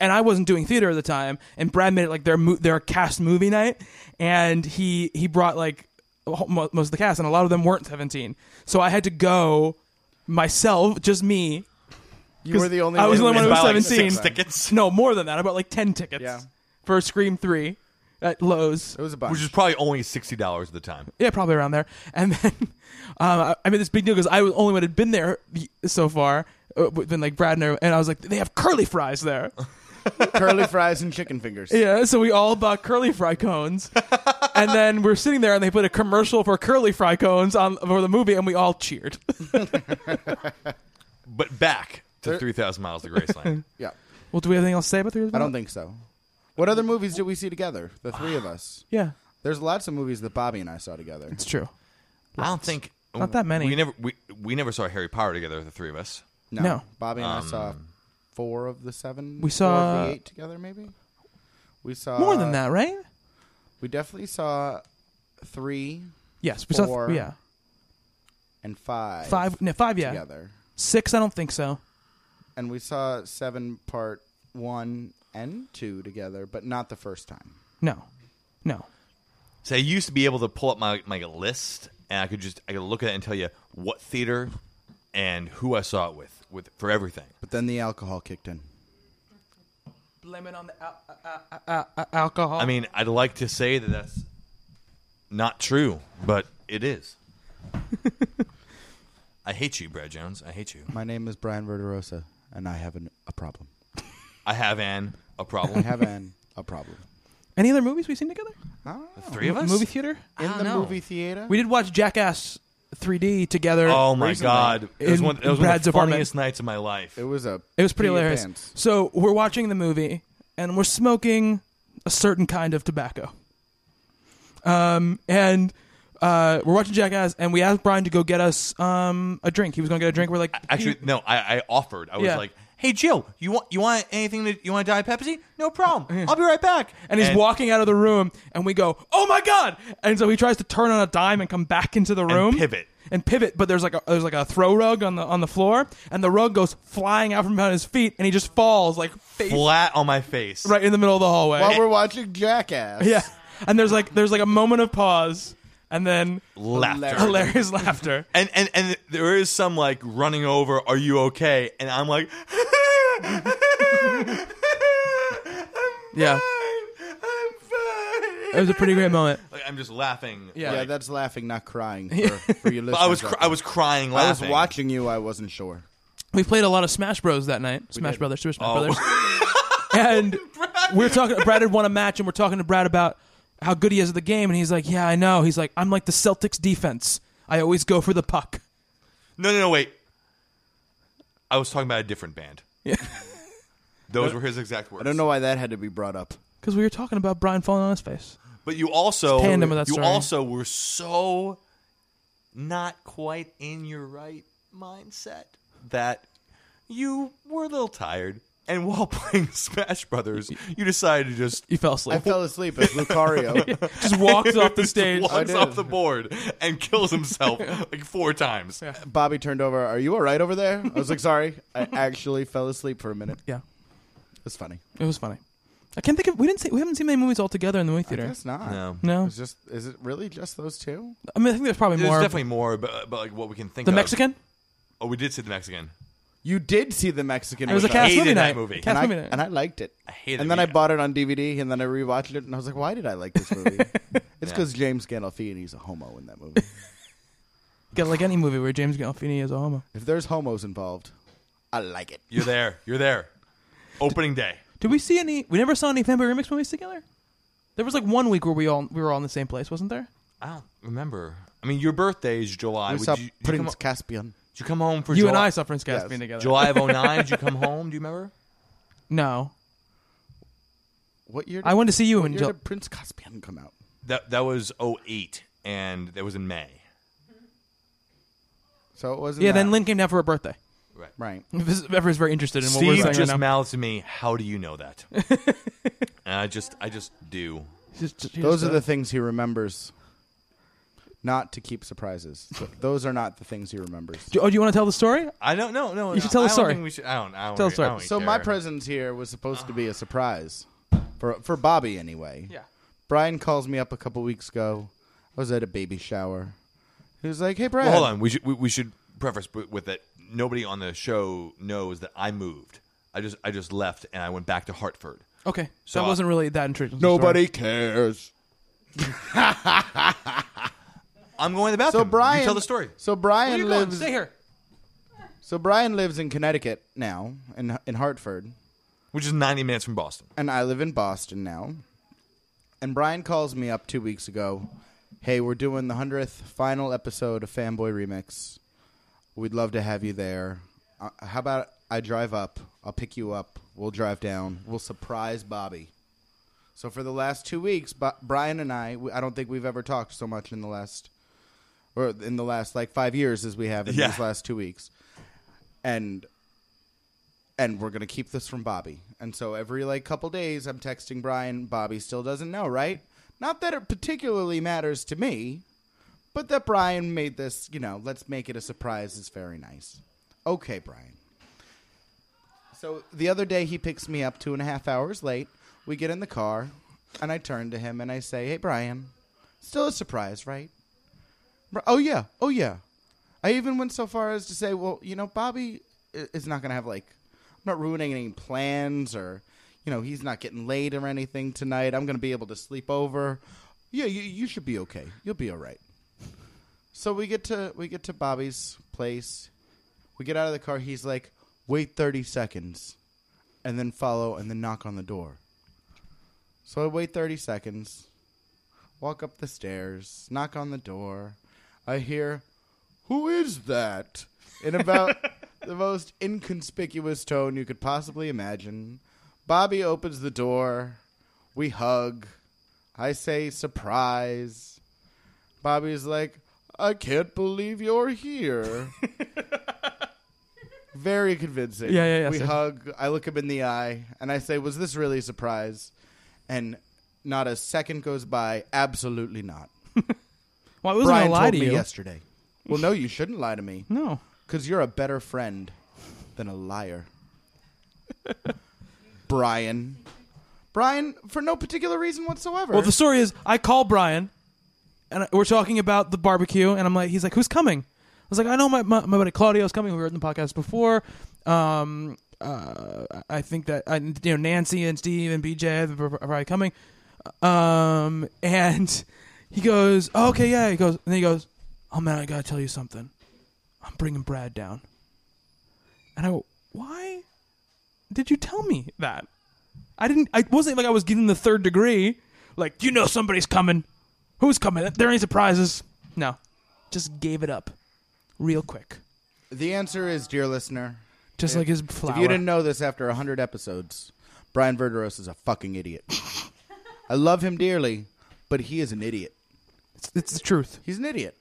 and I wasn't doing theater at the time. And Brad made it like their mo- their cast movie night, and he he brought like a whole- mo- most of the cast, and a lot of them weren't seventeen. So I had to go myself, just me.
You were
'cause
the only
I was the
one
only
who
one who was
bought, like,
seventeen.
six
tickets?
No, more than that. I bought like ten tickets
Yeah.
for Scream Three at Lowe's. It
was a
Which is probably only sixty dollars at the time.
yeah, probably around there. And then um, I, I made this big deal because I was the only one had been there y- so far, uh, been like Brad and, I- and I was like, they have curly fries there.
Curly fries and chicken fingers.
yeah, so we all bought curly fry cones, and then we're sitting there and they put a commercial for curly fry cones on for the movie, and we all cheered.
But back to three thousand miles to Graceland.
Yeah.
Well, do we have anything else to say about Three?
I don't think so. What other movies did we see together? The three of us.
Yeah.
There's lots of movies that Bobby and I saw together.
It's true.
I don't think
Not that many.
We never we, we never saw Harry Potter together, the three of us.
No.
No.
Bobby and I
Um,
saw four of the seven. four
We
of
saw-
the eight together, maybe. We saw
More than that, right?
We definitely saw three.
Yes, we saw th-
four,
yeah.
and five.
Five, no, five, yeah.
together,
Six, I don't think so.
and we saw seven part one and two together, but not the first time.
No, no.
So I used to be able to pull up my, my list and I could just I could look at it and tell you what theater and who I saw it with with for everything.
But then the alcohol kicked in.
Blame it on the al- uh, uh, uh, uh, alcohol.
I mean, I'd like to say that that's not true, but it is. I hate you, Brad Jones. I hate you.
My name is Brian Verderosa, and I have an, a problem.
I have an a problem.
I have an a problem.
Any other movies we've seen together?
The three of us?
Movie theater?
In
I don't
the
know.
movie theater?
We did watch Jackass 3D together.
Oh my
recently
god! It was
in
one, it was one of
Brad's
the
apartment.
funniest nights of my life. It
was a
It was pretty hilarious. So we're watching the movie and we're smoking a certain kind of tobacco. Um, and uh, we're watching Jackass, and we asked Brian to go get us um a drink. He was gonna get a drink. We're like,
Actually, no. I, I offered. I was
Yeah.
like, "Hey, Jill, you want you want anything? To, you want a diet Pepsi? No problem. I'll be right back."
and he's
And-
walking out of the room, and we go, "Oh my god!" And so he tries to turn on a dime and come back into the room,
pivot.
and pivot. But there's like a there's like a throw rug on the on the floor, and the rug goes flying out from behind his feet, and he just falls like face
Flat on my face.
right in the middle of the hallway.
While we're watching Jackass,
yeah, and there's like there's like a moment of pause, and then
Laughter.
hilarious laughter.
And and and there is some like running over. Are you okay? And I'm like,
Yeah, it was a pretty great moment.
like, I'm just laughing.
Yeah,
like-
that's laughing, not crying. For, for your
But
listeners,
I was
out
cr-
there.
I was crying
I was
laughing.
watching you. I wasn't sure.
We played a lot of Smash Bros that night. Smash
did.
Brothers, Super Smash
Oh.
Brothers. and we're talking. Brad had won a match, and we're talking to Brad about how good he is at the game, and he's like, "Yeah, I know." He's like, "I'm like the Celtics defense. I always go for the puck."
No, no, no. Wait. I was talking about a different band.
Yeah.
Those were his exact words.
I don't know why that had to be brought up.
Because we were talking about Brian falling on his face.
But you also
Tandem with that
you
story.
also were so not quite in your right mindset that you were a little tired. And while playing Smash Brothers, you decided to just
you fell asleep.
I fell asleep as Lucario.
Just walks off the stage. I
walks
did.
off the board, and kills himself like four times.
Bobby turned over. Are you all right over there? I was like, sorry, I actually fell asleep for a minute.
Yeah,
it's funny.
It was funny. I can't think of. We didn't. See, we haven't seen many movies all together in the movie theater.
guess not.
No. No.
It's just is it really just those two?
I mean, I think there's probably
There's
more.
definitely more, but, but like what we can think
The
of.
Mexican?
Oh, we did see the Mexican.
You did see the Mexican.
It was a
movie.
cast I hated movie that night. movie. Cast
and I,
movie night.
and I liked it. I
hated
And then
it.
I bought it on DVD, and then I rewatched it, and I was like, "Why did I like this movie?" it's
Yeah.
because James Gandolfini's a homo in that movie.
Get like any movie where James Gandolfini is a homo.
if there's homos involved, I like it.
You're there. You're there. Opening day.
Did we see any? We never saw any Fanboy Remix movies together. There was like one week where we all we were all in the same place, wasn't there?
I don't remember. I mean, your birthday is July.
we
Would
saw
you- you come
Prince
o-
Caspian.
Did you come home for
You
July?
and I saw Prince Caspian together.
July of 09, did you come home? Do you remember?
No,
What year?
I went to see you
what
in
year
Jul-
did Prince Caspian come out.
That that was 08, and that was in May.
So it wasn't.
yeah. Then
that.
Lynn came down for her birthday.
Right.
Right.
This- Everyone's very interested in what we're
Steve
saying
just
right now.
mouths to me, "How do you know that?" and I just, I just do.
Those
uh,
are the things he remembers. Not to keep surprises. Th- Those are not the things he remembers.
Do, oh, do you want to tell the story?
I don't know. No,
You should tell the
I don't
story.
think we should- I don't- I
tell
don't
the
really-
story.
I don't
So my presence here was supposed to be a surprise for for Bobby anyway.
Yeah.
Brian calls me up a couple weeks ago. I was at a baby shower. He was like, "Hey, Brian,
Well, hold on. We should, we, we should preface w- with that. Nobody on the show knows that I moved. I just, I just left, and I went back to Hartford.
Okay,
So
so that
I-
wasn't really that intriguing.
cares.
I'm going to the bathroom.
So Brian,
you tell the story.
So Brian
Where you going?
lives.
Stay here.
So Brian lives in Connecticut now, in in Hartford,
which is 90 minutes from Boston.
And I live in Boston now. And Brian calls me up two weeks ago. Hey, we're doing the hundredth final episode of Fanboy Remix. We'd love to have you there. Uh, how about I drive up? I'll pick you up. We'll drive down. We'll surprise Bobby. So for the last two weeks, Bo- Brian and I, we, I don't think we've ever talked so much in the last, or in the last like five years as we have in
Yeah.
these last two weeks, and and we're gonna keep this from Bobby. And so every like couple days, I'm texting Brian. Bobby still doesn't know, right? Not that it particularly matters to me, but that Brian made this. You know, let's make it a surprise is very nice. Okay, Brian. So the other day, he picks me up two and a half hours late. We get in the car, and I turn to him and I say, Hey, Brian, still a surprise, right? Br- Oh, yeah. Oh, yeah. I even went so far as to say, Well, you know, Bobby i- is not going to have, like, I'm not ruining any plans or, you know, he's not getting late or anything tonight. I'm going to be able to sleep over. Yeah, you, you should be okay. You'll be all right. So we get to we get to Bobby's place. We get out of the car. He's like, "Wait thirty seconds, and then follow, and then knock on the door." So I wait thirty seconds, walk up the stairs, knock on the door. I hear, "Who is that?" In about the most inconspicuous tone you could possibly imagine. Bobby opens the door. We hug. I say, "Surprise." Bobby's like, I can't believe you're here. Very convincing.
Yeah, yeah, yeah,
We
sir.
hug. I look him in the eye and I say, Was this really a surprise? And not a second goes by. Absolutely not.
Well, I wasn't
Brian
gonna lie
told
to
me
you
yesterday. Well, no, you shouldn't lie to me.
No.
Because you're a better friend than a liar. Brian. Brian, for no particular reason whatsoever.
Well, the story is I call Brian, and I- we're talking about the barbecue, and I'm like, he's like, who's coming? I was like, I know my my, my buddy Claudio's coming. We were in the podcast before. Um, uh, I think that I, you know Nancy and Steve and BJ are probably coming. Um, and he goes, oh, okay, yeah. He goes, and then he goes, oh man, I gotta tell you something. I'm bringing Brad down. And I go, why did you tell me that? I didn't. I wasn't like I was getting the third degree. Like you know somebody's coming. Who's coming? There ain't surprises. No, just gave it up, real quick.
The answer is, dear listener,
Just
if-
like his
If
flower.
you didn't know this after hundred episodes, Brian Verderos is a fucking idiot. I love him dearly, but he is an idiot.
It's, it's the truth.
He's an idiot.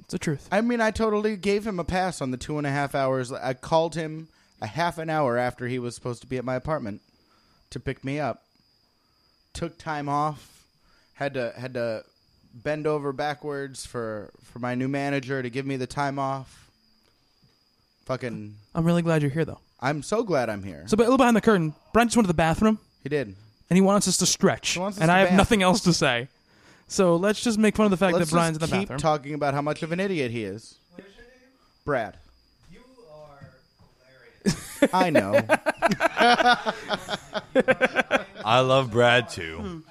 It's the truth.
I mean, I totally gave him a pass on the two and a half hours. I called him a half an hour after he was supposed to be at my apartment to pick me up. Took time off. Had to had to bend over backwards for for my new manager to give me the time off. Fucking.
I'm really glad you're here though.
I'm so glad I'm here.
So, but a little behind the curtain. Brian just went to the bathroom.
He did.
and he wants us to stretch,
He wants us
and
to
I have
vamp.
nothing else to say. So let's just make fun of the fact
Let's
that Brian's in the
just keep
bathroom.
talking about how much of an idiot he is. Brad. You are hilarious. I know.
I love Brad too.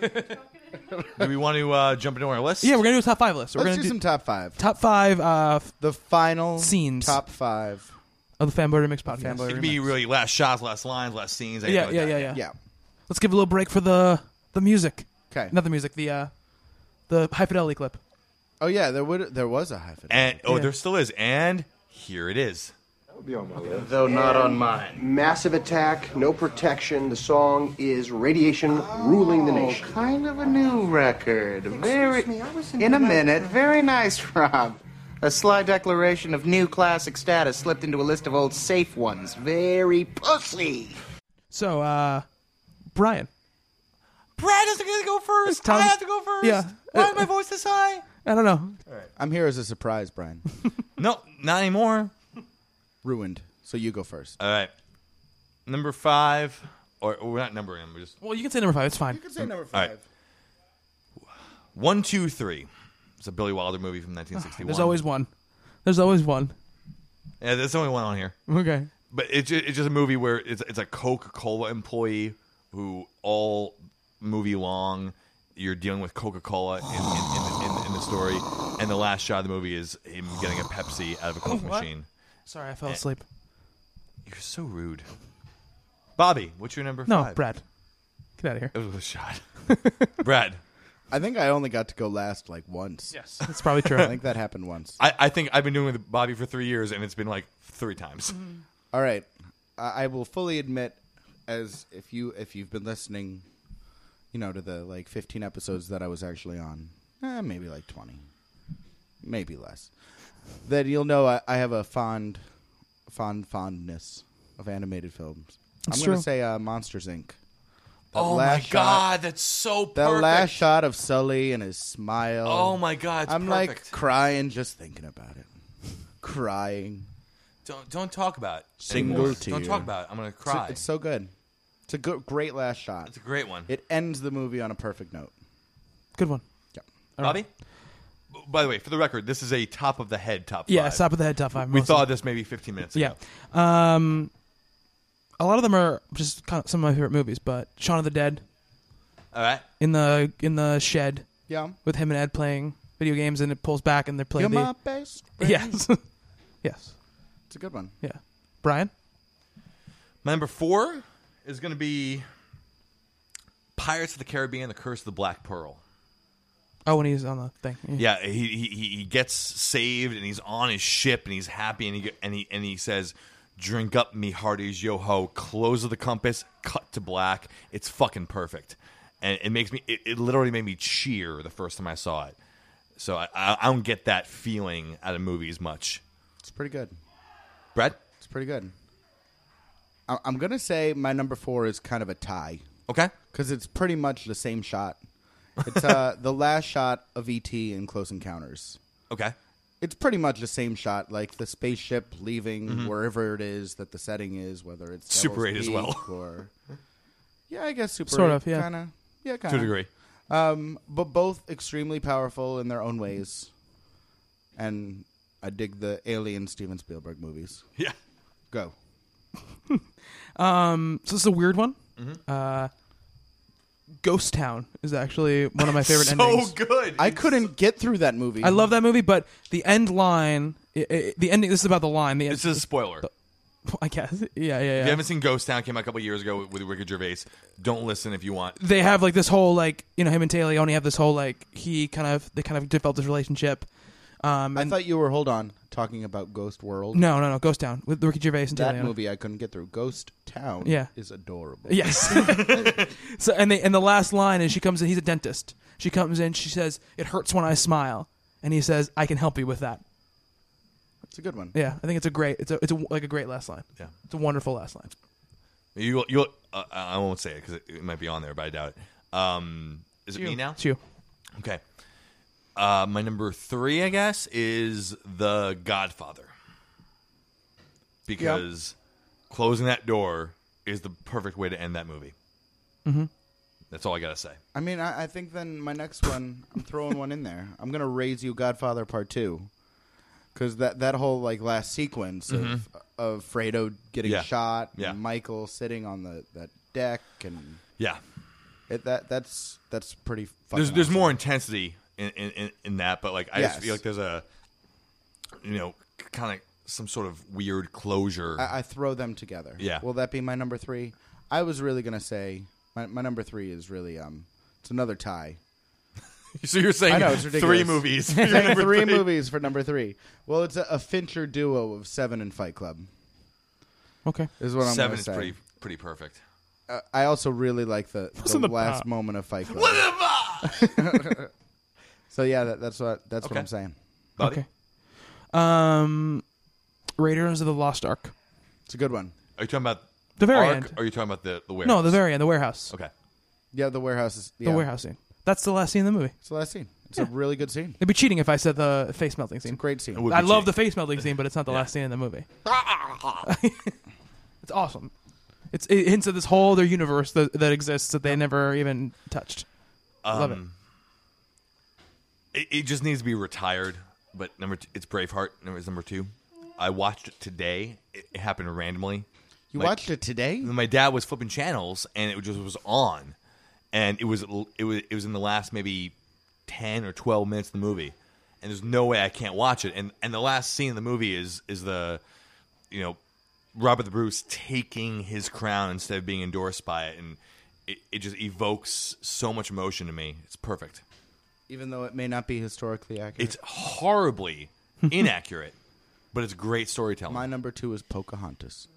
do we want to uh, jump into our list?
Yeah, we're gonna do a top five list. We're
Let's
gonna
do
do
some
top five.
Top five. Uh,
the final
scenes.
Top five
of the Fanboy Mix podcast.
It could be really last shots, last lines, last scenes.
yeah, yeah,
anything
yeah,
like
yeah,
that.
Let's give a little break for the the music.
'Kay.
Not the music. The uh, the high fidelity clip.
Oh yeah, there would there was a hyphen.
And oh,
Yeah.
there still is. And here it is.
Though
not on
mine. Massive attack, no protection. The song is Radiation Ruling the
Oh,
Nation.
Kind of a new record. Very.
me, I uh, was in
in a
the right
minute. Very nice, Rob. A sly declaration of new classic status slipped into a list of old safe ones. Very pussy.
So, uh, Brian,
Brad is going to go first.
Tell
I
him-
have to go first.
yeah.
Why is my voice this high?
I don't know.
I'm here as a surprise, Brian.
no, not anymore.
Ruined. So you go first.
All right. Number five, or, or we're not numbering them. We're just
Well, you can say number five. It's fine. You
can say number
All right. One, two, three. It's a Billy Wilder movie from
Ah,
1961.
There's always one. There's always one.
Yeah, there's only one on here.
Okay.
But it's just, it's just a movie where it's it's a Coca Cola employee who all movie long you're dealing with Coca Cola in, in, in, in, in the story, and the last shot of the movie is him getting a Pepsi out of a Coke
What?
machine.
Sorry, I fell
Eh.
asleep.
You're so rude, Bobby. What's your number?
No,
five?
Brad. Get out of here.
It was a shot. Brad.
I think I only got to go last like once.
Yes, that's probably true.
I think that happened once.
I, I think I've been doing with Bobby for three years, and it's been like three times.
Mm-hmm.
All right, I, I will fully admit, as if you if you've been listening, you know, to the like 15 episodes that I was actually on, eh, maybe like 20, maybe less, then you'll know I, I have a fond, fond fondness of animated films.
It's
I'm gonna
true.
say uh, Monsters Inc. That
Oh my
last
God, that's so
That last
perfect.
shot of Sully and his smile.
Oh my God, it's
I'm like
perfect.
crying just thinking about it, crying.
Don't don't talk about it.
Single
anymore.
tear.
Don't talk about it. I'm gonna
It's-
cry.
It's, so good. It's a good, great last shot. It's
a great one.
It ends the movie on a perfect note.
Good one.
Bobby. B- By the way, for the record, this is a top of the head top.
Yeah,
five.
top of the head top five,
We
mostly.
thought this maybe 15 minutes
Yeah.
ago.
Um, a lot of them are just kind of some of my favorite movies, but Shaun of the Dead.
All right.
In the in the shed.
Yeah.
With him and Ed playing video games, and it pulls back, and they're playing
You're
the.
my best friend.
Yes. yes.
It's a good one.
Yeah. Brian.
My number four is gonna be Pirates of the Caribbean: The Curse of the Black Pearl.
Oh, when he's on the thing.
Yeah, he, he he he gets saved and he's on his ship and he's happy and he get- and he and he says, "Drink up, me hearties, yo ho! Close of the compass, cut to black. It's fucking perfect." And it makes me. It, it literally made me cheer the first time I saw it. So I, I, I don't get that feeling out of movies much.
It's pretty good.
Brad,
It's pretty good. I- I'm gonna say my number four is kind of a tie.
Okay.
Because it's pretty much the same shot. It's uh, the last shot of ET in Close Encounters.
Okay.
It's pretty much the same shot, like the spaceship leaving
Mhm.
wherever it is that the setting is, whether it's Devil's
Super 8 as well.
Peak or yeah, I guess Super
Sort
8
of, yeah.
kinda, yeah,
To a
kinda.
degree.
Um, but both extremely powerful in their own ways, and I dig the Alien Steven Spielberg movies.
Yeah,
go.
Um, so this is a weird one.
Mm-hmm.
Mhm.
Uh, Ghost Town is actually one of my favorite
So
endings.
good.
I couldn't get through that movie.
I love that movie, but the end line, i i the ending. This is about the line. The end,
this is a spoiler.
I guess. Yeah, yeah,
If
yeah.
you haven't seen Ghost Town, came out a couple years ago with, with Ricky Gervais. Don't listen if you want.
they have like this whole like you know him and Taylor only have this whole like he kind of they kind of developed this relationship. Um,
I thought you were hold on talking about Ghost World.
no, no, no, Ghost Town with Ricky Gervais and
that
Taylor.
movie I couldn't get through. Ghost Town
Yeah.
is adorable.
Yes. so and they and the last line is she comes in. He's a dentist. She comes in. She says, "It hurts when I smile," and he says, "I can help you with that."
it's a good one.
Yeah, I think it's a great. It's a it's a, like a great last line.
Yeah.
it's a wonderful last line.
You you uh, I won't say it because it, it might be on there, but I doubt it. Um, is it
You.
me now?
It's you.
Okay. Uh, my number three, I guess, is The Godfather because closing that door is the perfect way to end that movie.
Mm-hmm.
Mhm.
That's all I gotta say.
I mean, I, I think then my next one, I'm throwing one in there. I'm gonna raise you Godfather Part Two, because that that whole like last sequence
Mhm.
of of Fredo getting
Yeah.
shot,
Yeah.
and Michael sitting on the that deck, and
Yeah.
it, that that's that's pretty. Fucking
There's there's
awesome.
more intensity in, in, in- in that, but like I
Yes.
just feel like there's a you know kind of some sort of weird closure.
I, I throw them together.
Yeah.
Will that be my number three? I was really gonna say my, my number three is really um it's another tie.
So you're saying
I know, it's
three
ridiculous.
movies for
I'm saying
number
three,
three.
movies for number three. Well, it's a, a Fincher duo of Seven and Fight Club.
Okay.
Is what I'm
Seven
gonna
is
say.
pretty pretty perfect.
Uh, I also really like the,
What's
the,
in the
last
pot?
moment of Fight Club.
Whatever.
so yeah, that, that's what that's
Okay.
what I'm saying.
Okay. Um, Raiders of the Lost Ark.
It's a good one.
Are you talking about
The very
Ark,
end.
Or are you talking about the the warehouse?
No, the very end, the warehouse.
Okay.
Yeah, the warehouse is
The warehouse scene. That's the last scene in the movie.
It's the last scene. It's a really good scene.
It'd be cheating if I said the face melting scene.
great scene.
I
It would be
love
cheating.
the face melting scene, but it's not the last scene in the movie. it's awesome. It's, it hints at this whole other universe that, that exists that they never even touched. I love it.
Um, it. It just needs to be retired. But number two, it's Braveheart. Number is number two. I watched it today. It, it happened randomly.
You watched it today?
My dad was flipping channels, and it just was on, and it was l- it was it was in the last maybe ten or twelve minutes of the movie, and there's no way I can't watch it. And and the last scene of the movie is is the, you know, Robert the Bruce taking his crown instead of being endorsed by it, and it, it just evokes so much emotion to me. It's perfect.
Even though it may not be historically accurate.
It's horribly inaccurate, but it's great storytelling.
My number two is Pocahontas.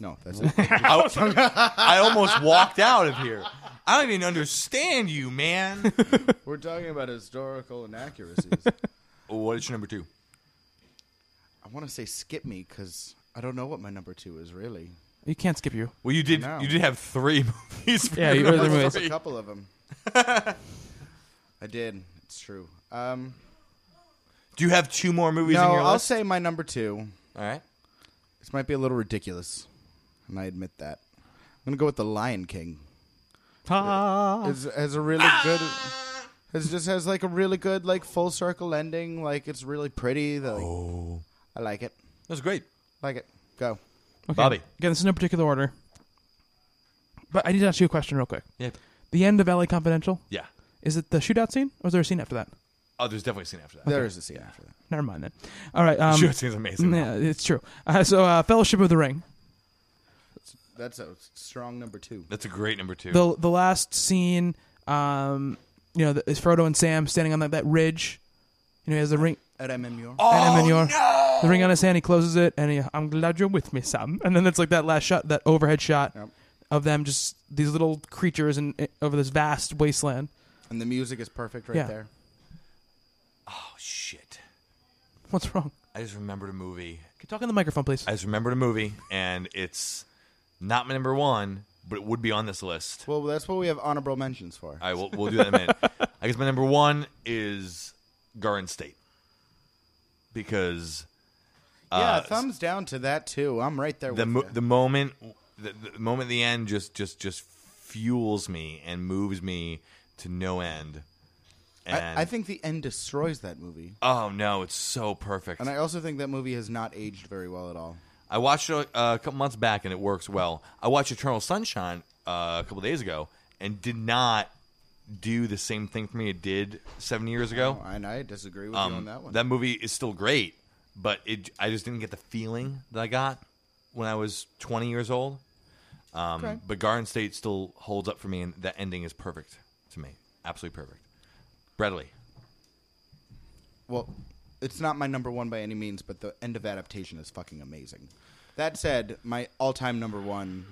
No, that's
I,
it.
I almost walked out of here. I don't even understand you, man.
We're talking about historical inaccuracies.
what is your number two?
I want to say skip me because I don't know what my number two is really.
You can't skip you.
Well, you did.
I know.
You did have three movies. For
Yeah, you-
your
other
number
movies.
three.
A couple of them. I did. It's true. Um,
Do you have two more movies
no,
in your
I'll
list?
say my number two.
All right.
This might be a little ridiculous, and I admit that. I'm gonna go with the Lion King.
Ah.
It's, has a really good. It just has like a really good like full circle ending. Like it's really pretty. The, oh, I like it.
That's great.
Like it. Go.
Okay.
Bobby.
Again, this is no particular order. But I need to ask you a question real quick.
Yeah.
The end of LA Confidential?
Yeah.
Is it the shootout scene or is there a scene after that?
Oh, there's definitely a scene after that.
There is a scene after that.
Never mind then. All right.
The
Um,
shootout scene's amazing,
Yeah, it's true. Uh, so, uh, Fellowship of the Ring.
That's a strong number two.
That's a great number two.
The the last scene, um, you know, the, is Frodo and Sam standing on that, that ridge. You know, he has the ring.
At MMUR.
and then you're- The ring on his hand. He closes it, and he, I'm glad you're with me, Sam. And then it's like that last shot, that overhead shot of them, just these little creatures and over this vast wasteland.
And the music is perfect right
Yeah.
there.
Oh shit!
What's wrong?
I just remembered a movie.
Can you talk in the microphone, please?
I just remembered a movie, and it's not my number one, but it would be on this list.
Well, that's what we have honorable mentions for.
All right, we'll, we'll do that in a minute. I guess my number one is Garden State because
Yeah,
uh,
thumbs down to that too. I'm right there
the
with
mo-
you.
the moment the, the moment at the end just just just fuels me and moves me to no end. And
I, I think the end destroys that movie,
oh no, it's so perfect.
and I also think that movie has not aged very well at all.
I watched it uh, a couple months back and it works well. I watched Eternal Sunshine uh, a couple days ago and did not do the same thing for me it did seven years ago. Um,
Oh, and I disagree with you on that one.
That movie is still great, but it I just didn't get the feeling that I got when I was 20 years old. Um,
Okay.
But Garden State still holds up for me, and that ending is perfect to me. Absolutely perfect. Bradley.
well, it's not my number one by any means, but the end of adaptation is fucking amazing. That said, my all-time number one,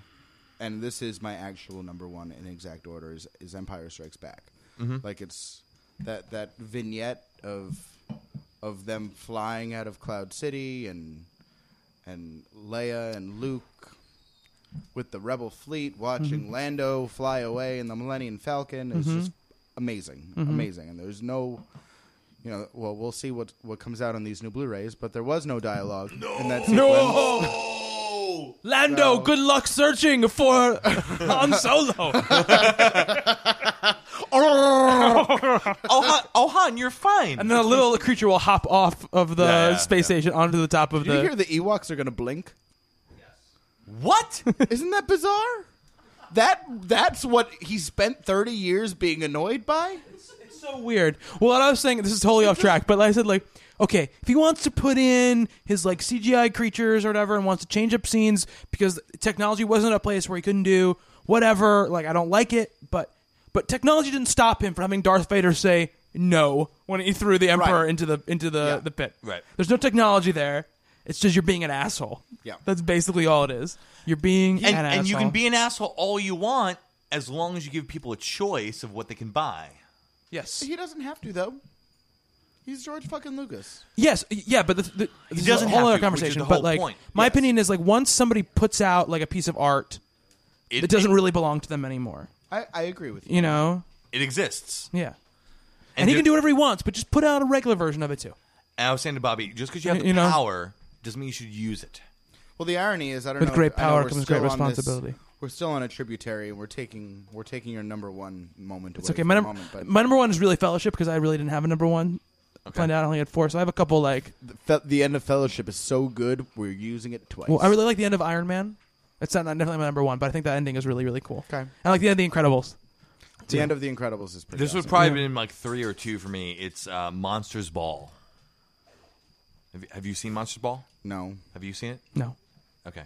and this is my actual number one in exact order, is, is Empire Strikes Back.
Mhm.
Like it's that that vignette of of them flying out of Cloud City and and Leia and Luke with the Rebel fleet watching
Mhm.
Lando fly away in the Millennium Falcon is
Mhm.
just amazing,
Mhm.
amazing. And there's no, you know, well, we'll see what what comes out on these new Blu-rays, but there was no dialogue in that sequence.
No!
Lando, good luck searching for Han Solo. oh,
Han, oh, Han, you're fine.
And then a little creature will hop off of the
Yeah, yeah,
space station onto the top of
Did you
the.
hear the Ewoks are going to blink?
What?
Isn't that bizarre? That that's what he spent 30 years being annoyed by?
It's so weird. Well, what I was saying, this is totally off track, but like I said, like, okay, if he wants to put in his like CGI creatures or whatever, and wants to change up scenes because technology wasn't a place where he couldn't do whatever, like I don't like it, but but technology didn't stop him from having Darth Vader say no when he threw the Emperor
Right.
into the into the the pit.
Right.
There's no technology there. It's just you're being an asshole.
Yeah.
That's basically all it is. You're being
and,
an
and you
asshole.
can be an asshole all you want as long as you give people a choice of what they can buy.
Yes.
He doesn't have to though. He's George fucking Lucas.
Yes, yeah, but the, the, this
doesn't
is a whole
have
other
to, which is
conversation.
the
but
whole
like,
point.
my opinion is like once somebody puts out like a piece of art,
it,
doesn't really belong to them anymore.
I, I agree with you.
You know,
It exists.
yeah, and,
And
he
there-
can do whatever he wants, but just put out a regular version of it too.
And I was saying to Bobby, just because you have the
You know?
power doesn't mean you should use it.
Well, the irony is, I don't
With
know.
great
I know
power
we're
comes
still
great
on this-
responsibility.
we're still on a tributary, and we're taking we're taking your number one moment.
It's
away
okay.
from
My,
the
num-
moment, but
my number one is really Fellowship because I really didn't have a number one. Planned out, I only had four, so I have a couple like.
the, fe- the end of Fellowship is so good, we're using it twice.
Well, I really like the end of Iron Man. It's not, not definitely my number one, but I think that ending is really really cool. Okay, I like the end of The Incredibles.
the end of The Incredibles is pretty.
This would
awesome.
probably been like three or two for me. It's uh, Monsters Ball. Have you, have you seen Monsters Ball?
No.
Have you seen it?
No.
Okay.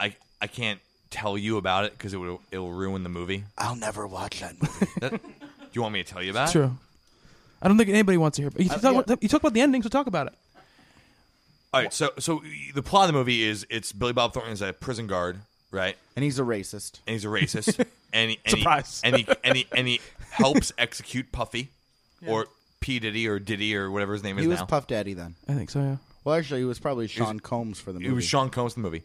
I I can't tell you about it because it would it'll ruin the movie.
I'll never watch that movie.
do you want me to tell you about? it?
True. I don't think anybody wants to hear. But you,
Uh,
talk, you talk about the ending, so talk about it.
All right. So so the plot of the movie is it's Billy Bob Thornton is a prison guard, right?
And he's a racist.
And he's a racist. and he, and
Surprise.
He, and, he, and he and he helps execute Puffy, or P Diddy or Diddy or whatever his name is
He was
now.
Puff Daddy then.
I think so. Yeah.
Well, actually, it was probably
was-
Sean Combs for the movie.
It was Sean Combs in the movie,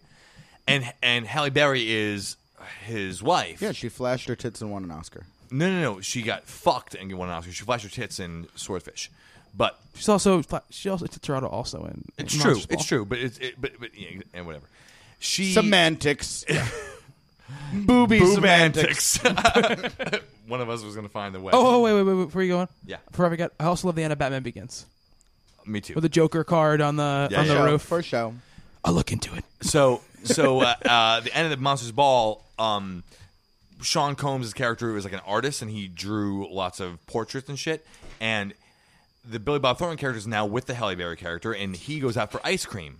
and and Halle Berry is his wife.
Yeah, she flashed her tits and won an Oscar.
No, no, no. She got fucked and won an Oscar. She flashed her tits in Swordfish, but
She's also she also it's Toronto also in.
it's
in
true.
Monsters Ball.
It's true. But it's it, but but yeah, and whatever. She
Semantics. Booby semantics.
semantics. One of us was going to find the way.
Oh, oh, wait, wait, wait, wait, before you go on.
Yeah.
Before I forget, I also love the end of Batman Begins.
Me too.
With the Joker card on the
Yeah,
on the
yeah.
roof.
First show.
I'll look into it.
So so uh, uh, the end of the Monsters Ball, um, Sean Combs' character was like an artist, and he drew lots of portraits and shit. And the Billy Bob Thornton character is now with the Halle Berry character, and he goes out for ice cream.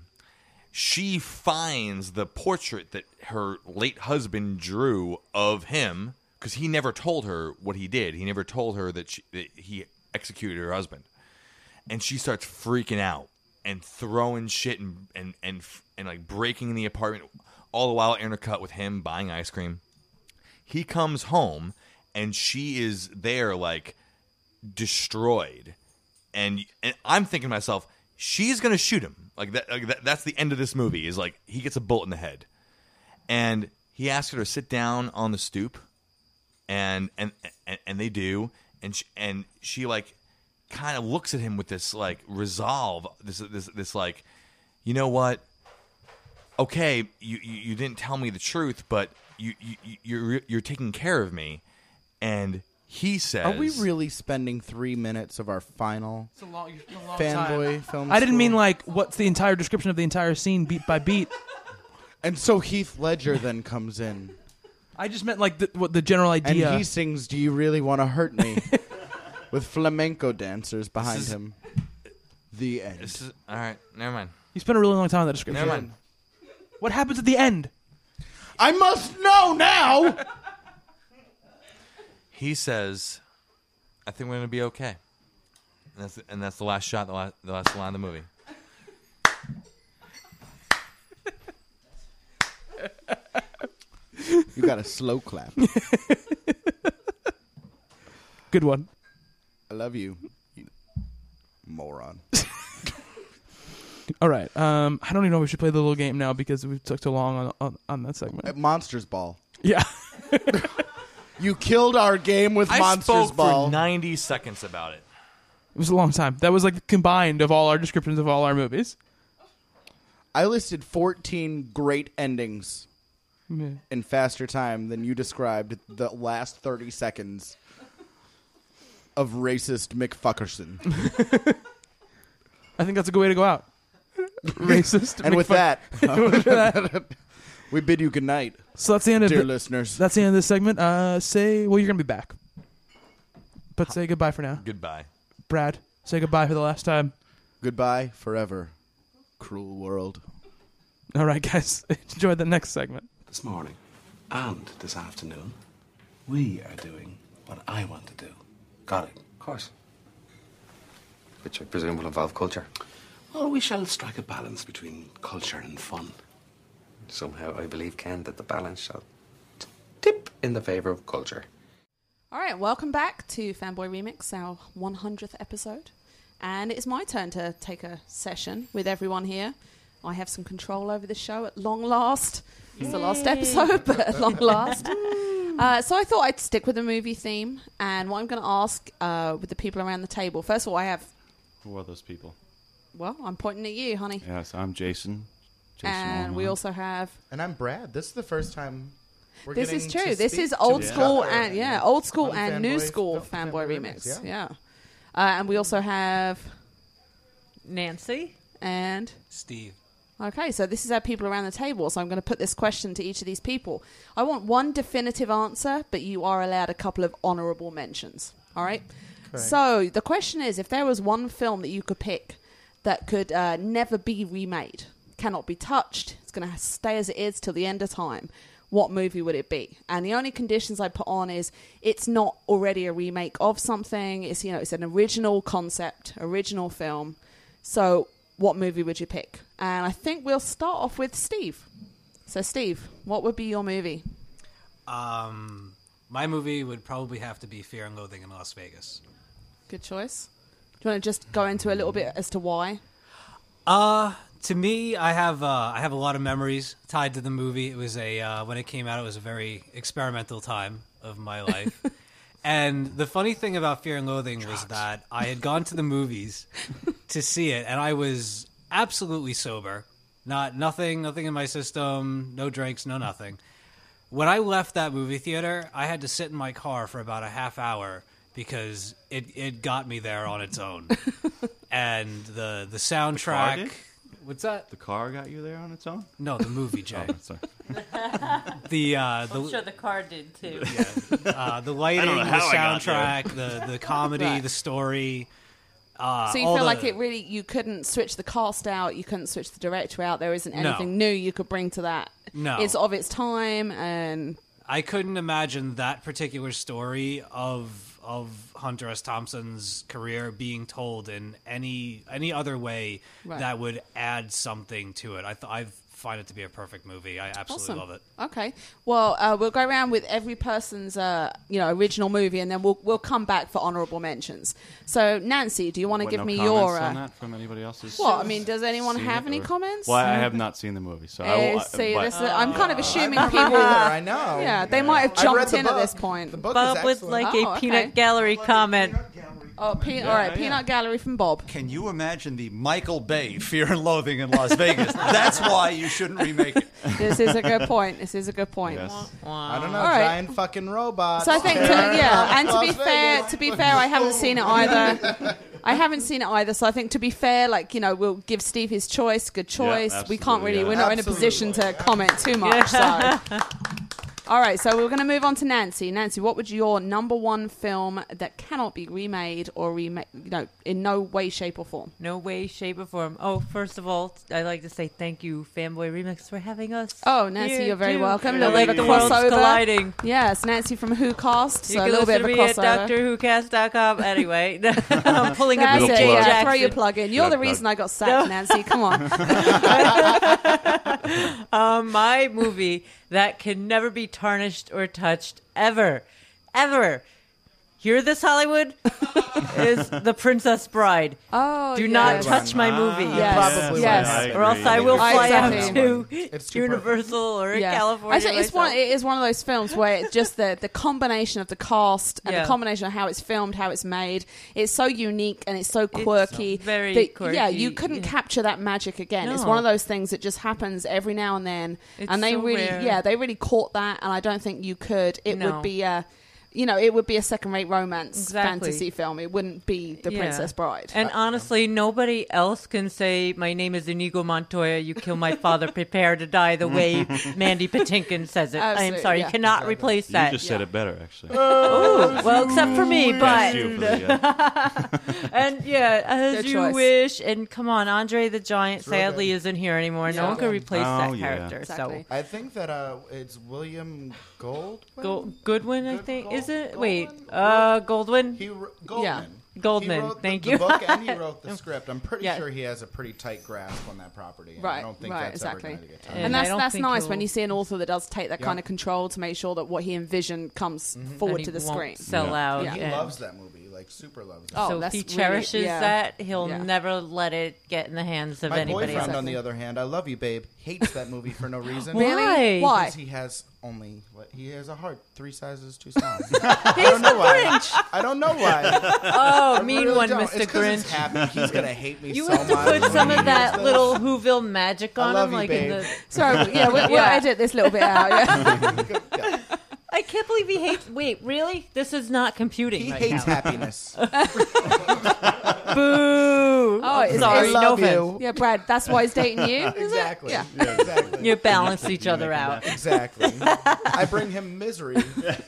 She finds the portrait that her late husband drew of him because he never told her what he did. He never told her that, she, that he executed her husband and she starts freaking out and throwing shit and and and, f- and like breaking in the apartment all the while intercut with him buying ice cream he comes home and she is there like destroyed and and i'm thinking to myself she's gonna shoot him like that, like that that's the end of this movie is like he gets a bullet in the head and he asks her to sit down on the stoop and and and, and they do and she, and she like kind of looks at him with this like resolve this this this like you know what okay you you, you didn't tell me the truth but you, you you- you're you're taking care of me and he says
Are we really spending three minutes of our final?
It's a long,
fanboy film.
I didn't
school?
mean like what's the entire description of the entire scene beat by beat.
And so Heath Ledger then comes in,
I just meant like the, what the general idea.
and he sings "Do You Really Want to Hurt Me" with flamenco dancers behind
is-
him. The end.
This is- all right never mind
you spent a really long time on that description.
Never mind.
What happens at the end?
I must know now.
he says i think we're gonna be okay and that's and that's the last shot the last, the last line of the movie
You got a slow clap.
Good one.
I love you, you moron.
All right. Um, I don't even know if we should play the little game now because we took too long on on, on that segment.
At Uh, Monsters Ball.
Yeah.
you killed our game with
i
Monsters
spoke
Ball.
for 90 seconds about it
It was a long time. That was like combined of all our descriptions of all our movies.
I listed 14 great endings
Yeah.
in faster time than you described the last 30 seconds of racist McFuckerson.
I think that's a good way to go out. Racist.
and with
McFuck-
that,
With that.
we bid you good night.
So that's the end of
Dear
it.
listeners.
That's the end of this segment. Uh, say well, you're gonna be back, but say goodbye for now.
Goodbye.
Brad. Say goodbye for the last time.
Goodbye forever, cruel world.
All right, guys. Enjoy the next segment.
This morning and this afternoon, we are doing what I want to do. Got it? Of course.
Which I presume will involve culture.
Well, we shall strike a balance between culture and fun. Somehow I believe, Ken, that the balance shall t- tip in the favour of culture.
All right, welcome back to Fanboy Remix, our 100th episode. And it's my turn to take a session with everyone here. I have some control over the show at long last. It's the last
Yay.
episode, but at long last. Uh, so I thought I'd stick with the movie theme. And what I'm going to ask uh, with the people around the table first of all, I have,
Who are those people?
well, I'm pointing at you, honey.
Yes, I'm Jason. Jason
and we
Allman.
also have
And I'm Brad. This is the first time. We're
this is
getting to
true. This
speak
is
to
old
each
school
other.
and yeah, old school
On
and new
Fanboy-
school fanboy, remix.
Remix,
Yeah. Uh, and we also have
Nancy
and
Steve.
Okay, so this is our people around the table. So I'm going to put this question to each of these people. I want one definitive answer, but you are allowed a couple of honorable mentions. All right.
Okay.
So the question is, if there was one film that you could pick that could uh, never be remade, cannot be touched, it's going to stay as it is till the end of time. What movie would it be? And the only conditions I put on is it's not already a remake of something. It's you know it's an original concept, original film. So, what movie would you pick? And I think we'll start off with Steve. So, Steve, what would be your movie?
Um, my movie would probably have to be Fear and Loathing in Las Vegas.
Good choice. Do you want to just go into a little bit as to why?
Uh to me, I have uh, I have a lot of memories tied to the movie. It was a uh, when it came out, it was a very experimental time of my life. and the funny thing about Fear and Loathing was that I had gone to the movies to see it, and I was absolutely sober, not nothing, nothing in my system, no drinks, no nothing. When I left that movie theater, I had to sit in my car for about a half hour because it, it got me there on its own. and the the soundtrack
did?
what's that?
The car got you there on its own?
No, the movie, Jay.
Oh, sorry.
the uh, the
I'm sure the car did too.
yeah. uh, the lighting,
know
the
how I got
soundtrack, the the comedy,
Right.
the story. Uh,
so you
all
feel
the-
like it really you couldn't switch the cast out, you couldn't switch the director out. There isn't
No.
anything new you could bring to that.
No.
it's of its time, and
I couldn't imagine that particular story of of Hunter S. Thompson's career being told in any any other way
Right.
that would add something to it. I th- I find it to be a perfect movie. I absolutely love it.
Okay. Well, uh, we'll go around with every person's uh, you know original movie, and then we'll we'll come back for honorable mentions. So, Nancy, do you want to
What,
give
no
me
comments
your?
on
Uh,
that from anybody else's?
well, I mean, does anyone
seen
have
it
any
or-
comments?
Well, I have not seen the movie, so I
Eh,
will. uh,
see,
but-
this is- I'm kind of assuming
Uh,
people.
either, I know.
Yeah, they might have
I've
jumped
read the
in at
book.
this point. The
book Bob is with, excellent.
Oh,
like, a peanut gallery
comment. Oh, pe- all right,
Yeah,
peanut gallery from Bob.
Can you imagine the Michael Bay Fear and Loathing in Las Vegas? That's why you shouldn't remake it.
This is a good point. This is a good point.
I don't know,
All right.
giant fucking robot.
So I think, to, yeah, and to be fair, to be fair, I haven't seen it either. I haven't seen it either, so I think to be fair, like you know, we'll give Steve his choice. Good choice. we can't
absolutely,
really,
yeah.
we're not in a position to comment too much.
Yeah.
So. All right, so we're going to move on to Nancy. Nancy, what would your number one film that cannot be remade or remade, you know, in no way, shape, or form?
No way, shape, or form. Oh, first of all, t- I'd like to say thank you, Fanboy Remix, for having us.
Oh, Nancy,
here,
you're very
too.
welcome. A
I
little
like
bit of a
the worlds
crossover.
colliding.
Yes, Nancy from WhoCast.
You
So a
can
little bit of
listen
a
to me at
crossover.
DoctorWhoCast.com. Anyway, I'm pulling a
That's
Jay
it, yeah,
Jackson.
throw your plug in. You're the reason I got sacked, Nancy. Come on.
um, my movie that can never be tarnished or touched ever, ever. Hear this, Hollywood? is The Princess Bride.
Oh,
Do
yes.
not
Good
touch
one.
my movie.
Ah, Yes. probably Yes. right. I
Or else
agree.
I will fly out
Exactly.
to
It's too
Universal or
Yeah.
California.
I think it's
myself.
one. It is one of those films where it's just the the combination of the cast and
Yeah.
the combination of how it's filmed, how it's made. It's so unique and it's so quirky.
very
that-
quirky,
Yeah, you couldn't capture that magic again. It's one
No.
of those things that just happens every now and then,
It's
and they
so
really,
rare.
yeah, they really caught that. And I don't think you could. It
No.
would be a. You know, it would be a second-rate romance
Exactly.
fantasy film. It wouldn't be The
Yeah.
Princess Bride. um,
And honestly, nobody else can say, My name is Inigo Montoya, you kill my father, prepare to die the way Mandy Patinkin says it. I am
Absolutely,
sorry,
yeah.
you cannot
Exactly.
replace
You
that.
just said it better, actually.
Oh, well, except for me, but
Yes, you for the,
and yeah, as
Good
you
choice.
wish. And come on, Andre the Giant sadly isn't here anymore. No
Yeah.
one can replace
Oh,
that
yeah.
character. So
I think that uh, it's William Gold.
Go- Goodwin, I think, is it? Wait, uh, Goldwyn.
He, Goldman.
Yeah,
He
Goldman.
wrote the-
Thank
the
you.
book and he wrote the script. I'm pretty
Yeah.
sure he has a pretty tight grasp on that property. and
Right,
I don't think
right,
that's
exactly.
ever going to get tired.
and, that's that's nice when you see an author that does take that
Yeah. Mm-hmm.
kind of control to make sure that what he envisioned comes forward
And
to the
he won't
screen.
sell Yeah. out
He
and-
loves that movie, like super loves it.
Oh,
so if
that's
he
really-
cherishes
yeah.
that. He'll
Yeah.
never let it get in the hands of
My
anybody
boyfriend,
else.
on the other hand, I love you, babe, hates that movie for no reason.
Really? Why? Why?
Because he has only what, he has a heart three sizes too small. I don't
the
know why.
Grinch.
I don't know why.
Oh,
I
mean
really
one,
don't.
Mr.
It's 'cause he's
Grinch.
happy. He's gonna hate me.
You
so
have to
much
put
when
some
he
of
hears
that
this.
little Whoville magic on
love
him,
you,
like in
babe.
the.
Sorry, yeah, we'll, we'll edit this little bit out. Yeah.
I can't believe he hates. Wait, really? This is not computing.
He
right
hates
now.
happiness.
Boo!
Oh, it's,
sorry,
it's-
no
love you.
offense.
Yeah, Brad, that's why he's dating you. is it?
Exactly.
Yeah.
exactly.
You balance each other out.
Exactly. I bring him misery,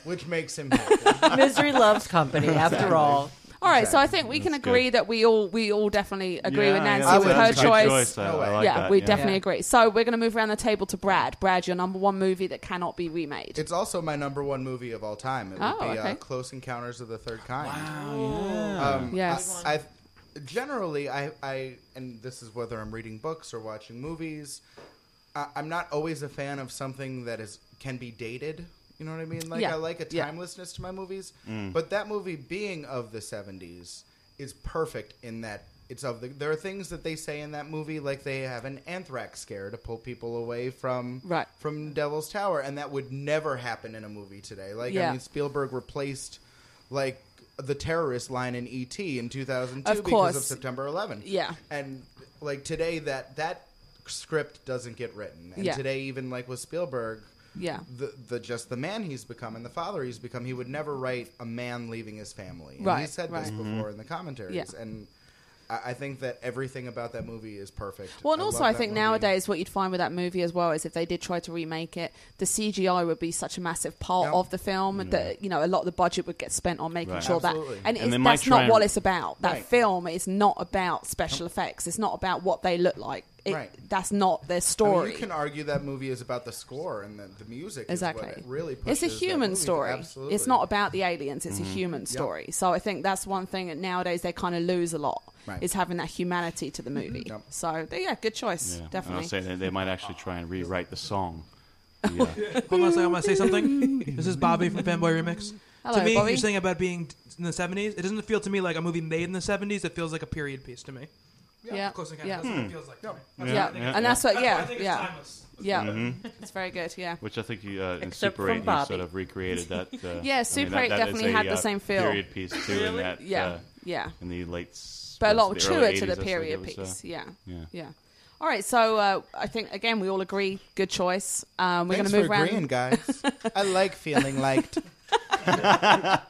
which makes him happy.
Misery loves company, after all.
All right, so I think we can
That's
agree
good.
that we all we all definitely agree
Yeah,
with
yeah,
Nancy
I
with
would.
her
That's a good
choice.
choice. I- I like
yeah,
that,
we
yeah.
definitely
Yeah.
agree. So we're going to move around the table to Brad. Brad, your number one movie that cannot be remade.
It's also my number one movie of all time. It would
Oh,
be
okay.
uh, Close Encounters of the Third Kind.
yeah.
Um,
Yes.
I, I've- generally, I, I, and this is whether I'm reading books or watching movies, I, I'm not always a fan of something that is can be dated. You know what I mean? Like,
Yeah.
I like a
Yeah.
timelessness to my movies,
Mm.
but that movie being of the 70s is perfect in that it's of the. There are things that they say in that movie, like they have an anthrax scare to pull people away from
Right.
from Devil's Tower, and that would never happen in a movie today. Like I
Yeah.
mean, Spielberg replaced like the terrorist line in ET in 2002
Of
because of
course.
September 11th.
Yeah.
and like today that that script doesn't get written, and
Yeah.
today even like with Spielberg.
Yeah.
the, the just the man he's become and the father he's become. He would never write a man leaving his family. And He
Right,
said this
right. Mhm.
before in the commentaries,
Yeah.
and I, I think that everything about that movie is perfect.
Well, and also
love
I
that
think
movie.
nowadays what you'd find with that movie as well is if they did try to remake it, the CGI would be such a massive part of the film that you know a lot of the budget would get spent on making
Mm. Right.
sure
Absolutely.
that, and,
And
it's,
they might
that's
try
not
and-
what it's about. That
Right.
film is not about special effects. It's not about what they look like. It,
Right.
That's not their
I mean,
story.
you can argue that movie is about the score and the, the music. Is what
Exactly.
it really
it's a
pushes that
human
movie.
story.
Absolutely.
It's not about the aliens. It's
Mm-hmm.
Mhm.
a human
Yep.
story. So I think that's one thing that nowadays they kind of lose a lot
Right.
is having that humanity to the movie. So yeah, good choice.
yeah. And I'll
Definitely.
say that they might actually try and rewrite the song. Yeah.
Hold on a second. I want to say something. This is Bobby from Fanboy Remix.
Hello,
to me,
Bobby.
you're saying about being in the 70s. It doesn't feel to me like a movie made in the 70s. It feels like a period piece to me.
Yeah.
Close Encounters.
yeah.
That's
Hmm.
what it feels like to me.
Yeah.
That's what I think
Hmm. Yeah,
it's-
And that's what,
why
yeah.
I think it's
yeah.
timeless.
Yeah.
Mhm.
It's very good, yeah.
Which I think you, uh, in
Except
Super
from
8 you
Bobby.
sort of recreated that. Uh,
Yeah,
I mean,
Super
that-
8
that is
definitely
a,
had the
uh,
same feel.
Period piece too. In that,
Yeah,
uh,
yeah.
In the late. s-
But a
was
lot
it the early
truer to
80s, I
the
think
period
it was, uh,
piece. yeah.
Yeah.
Yeah. All right, so uh, I think again we all agree. Good choice. Um, we're going
Thanks
to move
for
around.
agreeing, guys. I like feeling liked.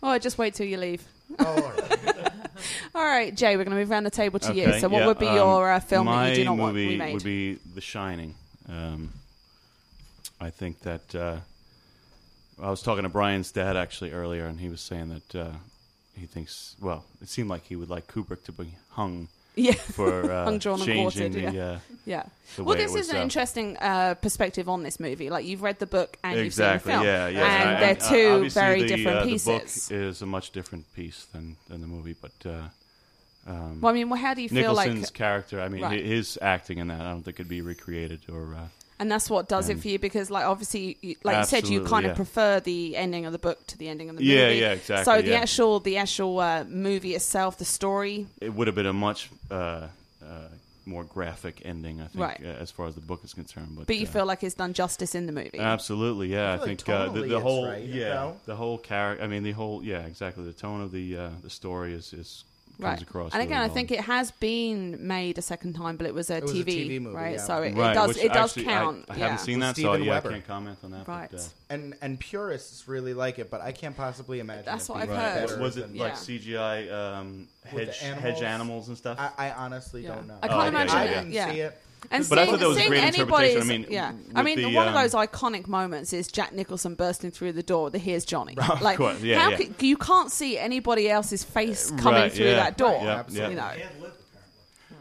Oh, just wait till you leave.
Oh,
all right, Jay. We're going to move around the table to you.
Okay,
So, what
yeah,
would be
um,
your uh, film
my
that you do not want
movie
remade?
Would be The Shining. Um, I think that uh, I was talking to Brian's dad actually earlier, and he was saying that uh, he thinks. Well, it seemed like he would like Kubrick to be hung.
Yeah.
For uh,
Hung, drawn, and
changing
quartered,
the
yeah.
uh,
yeah.
the
well,
way it
this
was,
is an
uh,
interesting uh, perspective on this movie. Like you've read the book and
exactly.
you've seen the film,
Yeah, yeah.
and
I- I-
they're two
obviously
very
the,
different
uh,
pieces.
The book is a much different piece than, than the movie, but. Uh, um,
Well, I mean, well, how do you feel like-
Nicholson's character? I mean, hi-
Right.
his acting in that I don't think could be recreated or. Uh,
and that's what does it
And-
for you because, like, obviously, you, like you said, you
Absolutely,
kind
yeah.
of prefer the ending of the book to the ending of the movie.
Yeah, yeah, exactly,
So the
yeah.
actual, the actual uh, movie itself, the story,
it would have been a much uh, uh, more graphic ending, I think,
Right.
uh, as far as the book is concerned. But,
but you
uh,
feel like it's done justice in the movie.
absolutely, yeah. I,
I feel like
think uh, the,
tonally
the
it's
whole
right,
yeah,
though.
the whole character. I mean, the whole yeah, exactly. The tone of the uh, the story is is comes
Right,
across.
and
really
again, I
well.
think it has been made a second time, but it was a,
was a
TV,
TV
movie,
right?
yeah.
So it,
Right,
it does,
which
it does
actually I-
count.
I
yeah.
haven't seen that, so
Steven
yeah,
Weber.
I can't comment on that.
Right.
But, uh,
And and purists really like it, but I can't possibly imagine.
That's
it
what
being
I've heard.
Was-
better
was
than-
it like CGI um,
With the
hedge hedge animals and stuff? Oh,
I, I honestly
Yeah.
don't know.
I can't
okay,
imagine
yeah,
it.
yeah.
Yeah.
see it.
And
But I
seeing,
thought that was a
seeing
great
anybody's,
interpretation. I mean,
yeah.
with
I mean,
the,
one of
um,
those iconic moments is Jack Nicholson bursting through the door. The here's Johnny.
Of
like,
course, yeah,
how
yeah.
could- you can't see anybody else's face coming
Right,
through
yeah.
that door.
Right, yeah,
You know,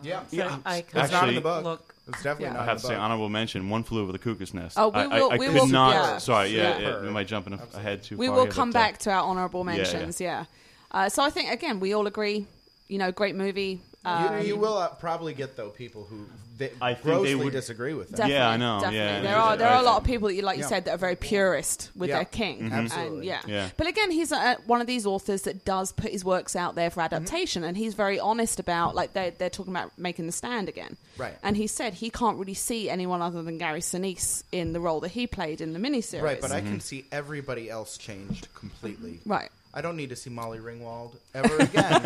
yeah.
Yeah,
Yeah.
it's not in the
Actually-
book.
Look.
It's definitely
Yeah.
not.
I have to say, honorable mention: One flew over the cuckoo's nest.
Oh, we
I, I-
will-
I
we
could
will-
not.
yeah.
Sorry, yeah,
Superb.
yeah, am I jumping a- ahead too
we
far?
will
here,
come
but, uh,
back to our honorable
yeah, yeah.
mentions. Yeah. Uh, so I think again, we all agree. You know, great movie. Um,
you, you will uh, probably get though people who they
I think they
grossly
would-
disagree with that.
Definitely,
Yeah, I know,
Definitely.
yeah.
there are there
Right.
are a lot of people that you like you
Yeah.
said that are very purist with
Yeah.
their king.
Mhm.
And
Absolutely.
yeah.
Yeah.
But again, he's uh one of these authors that does put his works out there
Mm-hmm.
for adaptation, and he's very honest about like they they're talking about making the stand again.
Right.
And he said he can't really see anyone other than Gary Sinise in the role that he played in the miniseries.
Right, but I
Mm-hmm.
can see everybody else changed completely.
Right.
I don't need to see Molly Ringwald ever again,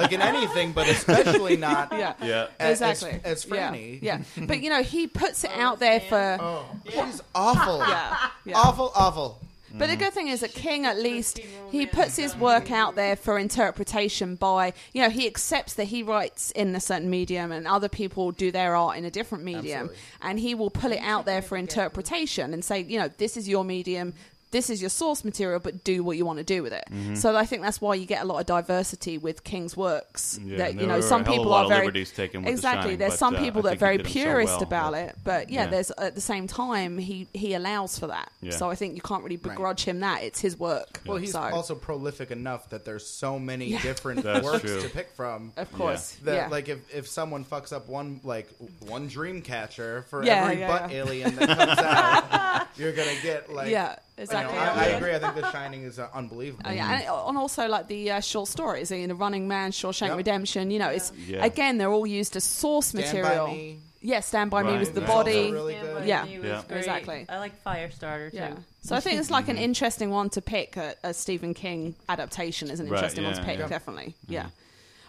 like in anything, but especially not.
Yeah.
a- as-
Exactly.
As,
Yeah.
Franny.
Yeah. But you know, he puts it out there for
She's awful.
Yeah. Yeah.
Awful. Awful.
But
Mm.
the good thing is that King, at least, he puts his work out there for interpretation by, you know, he accepts that he writes in a certain medium and other people do their art in a different medium.
Absolutely.
And he will pull it out there for interpretation and say, you know, this is your medium, this is your source material, but do what you want to do with it.
Mhm.
So I think that's why you get a lot of diversity with King's works.
Yeah,
that,
and
you
there
know,
were
some
a hell of a
people
lot
are
of
very
liberties taken with The
exactly.
Shining,
there's
but,
some
uh, I
people that are
think he
very
did 'em so
purist
well,
about
but-
it, but yeah,
Yeah.
there's at the same time he he allows for that.
Yeah.
So I think you can't really
Right.
begrudge him that. It's his work.
Well, he's
so.
also prolific enough that there's so many
Yeah.
different
That's
works
true.
to pick from.
Of course,
That,
yeah.
Like if, if someone fucks up one like one dream catcher for
Yeah,
every
yeah,
butt
yeah.
alien that comes out, you're gonna get like
Yeah,
you know,
exactly.
I, I
Yeah.
agree. I think The Shining is uh, unbelievable.
Oh, yeah, and, and also like the uh, short stories, you know, Running Man, Shawshank Redemption. You know, it's
Yeah.
again they're all used as source
Stand by
material.
Me.
Yeah, Stand by Me
Right,
was the
right.
body.
Also really Stand good. By
Yeah,
Me was Yeah. great.
exactly.
I like Firestarter too.
Yeah. So I think it's like an
Mhm.
interesting one to pick. A, a Stephen King adaptation is an
Right,
interesting one
yeah,
to pick,
yeah.
definitely. Oh,
Yeah.
Yeah.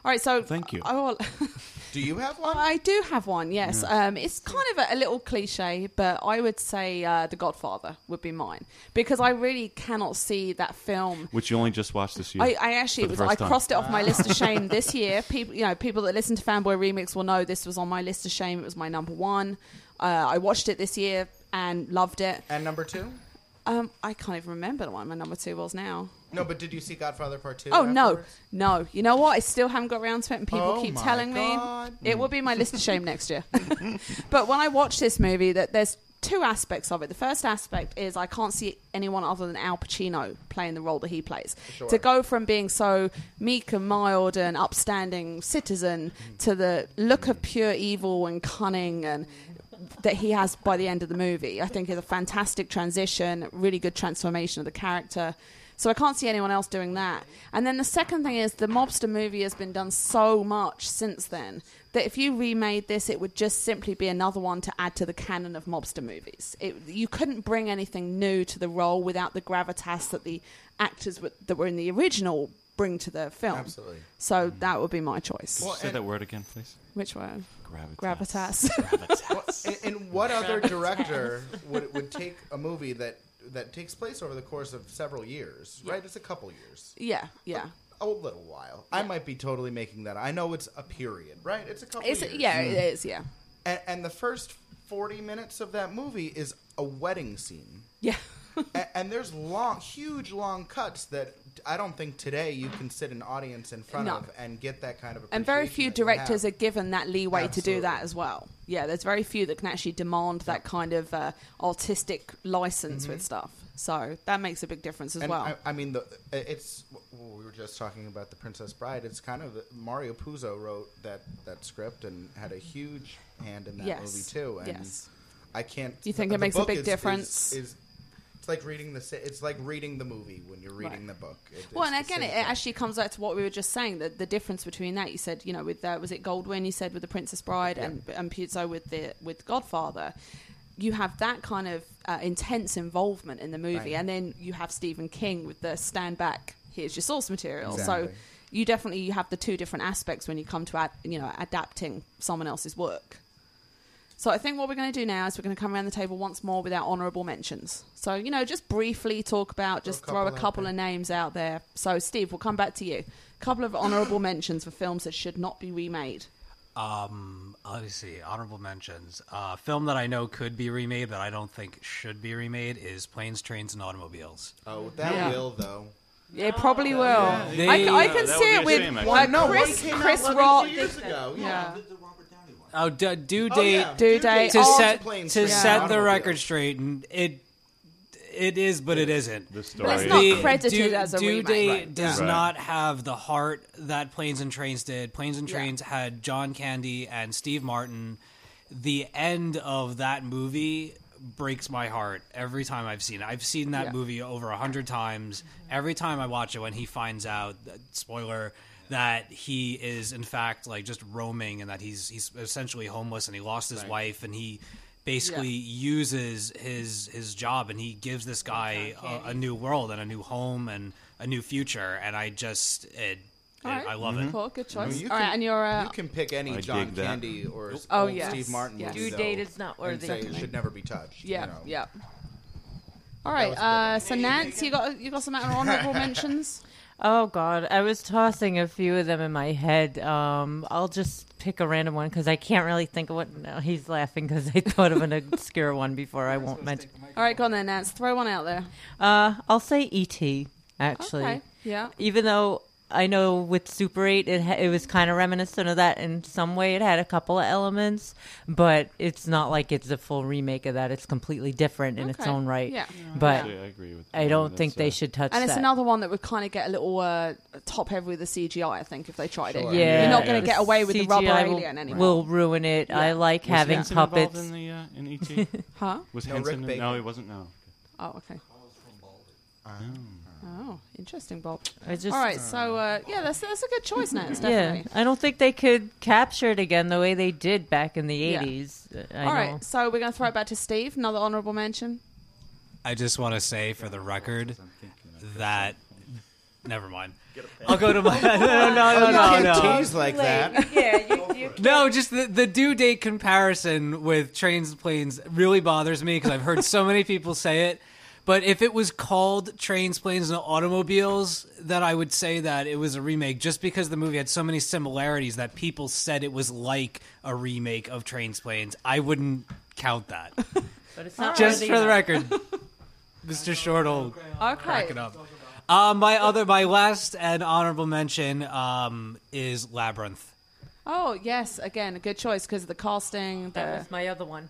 All right. So
Thank you.
I will-
Do you have one?
I do have one. Yes. Um, it's kind of a, a little cliche, but I would say uh, The Godfather would be mine because I really cannot see that film.
which you only just watched this year.
I, I actually
for the
was,
first
I
time.
crossed it off my list of shame this year. People, you know, people that listen to Fanboy Remix will know this was on my list of shame. It was my number one. Uh, I watched it this year and loved it.
And number two?
Um, I can't even remember what my number two was now.
No, but did you see Godfather Part Two?
Oh no,
afterwards?
no! You know what? I still haven't got around to it, and people
Oh,
keep
my
telling
God.
me it will be my list of shame next year. but when I watch this movie, that there's two aspects of it. The first aspect is I can't see anyone other than Al Pacino playing the role that he plays.
Sure.
To go from being so meek and mild and upstanding citizen to the look of pure evil and cunning and that he has by the end of the movie. I think is a fantastic transition, really good transformation of the character. So I can't see anyone else doing that. And then the second thing is the mobster movie has been done so much since then that if you remade this, it would just simply be another one to add to the canon of mobster movies. It, you couldn't bring anything new to the role without the gravitas that the actors were, that were in the original bring to the film.
Absolutely.
So that would be my choice.
Could you say that word again, please.
Which one?
Gravitas.
Gravitas.
Well, and, and what other director would would take a movie that that takes place over the course of several years? Right, it's a couple years.
yeah, yeah.
A little while. I might be totally making that. I know it's a period, right? It's a couple.
It's,
years.
yeah, it is, yeah.
And, and the first forty minutes of that movie is a wedding scene.
Yeah.
and, and there's long, huge, long cuts that I don't think today you can sit an audience in front
No.
of and get that kind of.
And very few
appreciation that you have.
directors are given that leeway to do
Absolutely.
that as well. Yeah, there's very few that can actually demand that kind of uh, artistic license
Mhm.
with stuff. So that makes a big difference as
And
well.
I, I mean, the it's well, we were just talking about the Princess Bride. It's kind of Mario Puzo wrote that that script and had a huge hand in that
Yes.
movie too. And
Yes.
I can't.
You think it
the
makes a
book
big
is-
difference?
Is, is- it's like reading the sa- it's like reading the movie when you're
Right.
reading the book. It-
Well,
it's
and
the
again,
same
it
thing.
actually comes back to what we were just saying that the difference between that you said, you know, with uh, was it Goldwyn? You said with the Princess Bride and and Puzo with the with Godfather. You have that kind of uh, intense involvement in the movie,
Right.
and then you have Stephen King with the stand back. Here's your source material. So
Exactly.
you definitely you have the two different aspects when you come to ad, you know adapting someone else's work. So I think what we're going to do now is we're going to come around the table once more with our honourable mentions. So you know, just briefly talk about, just throw a
couple out
couple of names out there. So Steve, we'll come back to you. A couple of honourable mentions for films that should not be remade.
Um, let me see. Honorable mentions. Uh, film that I know could be remade, but I don't think should be remade is Planes, Trains, and Automobiles.
Oh, that
Yeah.
will though. Oh,
It probably will.
They-
I, I
Yeah,
can
that
see
would
it
be a
with
shame,
uh,
actually. No, one
Chris,
came out
Chris
less than
Rock.
two years ago, yeah.
yeah.
Oh, d- due
Oh,
date.
yeah, Due due date.
To
Oh,
set
planes,
to
trains, and
set the
automobiles.
record straight, and it it is, but it isn't. The
story it's not is- credited
due,
as a
due
remake.
date
Right.
does
Yeah. Right.
not have the heart that Planes and Trains did. Planes and
Yeah.
Trains had John Candy and Steve Martin. The end of that movie breaks my heart every time I've seen it. I've seen that
Yeah.
movie over a hundred times. Every time I watch it, when he finds out, spoiler, that he is in fact like just roaming and that he's he's essentially homeless and he lost his wife and he basically uses his his job and he gives this guy a, a new world and a new home and a new future and I just it, it-
All right. Mm-hmm.
I love it.
Cool, good
I mean,
choice.
you
All right,
can-
and your uh,
you can pick any I John dig that. Candy or
Oh,
old
yes,
Steve Martin
yes.
movie,
Due
though,
date is not worthy.
And say it should never be touched.
Yeah,
you know.
yeah. All right, uh, so Nance, you got you got some honourable mentions.
Oh God, I was tossing a few of them in my head. Um, I'll just pick a random one because I can't really think of what. No, he's laughing because I thought of an obscure one before. I won't mention.
All right, go on then, Nance. Throw one out there.
Uh, I'll say ET. Actually,
Okay, yeah.
Even though I know with Super Eight, it ha- it was kind of reminiscent of that in some way. It had a couple of elements, but it's not like it's a full remake of that. It's completely different in its
Okay,
own right.
yeah.
But
Actually, I agree with
I
that.
don't
That's,
think
uh,
they should touch
and it's
that.
another one that would kind of get a little uh, top heavy with the CGI. I think if they tried
Sure.
it,
Yeah.
you're not going
The
to get away with the rubber
CGI will-
alien anymore.
will ruin it. I like
Was
having
Henson
puppets.
Involved in, the, uh, in ET?
Huh?
Was
No,
Henson?
Rick
in-
Baker.
no, he wasn't. No.
Oh, okay.
Uh,
Oh, interesting, Bob.
I just-
All right, so uh, yeah, that's that's a good choice, Nance.
yeah,
Definitely.
I don't think they could capture it again the way they did back in the
Yeah.
eighties. I
All right,
know.
so we're going to throw it back to Steve. Another honourable mention.
I just want to say for the record that never mind. I'll go to my no no no no no. No, just the, the due date comparison with trains and planes really bothers me because I've heard so many people say it. But if it was called Trains, Planes, and Automobiles, then I would say that it was a remake just because the movie had so many similarities that people said it was like a remake of Trains, Planes. I wouldn't count that.
But it's
just for the record, Mr. Shortle,
Okay.
crack it up. Uh, my other, my last and honorable mention um, is Labyrinth.
Oh yes, again a good choice because of the casting. The...
That was my other one.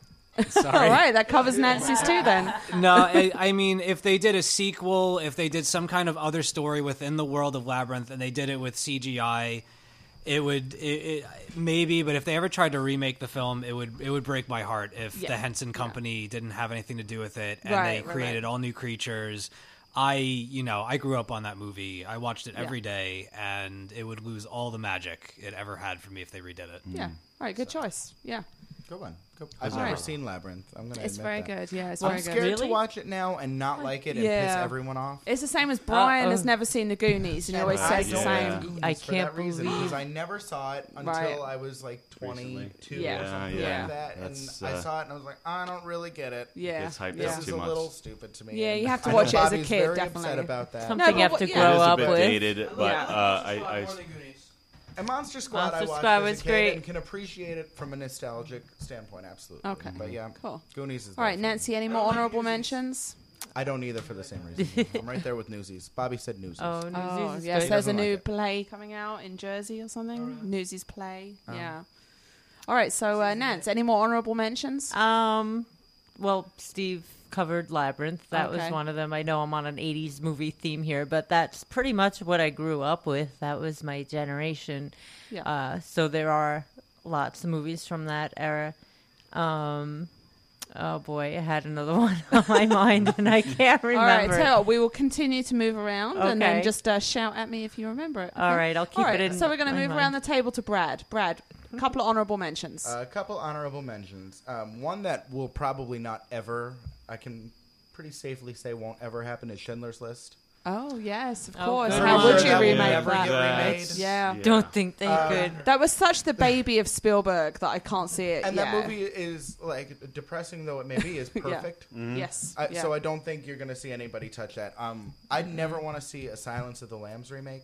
Sorry.
All right, that covers Nancy's too
Hmm.
then.
no, I, I mean, if they did a sequel, if they did some kind of other story within the world of Labyrinth, and they did it with CGI, it would it, it, maybe. But if they ever tried to remake the film, it would it would break my heart if
Yeah.
the Henson Company didn't have anything to do with it, and
Right,
they
right, right.
created all new creatures. I, you know, I grew up on that movie. I watched it
Yeah.
every day, and it would lose all the magic it ever had for me if they redid it.
Yeah. All right, good choice. Yeah.
Good one. Good. I've
All
never
right.
seen Labyrinth. I'm gonna.
It's
admit
very
that.
good, yeah, it's
I'm
very good.
scared to
Really?
watch it now and not like it and piss everyone off.
It's the same as Brian
Uh-oh.
has never seen the Goonies, and he always
I
says the
don't
same.
like Goonies for that reason, because I never saw it until
Right.
I was like 22
Yeah.
or something
Yeah, yeah.
like that,
That's,
and I
uh,
saw it and I was like, I don't really get it.
Yeah. It gets hyped
this
up
is
too
a
much.
little stupid to me.
Yeah, you
and
have to
I know
watch it as a
Bobby's
kid,
very Upset
definitely.
about that.
Something No, you have but to what- yeah.
It is
grow
a bit
up with.
dated, but
Yeah.
uh, I, I
And Monster Squad,
Monster
I watched
Squad
as a
was
kid
great.
and can appreciate it from a nostalgic standpoint, absolutely.
Okay.
but yeah,
Cool.
Goonies is.
All right, Nancy, any more honorable mentions?
I don't either for the same reason. I'm right there with Newsies. Bobby said Newsies.
Oh, Newsies
Oh,
is
yes,
good.
there's a
Doesn't
new
like
play coming out in Jersey or something. Newsies play.
Oh.
Yeah. All right, so uh, Nance, any more honorable mentions?
Um, well, Steve covered Labyrinth. That
Okay.
was one of them. I know I'm on an 80s movie theme here, but that's pretty much what I grew up with. That was my generation.
Yeah.
Uh, so there are lots of movies from that era. Um, Oh boy, I had another one on my mind and I can't remember.
All right,
it.
so we will continue to move around and
Okay.
then just uh, shout at me if you remember it.
All right, I'll keep
All right,
it in
So we're going to
my
move
mind. Hmm?
around the table to Brad. Brad, a couple of honorable mentions.
A couple honorable mentions. Um, one that will probably not ever, I can pretty safely say, won't ever happen is Schindler's List.
Oh yes, of
Oh,
course.
God.
How would you
That would
remake
never
that?
get remade.
Yeah.
Yeah. Don't think they
Uh,
could.
That was such the baby of Spielberg that I can't see it.
And
yeah.
that movie is like depressing though it may be is
Yeah.
perfect.
Mhm. Yes,
I,
yeah. Mm-hmm.
So I don't think you're going to see anybody touch that. Um, I never want to see a Silence of the Lambs remake.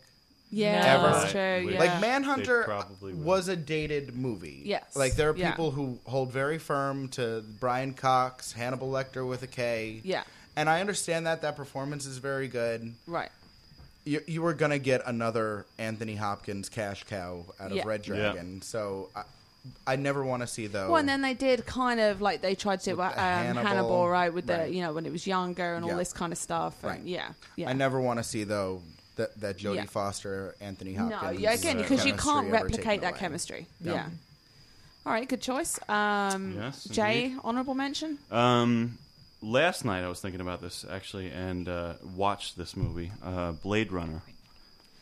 Yeah,
Ever.
that's Right. true, yeah.
Like
They
Manhunter
probably would.
was a dated movie.
Yes,
Like there are
yeah.
people who hold very firm to Brian Cox, Hannibal Lecter with a K.
Yeah.
And I understand that that performance is very good.
Right.
You, you were gonna get another Anthony Hopkins cash cow out of
Yeah.
Red
Yeah.
Dragon, so I, I never want to see those.
Well, and then they did kind of like they tried to do um, Hannibal,
Hannibal,
right? With
right.
the you know when it was younger and all
Yeah.
this kind of stuff. And
Right.
Yeah, yeah.
I never want to see though that that Jodie
Yeah.
Foster, Anthony Hopkins. uh,
No, yeah, again, because you
chemistry
can't
ever
replicate
taken
that
away.
chemistry.
No.
Yeah. All right, good choice. Um,
Yes,
Jay,
indeed.
honorable mention.
Um, last night I was thinking about this actually, and uh, watched this movie, uh, Blade Runner.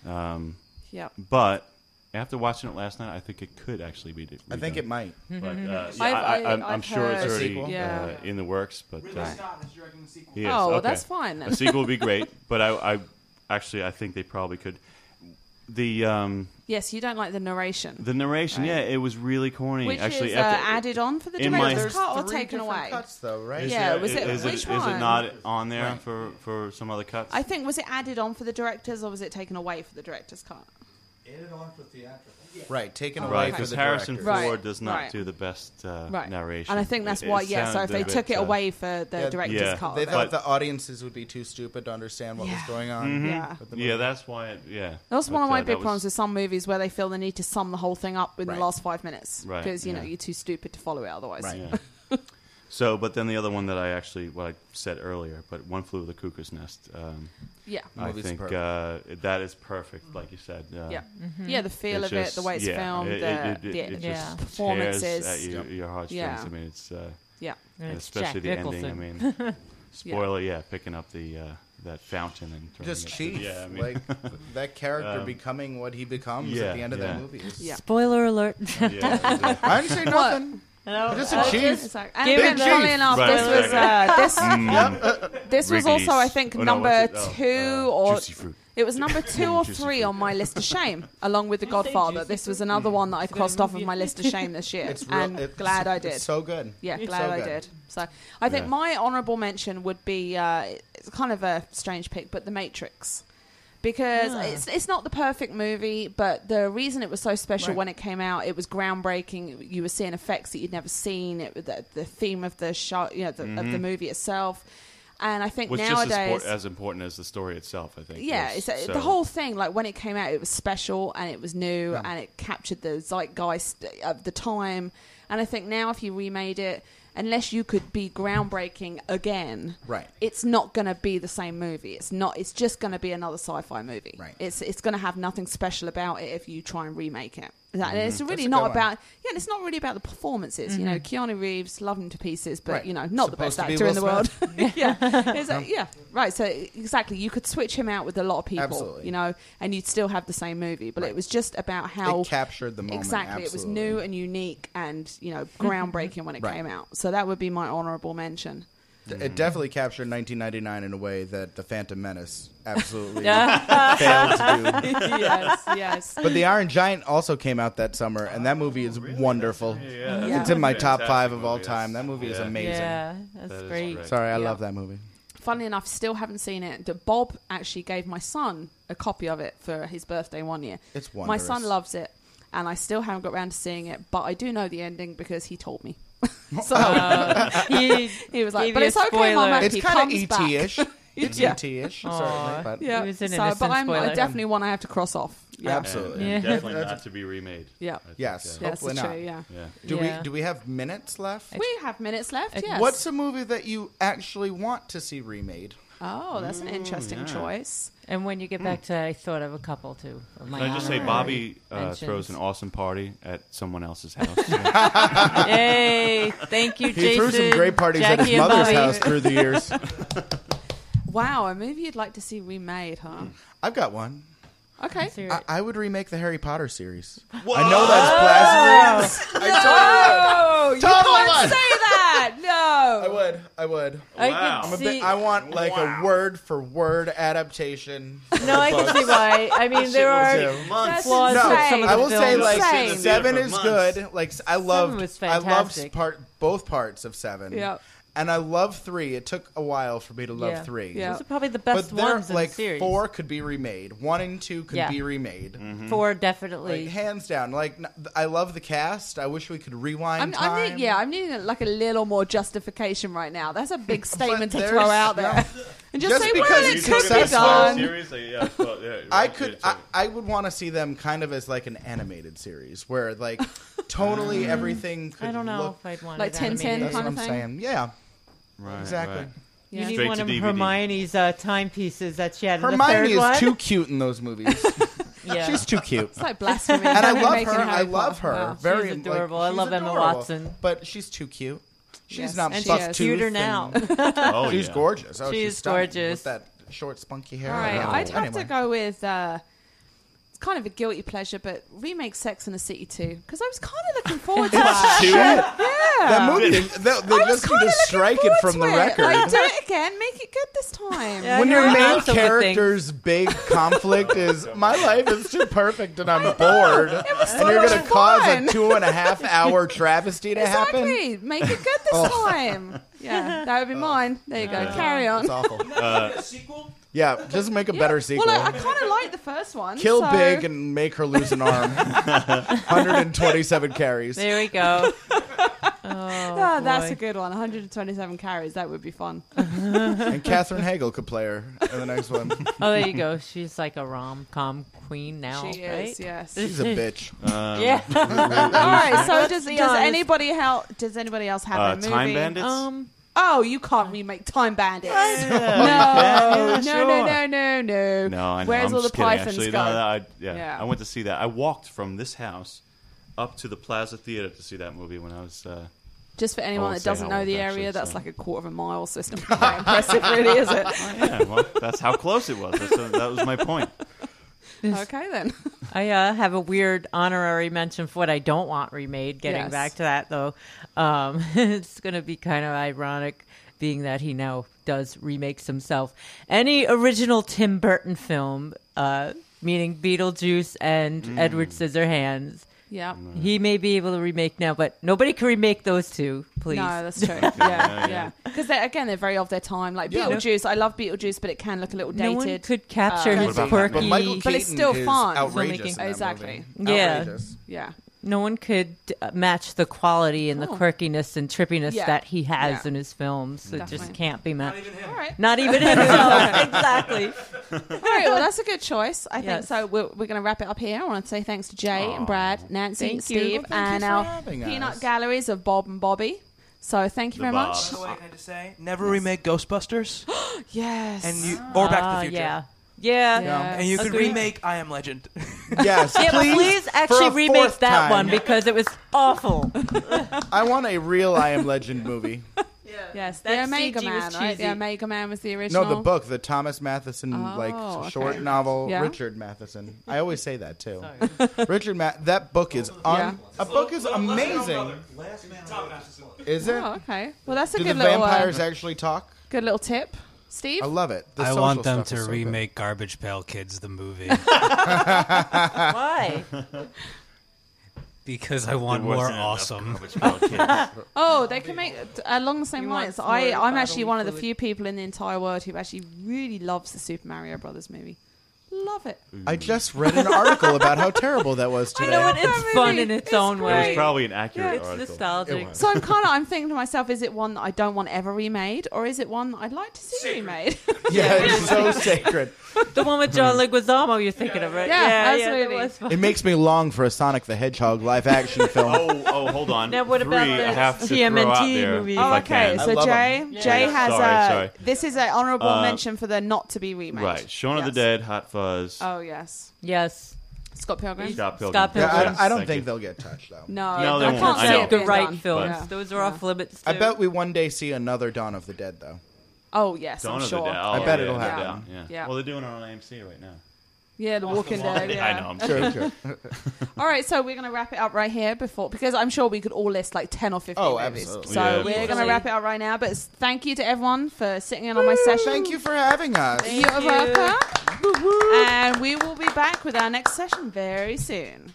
Um,
Yep.
But after watching it last night, I think it could actually be. d-
I think
redone.
it might.
But uh, yeah,
I've-
I,
I-
I, am
I've
sure it's
heard- A
already
sequel?
uh,
Yeah.
in the works. But
Ridley
uh,
Scott is directing the sequel.
he is,
Oh, well,
okay.
that's fine then.
A sequel would be great, but I, I actually I think they probably could. The um,
Yes, you don't like the narration,
the narration, yeah, it was really corny.
which
actually,
is uh,
after-
added on for the
in my-
director's cut or
three
taken
different
away.
cuts, though, right?
Is
Yeah,
there-
was it-
is
which
is it
one?
not on there
Right.
for, for some other cuts?
I think was it added on for the directors or was it taken away for the director's cut?
Added on for theatrical. Right, taken
Right,
away from
because
the
Harrison
director.
Ford
Right,
does not
right.
do the best uh,
Right.
narration.
And I think that's
It-
why-
it
yeah, so if
sounded
they
a bit,
took it
uh,
away for the director's
yeah.
cut.
They
of
thought
it.
the audiences would be too stupid to understand what was going on.
Mhm.
Yeah.
with the movie.
yeah, that's why. It, yeah,
That was
But,
one of my
uh,
big
that was-
problems with some movies where they feel the need to sum the whole thing up in
Right.
the last five minutes
Right,
because you know
yeah.
you're too stupid to follow it otherwise.
Yeah. so, but then the other one that I actually what I said earlier, but one flew over the cuckoo's nest. Um,
Yeah. The
I
movie's
think uh,
perfect.
that is perfect, like you said. Uh,
Yeah. Mhm. Yeah, the feel
it's
of it, the way it's
yeah,
filmed,
it,
the-
it, it,
the-
it just
yeah.
tears
performances.
at your,
Yep.
your heartstrings.
Yeah.
I mean, it's uh,
Yeah.
and
And it's
especially
Jack
the ending. I
Nicholson.
mean,
Yeah.
spoiler, yeah, picking up the uh, that fountain and turning
Just
it to-
Chief,
yeah, I mean,
like that character
Um,
becoming what he becomes
yeah,
at the end of
yeah.
that movie. is-
Yeah.
Spoiler alert.
I didn't say nothing.
No,
just a chief.
And
Big
then,
chief.
funnily enough,
Right,
this was
exactly.
uh, this.
Mm.
This was
Wrigley's.
also, I think,
Oh, no,
number
what's it-
two
oh, uh,
or
juicy fruit. Mm,
it was number two or
Juicy
three on my list of shame, along with The Godfather. This was
Mm.
another one that I crossed off of my list of shame this year,
It's real-
and
it's-
glad I
it's
did.
so good.
Yeah,
It's
glad
so
I
good.
did. So I think
Yeah.
my honourable mention would be uh, it's kind of a strange pick, but The Matrix. Because
Ah.
it's, it's not the perfect movie, but the reason it was so special
Right.
when it came out, it was groundbreaking. You were seeing effects that you'd never seen. It, the, the theme of the show, you know, the, of the
Mhm.
movie itself, and I think
was
nowadays,
just as, por- as important as the story itself. I think.
yeah,
was,
it's, uh, the
so-
whole thing. Like when it came out, it was special and it was new
Yeah.
and it captured the zeitgeist of the time. And I think now, if you remade it, unless you could be groundbreaking again,
Right.
it's not going to be the same movie. It's not. It's just going to be another sci-fi movie.
Right.
It's it's going to have nothing special about it if you try and remake it. And that-
Mhm.
It's
That's
really
a good
not
one.
about. Yeah, and it's not really about the performances. You know, Keanu Reeves, love him to pieces, but
Right.
you know, not the best
Supposed to be
actor in the
Will
world.
Smith.
yeah, It's like- yeah, right. So exactly, you could switch him out with a lot of people,
Absolutely.
you know, and you'd still have the same movie. But it was just about how
It captured the moment,
Exactly, it was new and unique, and you know, groundbreaking when it
Right.
came out. So that would be my honorable mention.
D-
Mm-hmm.
It definitely captured 1999 in a way that The Phantom Menace absolutely
Yeah.
failed to do.
Yes, yes.
But The Iron Giant also came out that summer, and that movie
Oh,
is wonderful.
yeah, that's
It's in my
a
top
fantastic
five of all
movie.
time. That
That's-
movie is
yeah.
amazing.
Yeah, that's That is great. great.
Sorry, I
Yeah.
love that movie.
Funnily enough, still haven't seen it. That Bob actually gave my son a copy of it for his birthday one year.
It's
My
wondrous.
son loves it, and I still haven't got around to seeing it, but I do know the ending because he told me. so
Oh.
he,
He
was like,
gave
"But
you a
it's okay, Mum.
spoiler.
Happy,
It's kinda
kind of
ET-ish. It's E ET-ish, Aw. certainly, but-
yeah.
It was an
so, but
innocent
I'm, I
spoiler.
definitely one I have to cross off. Yeah.
Absolutely.
And- and
Yeah.
definitely
That's-
not to be remade.
Yeah.
I think,
Yes,
uh,
hopefully not.
true, yeah.
Yeah.
Do
Yeah.
we do we have minutes left?
We have minutes left. Yes.
What's a movie that you actually want to see remade?
Oh, that's an interesting
yeah.
choice.
And when you get back to, that, I thought of a couple too. Of my
Can I just say,
honorary
Bobby uh,
mentions.
throws an awesome party at someone else's house.
Yay! Thank you,
He
Jason.
threw some great parties at his
Jackie and
mother's
Bobby.
house through the years.
Wow, a movie you'd like to see remade, huh?
I've got one.
Okay.
I, I would remake the Harry Potter series.
Whoa!
I know that's blasphemous. I
No!
totally,
You
totally
can't
would.
say that. No.
I would. I would.
I Wow. could
I'm a
see-
bit, I want like
Wow.
a word for word adaptation.
No, I can see why. I mean, there are flaws
No,
with some of the
I will say
films.
like
Insane.
seven
Insane.
is good. Like I loved,
was
I
fantastic.
loved part both parts of seven.
Yep.
And I love three. It took a while for me to love
Yeah.
three.
Yeah. Those are probably the best
but there,
ones in the
like
series.
four could be remade. One and two could
Yeah.
be remade.
Four definitely.
Like, hands down. Like n- I love the cast. I wish we could rewind
I'm,
time.
I'm need, yeah, I'm needing like a little more justification right now. That's a big statement to
there's-
throw out there,
yeah.
and just, say,
because
well, it
it's
could be
successful-
done.
I could, I, I would want to see them kind of as like an animated series where like totally
Mm.
everything. Could
I don't know
look-
if I'd want
Like
it animated.
10-10
That's
kind
what
of
I'm
thing?
saying. Yeah,
Right,
exactly.
right.
You need
Straight
one
to
of
DVD.
Hermione's uh, timepieces that she had. in
Hermione
the third
is
one.
too cute in those movies.
Yeah.
She's too cute.
It's like blasphemy.
And I love
Making
her. I
Harry
love
Potter.
her.
Wow.
Very
She's
like,
adorable. I
she's
love Emma
adorable.
Watson.
but she's too cute. She's
Yes.
not
And she's
buff-toothed
cuter now.
and-
Oh,
she's
yeah.
gorgeous. Oh,
She
she's
is
stunning
gorgeous.
with that short, spunky hair.
All right,
Oh.
I'd have
Anyway.
to go with. Uh, it's kind of a guilty pleasure, but remake Sex in the City too, because I was kind of looking forward to that.
Two?
Yeah,
That movie, they, they just need to strike it from the record.
Like, do it again. Make it good this time.
when your main character's big conflict is my life is too perfect and I'm bored,
was
and
so
you're
much
to cause
fun.
a two and a half hour travesty to happen.
Exactly. Make it good this
Oh.
time. Yeah, that would be mine. There you go.
Yeah.
Carry on.
It's awful.
Uh,
Yeah, just make a better sequel.
Well, I, I kind of like the first one.
Kill
so-
big and make her lose an arm. 127 carries.
There we go. Oh.
Ah, that's
boy.
a good one. 127 carries. That would be fun.
And Catherine Hagel could play her in the next one.
Oh, there you go. She's like a rom com queen now.
She
right?
is, yes.
She's a bitch.
yeah.
All
Um,
right. So does, does anybody how does anybody else have
Uh,
a movie?
Time Bandits?
Um. Oh, you can't remake Time Bandits.
Yeah,
no, no, no, no,
sure.
no, no.
No, I know.
Where's
I'm
all
just
the
kidding,
pythons
actually.
go?
No, no, I, yeah.
Yeah.
I went to see that. I walked from this house up to the Plaza Theater to see that movie when I was. Uh,
Just for
I
anyone
won't
that
say
doesn't
how
know
old,
the
actually,
area, that's
so.
like a quarter of a mile, so it's not very impressive, really, is it?
Oh, yeah, well, that's how close it was. That's, uh, that was my point.
Okay then.
I uh, have a weird honorary mention for what I don't want remade. Getting
Yes.
back to that though, um, it's going to be kind of ironic, being that he now does remakes himself. Any original Tim Burton film, uh, meaning Beetlejuice and
Mm.
Edward Scissorhands.
Yeah.
he may be able to remake now, but nobody can remake those two. Please,
No, that's true. yeah,
yeah.
yeah. Because again, they're very of their time. Like
Yeah.
Beetlejuice, I love Beetlejuice, but it can look a little
No
dated. Uh,
one could capture What his about Batman?
but,
quirky- But Michael
it's
Keaton
still
is
fun.
outrageous in that
exactly.
Yeah.
yeah.
No one could uh, match the quality and the
Oh.
quirkiness and trippiness
Yeah.
that he has
Yeah.
in his films. It just
Definitely.
can't be matched. Not even
All right.
himself. exactly.
All right. Well, that's a good choice. I think
Yes.
so. We're, we're going to wrap it up here. I want to say thanks to Jay and Brad, Nancy,
Thank you.
Steve,
Well,
and
thank you for
our
having
peanut
us.
galleries of Bob and Bobby. So thank you
The
very much.
Bobs. By the way, can I just say, Never remake Ghostbusters.
yes.
And you or Back to
Ah,
the Future.
yeah. Yeah.
Yeah.
And you could
Agreed.
remake I Am Legend.
Yes,
Yeah, but
please,
please
for
actually
a
remake
fourth
that
time.
one because it was awful.
I want a real I Am Legend movie.
Yes. The
That
Omega
CG was
Man, right? The
cheesy.
Omega Man was the original.
No, the book, the Thomas Matheson like
Oh, okay.
short novel,
Yeah.
Richard Matheson. I always say that too. Richard Ma- that book is on.
Yeah.
A book is amazing. Is it?
Oh, okay. Well, that's a
Do
good
the
little. uh,
vampires actually talk?
Good little tip, Steve.
I love it. The
I
social
want them
stuff
to
is so good.
remake Garbage Pail Kids the movie.
Why?
Because I want
There
more
wasn't enough
awesome.
Oh, they can make along the same
You want
lines.
some
I,
more
I'm actually
battle
one of the
fluid?
few people in the entire world who actually really loves the Super Mario Brothers movie.
love it.
I just read an article about how terrible that was today.
know it- it's fun in its own way.
great. probably an accurate
it's
article. It
nostalgic.
was.
So I'm kind of I'm thinking to myself, is it one that I don't want ever remade, or is it one that I'd like to see remade?
yeah, it's so sacred.
the one with John Leguizamo you're thinking of, right?
Yeah,
yeah, yeah,
absolutely.
that was fun.
It makes me long for a Sonic the Hedgehog live action film.
oh, oh, hold on.
Now, what about
Three, I
the
have to
TMNT
throw out there
movie?
if
Oh,
I
okay.
can.
So Jay, Jay
Yeah.
has
sorry,
a.
sorry.
This is an honorable
Uh,
mention for the not to be remade.
Right, Shaun of the Dead, Hot Fuzz.
Oh yes.
Yes.
Scott Pilgrim.
Scott Pilgrim.
Yeah, I, I don't
Thank
think
you.
they'll get touched though.
Oh, No,
No, they
I
won't.
can't
I
see
know.
it being
The right
done.
films.
Yeah.
Those are off limits.
I
too.
bet we one day see another Dawn of the Dead though.
Oh yes,
Dawn
I'm
of
sure.
the Dead.
I bet
yeah,
it'll
no
happen.
doubt, Yeah.
Yeah.
Well, they're doing it on AMC right now.
Yeah, The Walking Dead. Yeah.
I know. I'm
Sure,
kidding.
All right, so we're gonna wrap it up right here before because I'm sure we could all list like ten or fifteen
Oh,
movies.
absolutely.
So
Yeah, of
we're
course.
gonna wrap it up right now. But it's- thank you to everyone for sitting in on my session.
Thank you for having us.
You're welcome. And we will be back with our next session very soon.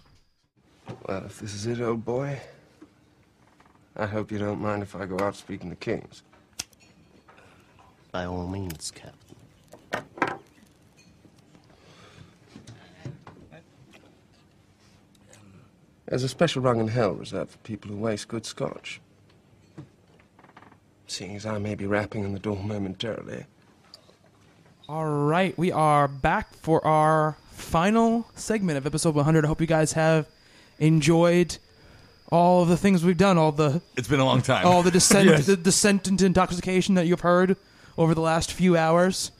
Well, if this is it, old boy, I hope you don't mind if I go out speaking to kings. By all means, Captain. There's a special rung in hell reserved for people who waste good scotch. Seeing as I may be rapping on the door momentarily,
All right, we are back for our final segment of episode 100. I hope you guys have enjoyed all of the things we've done. All the
It's been a long time.
all Oh, the descent,
Yes.
the descent into intoxication that you've heard over the last few hours.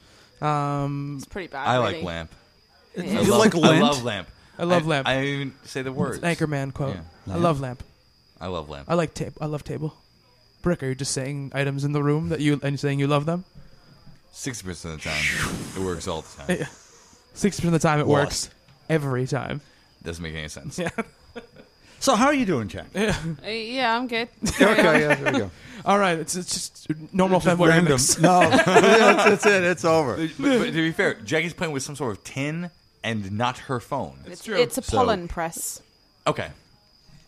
Um, it's
pretty bad.
I like Lamp.
It's-
I
you
love-
like
I
Lamp?
love Lamp.
I love
I,
Lamp.
I didn't even say the words.
It's an Anchorman quote.
Yeah.
I love lamp.
I love Lamp.
I like table. I love table. Brick, are you just saying items in the room that you and saying you love them?
Sixty percent of the time, it works all the time.
Eh, Sixty percent of the time it
Lost.
works. Every time.
Doesn't make any sense.
Yeah.
So how are you doing, Jack?
Yeah.
Uh, yeah, I'm good.
All right, it's, it's just normal
Just
fanboy
random.
remix.
No. That's- that's it. It's over.
But, but to be fair, Jackie's playing with some sort of tin and not her phone.
It's, it's a
So-
pollen press.
Okay.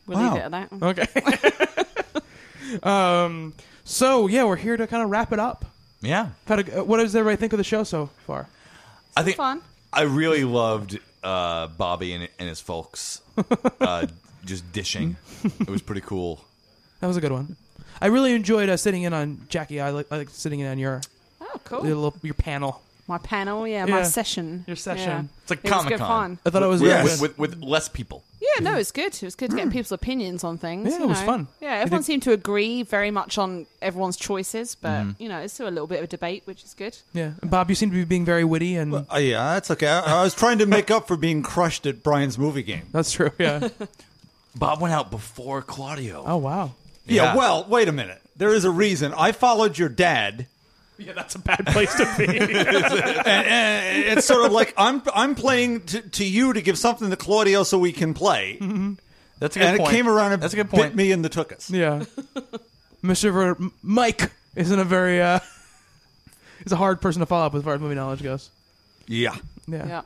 We'll
Wow.
leave it at that.
Okay. um. So yeah, we're here to kind of wrap it up.
Yeah.
How to, uh, what does everybody think of the show so far?
I think
fun.
I really loved uh, Bobby and, and his folks uh, just dishing. It was pretty cool.
That was a good one. I really enjoyed uh, sitting in on Jackie. I like, I like sitting in on your
oh cool
your, little, your panel.
My panel, yeah, my
Yeah.
session. Your
session.
It's like
it was
Comic
good
Con.
fun.
I thought it was
with,
Yes.
with, with, with less people.
Yeah, no, it's good. It was good to get people's opinions on things.
Yeah,
you
it was
know.
fun.
Yeah,
I
everyone
think-
seemed to agree very much on everyone's choices, but
Mhm.
you know, it's still a little bit of a debate, which is good.
Yeah, and Bob, you seem to be being very witty and
Uh, yeah, that's okay. I, I was trying to make up for being crushed at Brian's movie game.
That's true. Yeah.
Bob went out before Claudio.
Oh wow.
Yeah.
Yeah.
Well, wait a minute. There is a reason. I followed your dad.
Yeah, that's a bad place to be.
and, and it's sort of like I'm I'm playing to, to you to give something to Claudio so we can play.
That's
Mm-hmm. a good
and
point.
it came around and
That's a good
bit
point.
me in the tuchus.
Yeah. Mr. Ver- M- Mike isn't a very uh he's a hard person to follow up with as far as movie knowledge goes.
Yeah.
Yeah.
Yeah.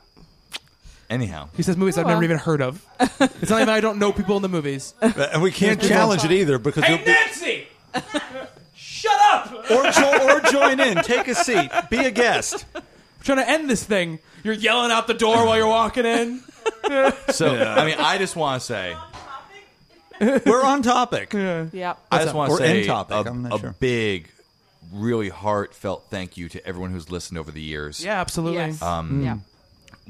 Anyhow,
He says movies
Oh,
I've never
well.
even heard of.
Uh,
It's not even I don't know people in the movies.
And we can't challenge it either because
Hey,
you'll be-
Nancy!
Shut up!
or, jo- or join in, take a seat, be a guest.
We're trying to end this thing. You're yelling out the door while you're walking in.
So I mean, I just want to say
we're on topic.
Yeah.
Yep.
I just want to
Or
say
end topic,
a,
I'm not
a
sure.
big, really heartfelt thank you to everyone who's listened over the years.
Yeah, absolutely.
Yes.
Um,
Yeah.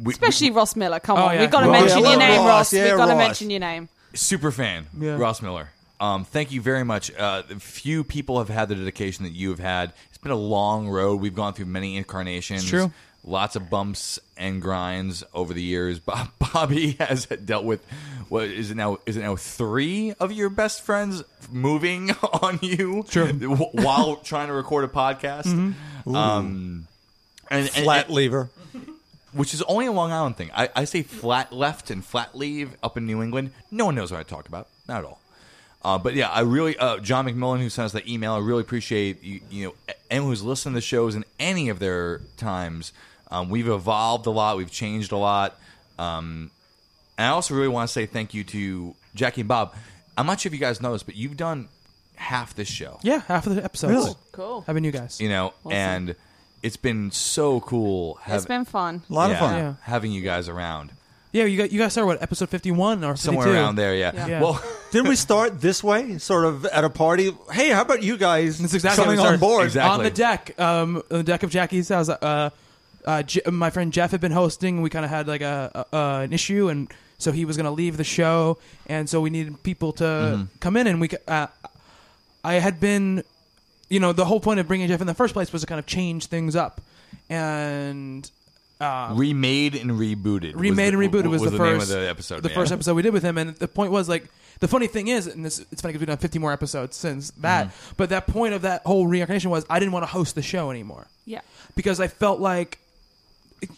we-
Especially Ross Miller. Come
Oh,
on,
yeah.
we've got to
Ross.
mention
Yeah,
your name,
Ross.
Ross.
Yeah,
we've got to
Ross.
mention your name.
super fan
Yeah.
Ross Miller. Um, thank you very much. Uh, few people have had the dedication that you have had. It's been a long road. We've gone through many incarnations.
It's true.
Lots of bumps and grinds over the years. Bob, Bobby has dealt with what is it now? Is it now three of your best friends moving on you wh- while trying to record a podcast?
Mhm. Ooh.
Um, and, and-
Flat
and-
lever.
which is only a Long Island thing. I, I say flat left and flat leave up in New England. No one knows what I talk about, not at all. Uh, but yeah, I really uh, John McMillan who sent us that email. I really appreciate you, you know anyone who's listened to the shows in any of their times. Um, we've evolved a lot. We've changed a lot. Um, and I also really want to say thank you to Jackie and Bob. I'm not sure if you guys know this, but you've done half this show
Yeah, half of the episodes.
Really?
Cool. Having you guys.
you know
Awesome.
and It's been so cool.
It's been fun.
Lot of
yeah,
fun. Yeah.
having you guys around.
Yeah, you got you guys started what episode fifty one or 52?
Somewhere around there, yeah.
Well,
didn't we start this way, sort of at a party? Hey, how about you guys
That's exactly
coming
how we
on board?
started. on the deck, um, on the deck of Jackie's house. Uh, uh, J- my friend Jeff had been hosting. We kind of had like a, a uh, an issue, and so he was going to leave the show, and so we needed people to
Mhm.
come in, and we. c- Uh, I had been, you know, the whole point of bringing Jeff in the first place was to kind of change things up, and. Uh,
remade and rebooted. was
remade
the-
and rebooted was,
was
the,
name
first
of the episode.
The
yeah.
first episode we did with him, and the point was like the funny thing is, and this it's funny because we've done 50 more episodes since that.
Mm-hmm.
But that point of that whole reincarnation was I didn't want to host the show anymore
Yeah.
because I felt like it,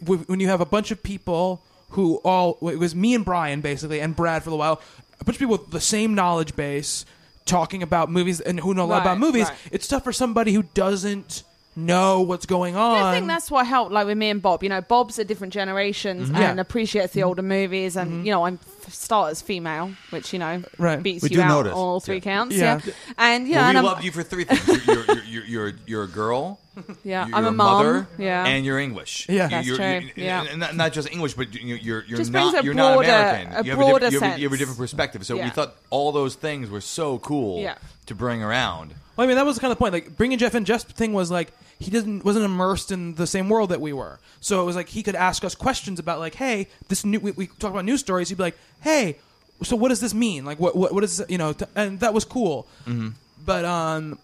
it, when you have a bunch of people who all it was me and Brian basically and Brad for a while, a bunch of people with the same knowledge base talking about movies and who know a lot
Right,
about movies.
right.
It's tough for somebody who doesn't know what's going on.
I think that's what helped, like with me and Bob. You know, Bob's a different generations
Mhm.
and
Yeah.
appreciates the older movies, and you know, I'm f- start as female, which you know
Right.
beats
We
you
do
out
notice.
on all three
Yeah.
counts.
Yeah.
Um, Yeah, and yeah,
well,
and
we
I'm,
loved you for three things. You're, you're, you're, you're, you're a girl.
yeah,
you're
I'm a
a
mom.
mother,
yeah,
and you're English.
Yeah.
You-
That's
you're,
true,
you-
yeah.
and not, not just English, but you- you're you're
Just brings
not
a
you're
broader-
not American.
a
you, have
broader
a different- you, have a, you have a
sense.
different perspective. So we
Yeah.
thought all those things were so cool
Yeah.
to bring around.
Well, I mean, that was the kind of point. Like bringing Jeff in, Jeff's thing was like he didn't wasn't immersed in the same world that we were, so it was like he could ask us questions about like, hey, this new we, we talk about news stories. He'd be like, hey, so what does this mean? Like, what what what is you know? T-? And that was cool.
Mm-hmm.
Mhm.
But um,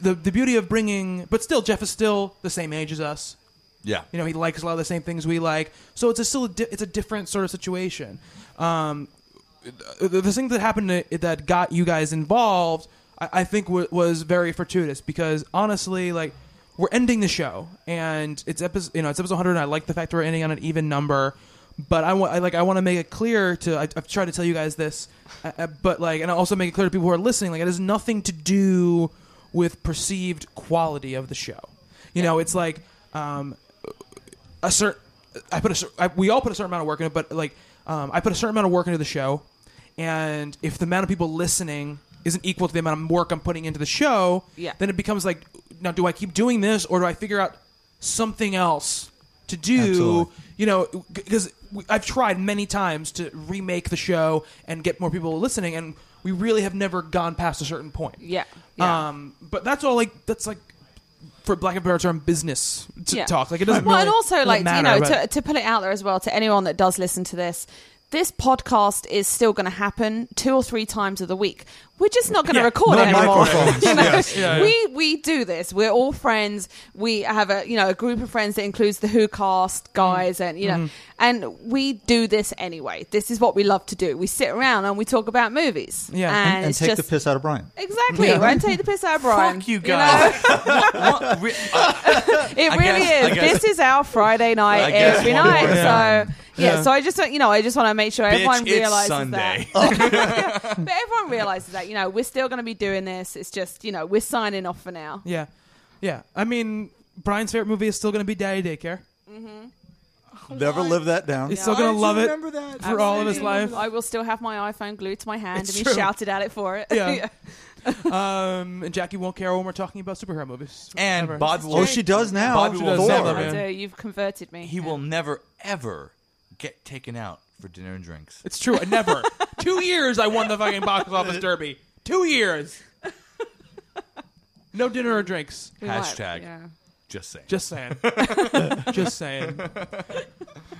the the beauty of bringing, but still, Jeff is still the same age as us.
Yeah.
You know, he likes a lot of the same things we like. So it's a still a di- it's a different sort of situation. Um, the, the thing that happened to, that got you guys involved, I, I think, w- was very fortuitous because honestly, like we're ending the show and it's episode you know it's episode 100 and i like the fact that we're ending on an even number but i want I, like i want to make it clear to I, i've tried to tell you guys this uh, uh, but like and i also make it clear to people who are listening like it has nothing to do with perceived quality of the show you know it's like um a certain I put a cer- I, we all put a certain amount of work in it, but like um, I put a certain amount of work into the show, and if the amount of people listening isn't equal to the amount of work I'm putting into the show,
Yeah.
then it becomes like now do I keep doing this or do I figure out something else to do?
Absolutely.
You know, because I've tried many times to remake the show and get more people listening, and we really have never gone past a certain point.
yeah,
Um, but that's all like that's like for black and better term business t-
yeah.
talk. Like it doesn't.
Well,
really,
and also
doesn't
like you
matter,
know,
but-
to, to put it out there as well to anyone that does listen to this. This podcast is still going to happen two or three times of the week. We're just not going to
Yeah.
record
No
it anymore.
microphones.
You know?
Yes. Yeah, yeah.
We we do this. We're all friends. We have a you know a group of friends that includes the Who cast guys and you know
Mhm.
and we do this anyway. This is what we love to do. We sit around and we talk about movies. and,
and, and
it's
take
just
the piss out of Brian.
exactly
Yeah.
right. Take the piss out of Brian.
you
know?
guys.
It
I
really
guess- I
is.
guess-
This is our Friday
I
night
guess
every
one
night.
more.
So yeah.
Yeah.
so I just you know I just want to make sure everyone
Bitch, it's
realizes
Sunday.
that. But everyone realizes that you know we're still going to be doing this. It's just you know we're signing off for now.
Yeah, yeah. I mean, Brian's favorite movie is still going to be Daddy Daycare.
Mm-hmm.
Never live that down.
He's still going to love it for all of his life.
I will still have my iPhone glued to my hand
It's
and be
true.
shouted at it for it.
Yeah. um, and Jackie won't care when we're talking about superhero movies.
And
Ever.
Bob will- Oh, she does now. Bob
She
will
does
never.
now, yeah.
So you've converted me.
He will never ever get taken out for dinner and drinks.
It's true. I never. Two years I won the fucking box office derby. Two years. No dinner or drinks.
We might, Hashtag yeah. just saying.
Just saying. just saying.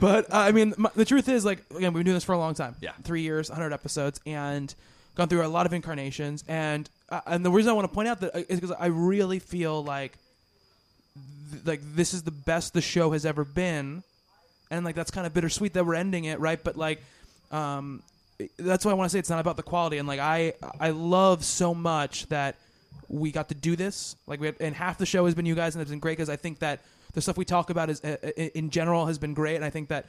But uh, I mean, my, the truth is, like, again, we've been doing this for a long time. Yeah. Three years, 100 episodes, and gone through a lot of incarnations. And uh, and the reason I want to point out that uh, is because I really feel like th- like this is the best the show has ever been, and like that's kind of bittersweet that we're ending it, right? But like, um, it- that's why I want to say it's not about the quality, and like I I love so much that we got to do this. Like we had, and half the show has been you guys, and it's been great because I think that the stuff we talk about is uh, uh, in general has been great, and I think that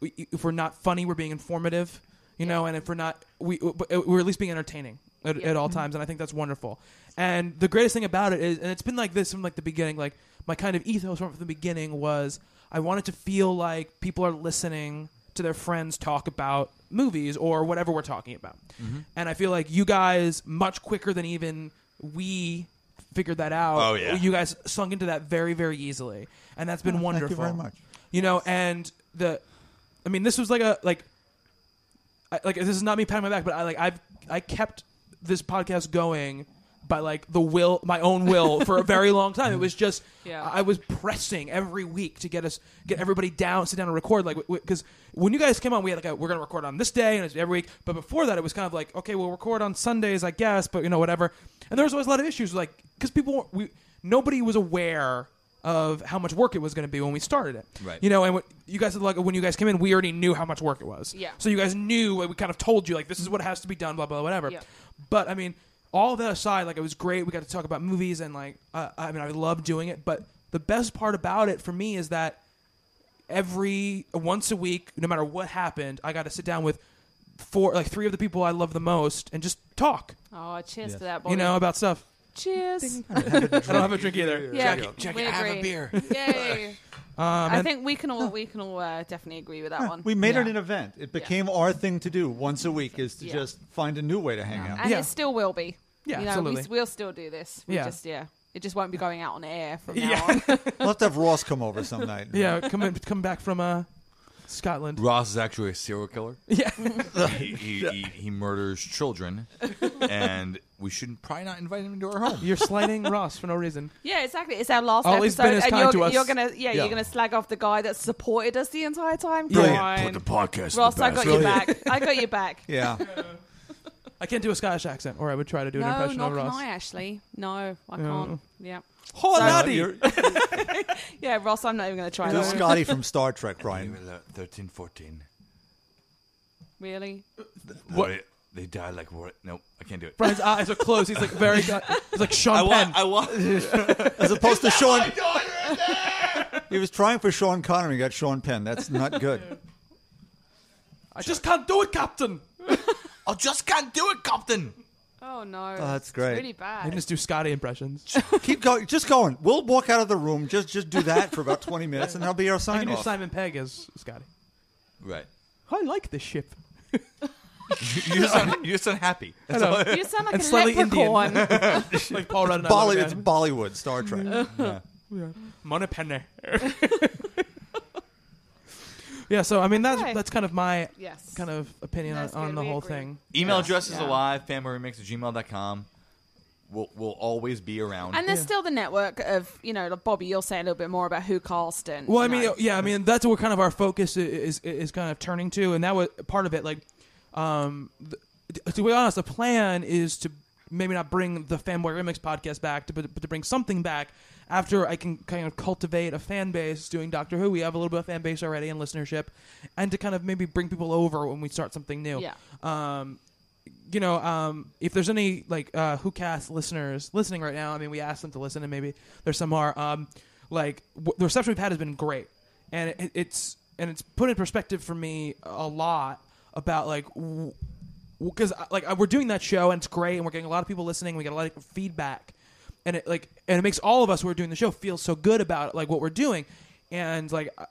we, if we're not funny, we're being informative, you know, and if we're not, we but uh, we're at least being entertaining at, at all times, and I think that's wonderful. And the greatest thing about it is, and it's been like this from like the beginning. Like my kind of ethos from the beginning was I wanted to feel like people are listening to their friends talk about movies or whatever we're talking about.
Mhm.
And I feel like you guys much quicker than even we figured that out.
Oh, yeah.
you guys sunk into that very very easily, and that's been
Oh, thank you
wonderful.
very much.
You know, and the, I mean, this was like a like, I, like this is not me patting my back, but I like I've I kept this podcast going by like the will my own will for a very long time. It was just
Yeah.
I was pressing every week to get us get everybody down, sit down and record. Like because when you guys came on, we had like a, we're gonna record on this day and it's every week. But before that, it was kind of like okay, we'll record on Sundays, I guess. But you know whatever. And there was always a lot of issues like because people weren't- we nobody was aware of how much work it was going to be when we started it.
Right.
You know, and what, you guys like when you guys came in, we already knew how much work it was.
Yeah.
So you guys knew like, we kind of told you like this is what has to be done, blah blah, blah whatever.
Yeah.
But I mean, all that aside, like it was great. We got to talk about movies and like uh, I mean, I love doing it. But the best part about it for me is that every once a week, no matter what happened, I got to sit down with four like three of the people I love the most and just talk.
Oh, cheers
Yes.
to that, boy.
You know about stuff.
Cheers.
I don't have a drink. I don't have a drink either.
Yeah,
Jackie- Jackie,
we
I have a
agree.
beer.
Yay.
Um,
I
and-
think we can all we can all uh, definitely agree with that one.
We made
Yeah.
it an event. It became our thing to do once a week is to
Yeah.
just find a new way to hang out.
and it still will be.
Yeah,
you know,
absolutely.
We, s- we'll still do this. We
Yeah.
just yeah, it just won't be going out on air from now
Yeah.
on.
We'll have to have Ross come over some night.
Yeah, come in, come back from uh, Scotland.
Ross is actually a serial killer.
Yeah.
he, he, he, he murders children, and we shouldn't probably not invite him into our home.
You're slighting Ross for no reason.
Yeah, exactly. It's our
Oh,
last
Ollie's
episode,
been as
and
kind
you're,
to us.
you're gonna yeah,
Yeah.
you're gonna slag off the guy that supported us the entire time.
Brilliant.
Fine.
Put the podcast in the
Ross, I got
basket.
your
Brilliant.
back. I got your back.
Yeah.
I can't do a Scottish accent, or I would try to do an
no,
impression
not
of
can
Ross.
I actually. No, I
Yeah.
can't. Yeah.
Hola,
So-
laddie.
yeah, Ross, I'm not even gonna try
Do
that.
Scotty from Star Trek, Brian.
13, 14.
Really?
What? They die like war. Nope, I can't do it.
Brian's eyes are closed. He's like very. He's like Sean
I wa-
Penn.
I wa-
As opposed to
Is that
Sean-
my daughter in there?
He was trying for Sean Connery, got Sean Penn. That's not good.
I just can't do it, Captain.
I just can't do it, Captain.
Oh no.
Oh, that's great.
It's really
I
bad.
just do Scotty impressions.
Keep going. Just going. We'll walk out of the room. Just just do that for about 20 minutes, and that'll be our
I
sign
can do
off.
Simon Pegg as Scotty.
Right.
I like this ship.
You just sound, you just sound happy.
I
That's
know.
all.
You sound like
And
a
slightly
leprechaun.
Indian. like Paul Rudd.
It's, Bolly, it's Bollywood, Star Trek.
Yeah.
Yeah.
Monopenne. yeah, so I mean that's
Okay.
that's kind of my
Yes.
kind of opinion
That's
on, on
good.
the
We
whole
agree.
thing.
Email
Yeah.
address is
Yeah.
alive. Fanboyremix at gmail.com. We'll, we'll always be around.
And there's still the network of, you know, like Bobby, you'll say a little bit more about who cast and
Well, I
you
mean,
know.
yeah, I mean that's what kind of our focus i- is is kind of turning to, and that was part of it. Like, um, th- to be honest, the plan is to maybe not bring the fanboy remix podcast back, to, but, but to bring something back after I can kind of cultivate a fan base doing Doctor Who. We have a little bit of fan base already and listenership, and to kind of maybe bring people over when we start something new.
Yeah.
Um, you know, um, if there's any like uh, who cast listeners listening right now, I mean, we asked them to listen, and maybe there's some are. Um, like w- the reception we've had has been great, and it, it's and it's put in perspective for me a lot about like because uh, like I- we're doing that show and it's great, and we're getting a lot of people listening. We get a lot of feedback, and it like and it makes all of us who are doing the show feel so good about like what we're doing, and like. I-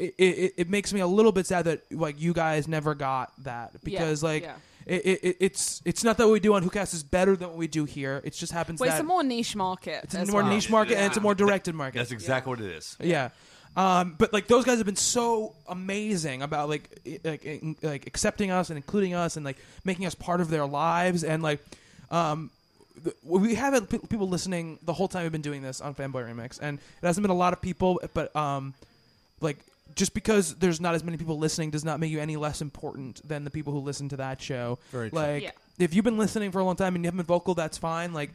It, it, it makes me a little bit sad that like you guys never got that because like
yeah.
it, it, it- it's it's not that what we do on WhoCast is better than what we do here. It just happens
Well,
that
it's a more niche market.
it's a
as
more
well.
niche market and it's a more directed market.
That's exactly what it is.
Yeah. Um, but like those guys have been so amazing about like i- like in- like accepting us and including us and like making us part of their lives and like um, th- we haven't pe- people listening the whole time we've been doing this on Fanboy Remix and it hasn't been a lot of people but um like just because there's not as many people listening does not make you any less important than the people who listen to that show.
Very true.
Like
Yeah.
if you've been listening for a long time and you haven't been vocal, that's fine. Like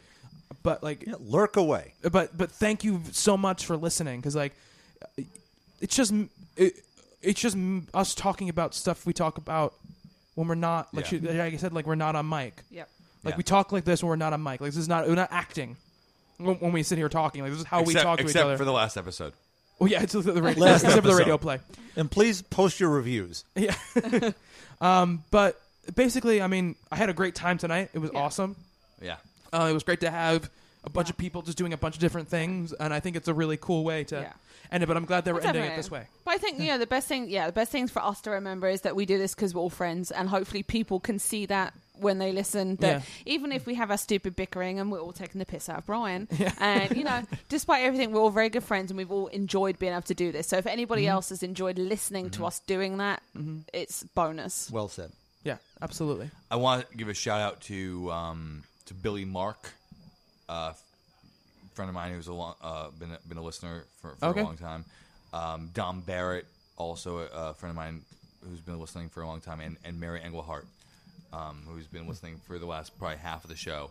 but like
lurk away.
But but thank you so much for listening because like it's just it, it's just us talking about stuff we talk about when we're not like, she,
Yeah.
like I said like we're not on mic.
Yep.
Like
Yeah.
we talk like this when we're not on mic. Like this is not we're not acting when, when we sit here talking. Like this is how we
Except-
talk to each
Except
other.
for the last episode.
oh yeah, it's the the radio,
Last
except for the
episode.
radio play.
And please post your reviews.
Yeah. um, but basically, I mean, I had a great time tonight. It was awesome.
Yeah.
Uh, it was great to have a bunch of people just doing a bunch of different things, and I think it's a really cool way to end it. But I'm glad they were ending it
Definitely.
this way.
But I think you know the best thing. Yeah, the best things for us to remember is that we do this because we're all friends, and hopefully people can see that when they listen that
Yeah.
even if we have our stupid bickering and we're all taking the piss out of Brian, and you know, despite everything, we're all very good friends and we've all enjoyed being able to do this. So if anybody
Mhm.
else has enjoyed listening
Mm-hmm.
to us doing that,
Mhm.
it's bonus.
Well said.
Yeah, absolutely.
I want to give a shout out to um, to Billy Mark, uh, f- friend of mine who's a long, uh, been a- been a listener for, for
Okay.
a long time. Um, Dom Barrett, also a, a friend of mine who's been listening for a long time, and, and Mary Englehart, um, who's been listening for the last probably half of the show.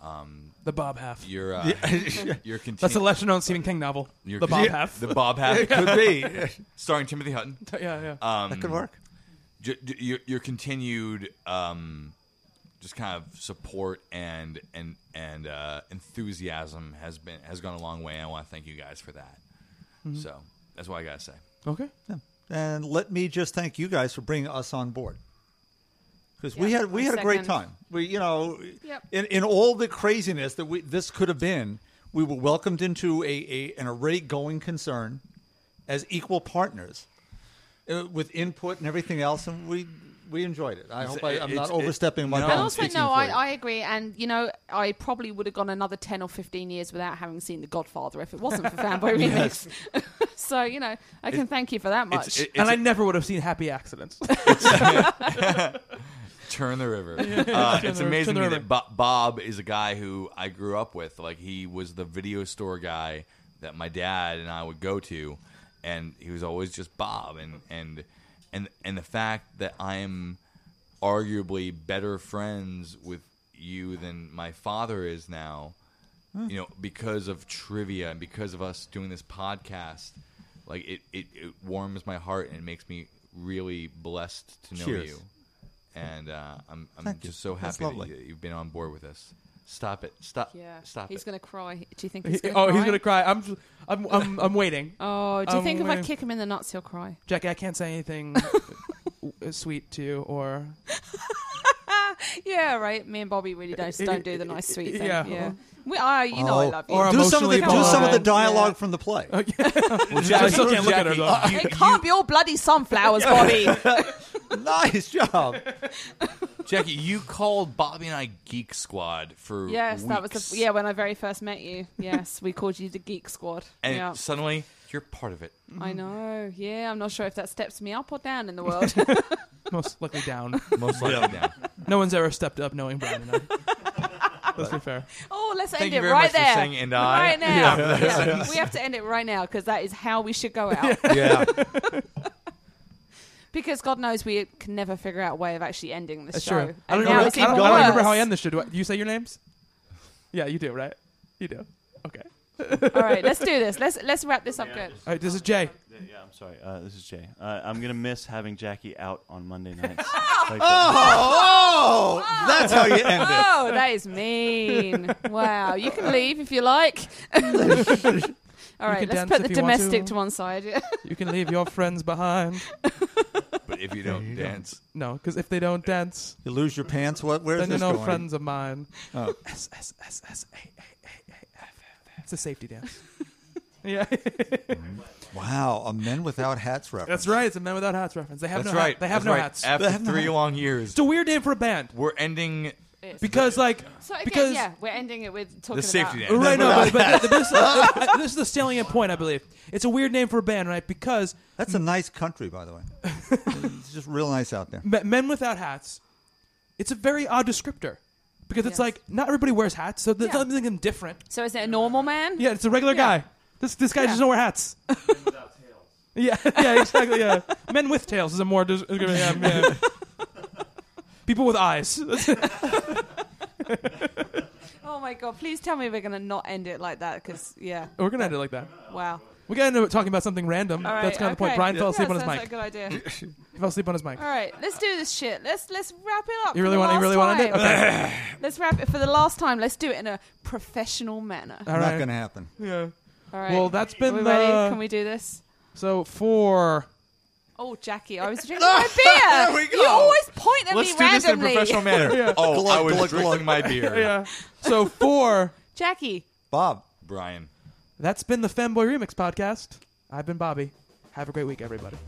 Um,
The Bob half.
Your uh,
Yeah.
your continu-
That's the lesser-known Stephen King novel, The Bob
Yeah,
half.
The Bob half
It could be.
starring Timothy Hutton. Um,
Yeah, yeah. That could work.
ju- ju- your, your continued um, just kind of support and and and uh, enthusiasm has been has gone a long way. and I want to thank you guys for that.
Mm-hmm.
Mhm.
So that's what I gotta say.
Okay.
And let me just thank you guys for bringing us on board. Because we had we had a great time. We you know
Yep.
in, in all the craziness that we this could have been, we were welcomed into a, a an already going concern as equal partners uh, with input and everything else, and we we enjoyed it. I
It's-
hope I, I'm not
it's- it-
overstepping my
And
bounds.
also, no, I, I agree. And, you know, I probably would have gone another 10 or 15 years without having seen The Godfather if it wasn't for Fanboy
Yes.
Remix. so, you know, I can
It-
thank you for that much.
and I never would have seen Happy Accidents.
Turn the river.
Yeah.
Uh,
Turn
it's
the river, turn
amazing
the
to me
river.
that Bo- Bob is a guy who I grew up with. Like he was the video store guy that my dad and I would go to, and he was always just Bob. And and and and the fact that I am arguably better friends with you than my father is now, you know, because of trivia and because of us doing this podcast, like it it, it warms my heart and it makes me really blessed to know
Cheers.
you and uh, I'm, I'm
Thank you.
just so
That's
happy that,
lovely.
you, have been on board with us. Stop it! Stop!
yeah.
Stop
he's
it!
going to cry. Do you think
He-
he's going to
oh, he's gonna cry. I'm, I'm, I'm, I'm waiting.
Oh, do you
I'm
think if I
waiting.
kick him in the nuts, he'll cry?
Jackie, I can't say anything uh, sweet to you or
Yeah, right. Me and Bobby really don't don't do the nice sweet thing.
Yeah.
Yeah, we are. You know, I
Oh.
love you.
do some of the do some of the dialogue from the play.
I still can't look at her, though.
you-
it can't be all bloody sunflowers, Bobby.
nice job,
Jackie. You called Bobby and I Geek Squad for
yes, that was
weeks,
the, yeah when I very first met you. Yes, we called you the Geek Squad.
and
yeah.
suddenly you're part of it.
Mm-hmm.
I know. Yeah, I'm not sure if that steps me up or down in the world.
most likely down.
Most likely down.
No one's ever stepped up knowing Brian and I. Let's be fair.
oh, let's
Thank
end
you
it
very
right
much for
there.
saying and I
Right now,
after that
Yeah.
sentence.
we have to end it right now because that is how we should go out.
Yeah.
because God knows we can never figure out a way of actually ending this
That's
show.
true. I don't,
And
know,
now
I,
it's
don't, I
even
don't
worse.
remember how I end this show. Do, I, do you say your names? Yeah, you do, right? You do. Okay.
All right, let's do this. Let's let's wrap this up good.
All right, this is Jay.
Yeah, I'm sorry. Uh, this is Jay. Uh, I'm gonna miss having Jackie out on Monday nights. Like that.
Oh, oh, that's how you end it.
Oh, that is mean. Wow, you can leave if you like. All
You
right,
can
let's
dance
put
if
the
you want
domestic
to.
to. one side.
You can leave your friends behind.
But if you don't dance,
No, because if they don't dance,
you lose your pants. What? Where's
then
this
you're no
going?
friends of mine.
Oh.
S S S S A A A A F. It's a safety dance. yeah.
Wow, a men without hats reference.
That's right. It's a Men Without Hats reference. They have
that's
no
right.
Hat. They have
that's
no
right.
hats.
After
They have no
three
hat.
long years,
It's a weird day for a band.
we're ending
Because like
So again,
because
yeah, we're ending it with talking
safety
about
dance.
Right, no, but, but this,
Without-
I- this is the salient point, I believe. It's a weird name for a band, right? Because
That's a nice country, by the way. it's just real nice out there.
me- men without hats, it's a very odd descriptor. Because it's like, not everybody wears hats, so there's
Yeah.
something different.
So is it a normal man?
Yeah, it's a regular guy. This this guy doesn't wear hats. Yeah, yeah, exactly. Yeah, men with tails is a more. Dis- yeah, yeah. People with eyes.
Oh my god! Please tell me we're gonna not end it like that because yeah.
We're gonna end it like that.
Wow.
We got into it talking about something random.
All right,
That's kind of the point.
okay.
Brian fell
Yeah,
asleep on his
sounds
mic.
like a good idea.
he fell asleep on his mic.
All right, let's do this shit. Let's let's wrap it up.
You
for
really
the
want? You
last
really want to end it?
time.
Okay.
Let's wrap it for the last time. Let's do it in a professional manner.
All right.
gonna happen.
Yeah.
All right.
Well, that's been
Are we
the-
ready? Can we do this?
So for
Oh, Jackie, I was drinking my beer.
There we
You
go.
always point at me randomly.
Yeah.
Oh, I
Glug,
was
glug, glug.
drinking my beer.
yeah. So for
Jackie,
Bob,
Brian.
that's been the Femboy Remix podcast. I've been Bobby. Have a great week, everybody.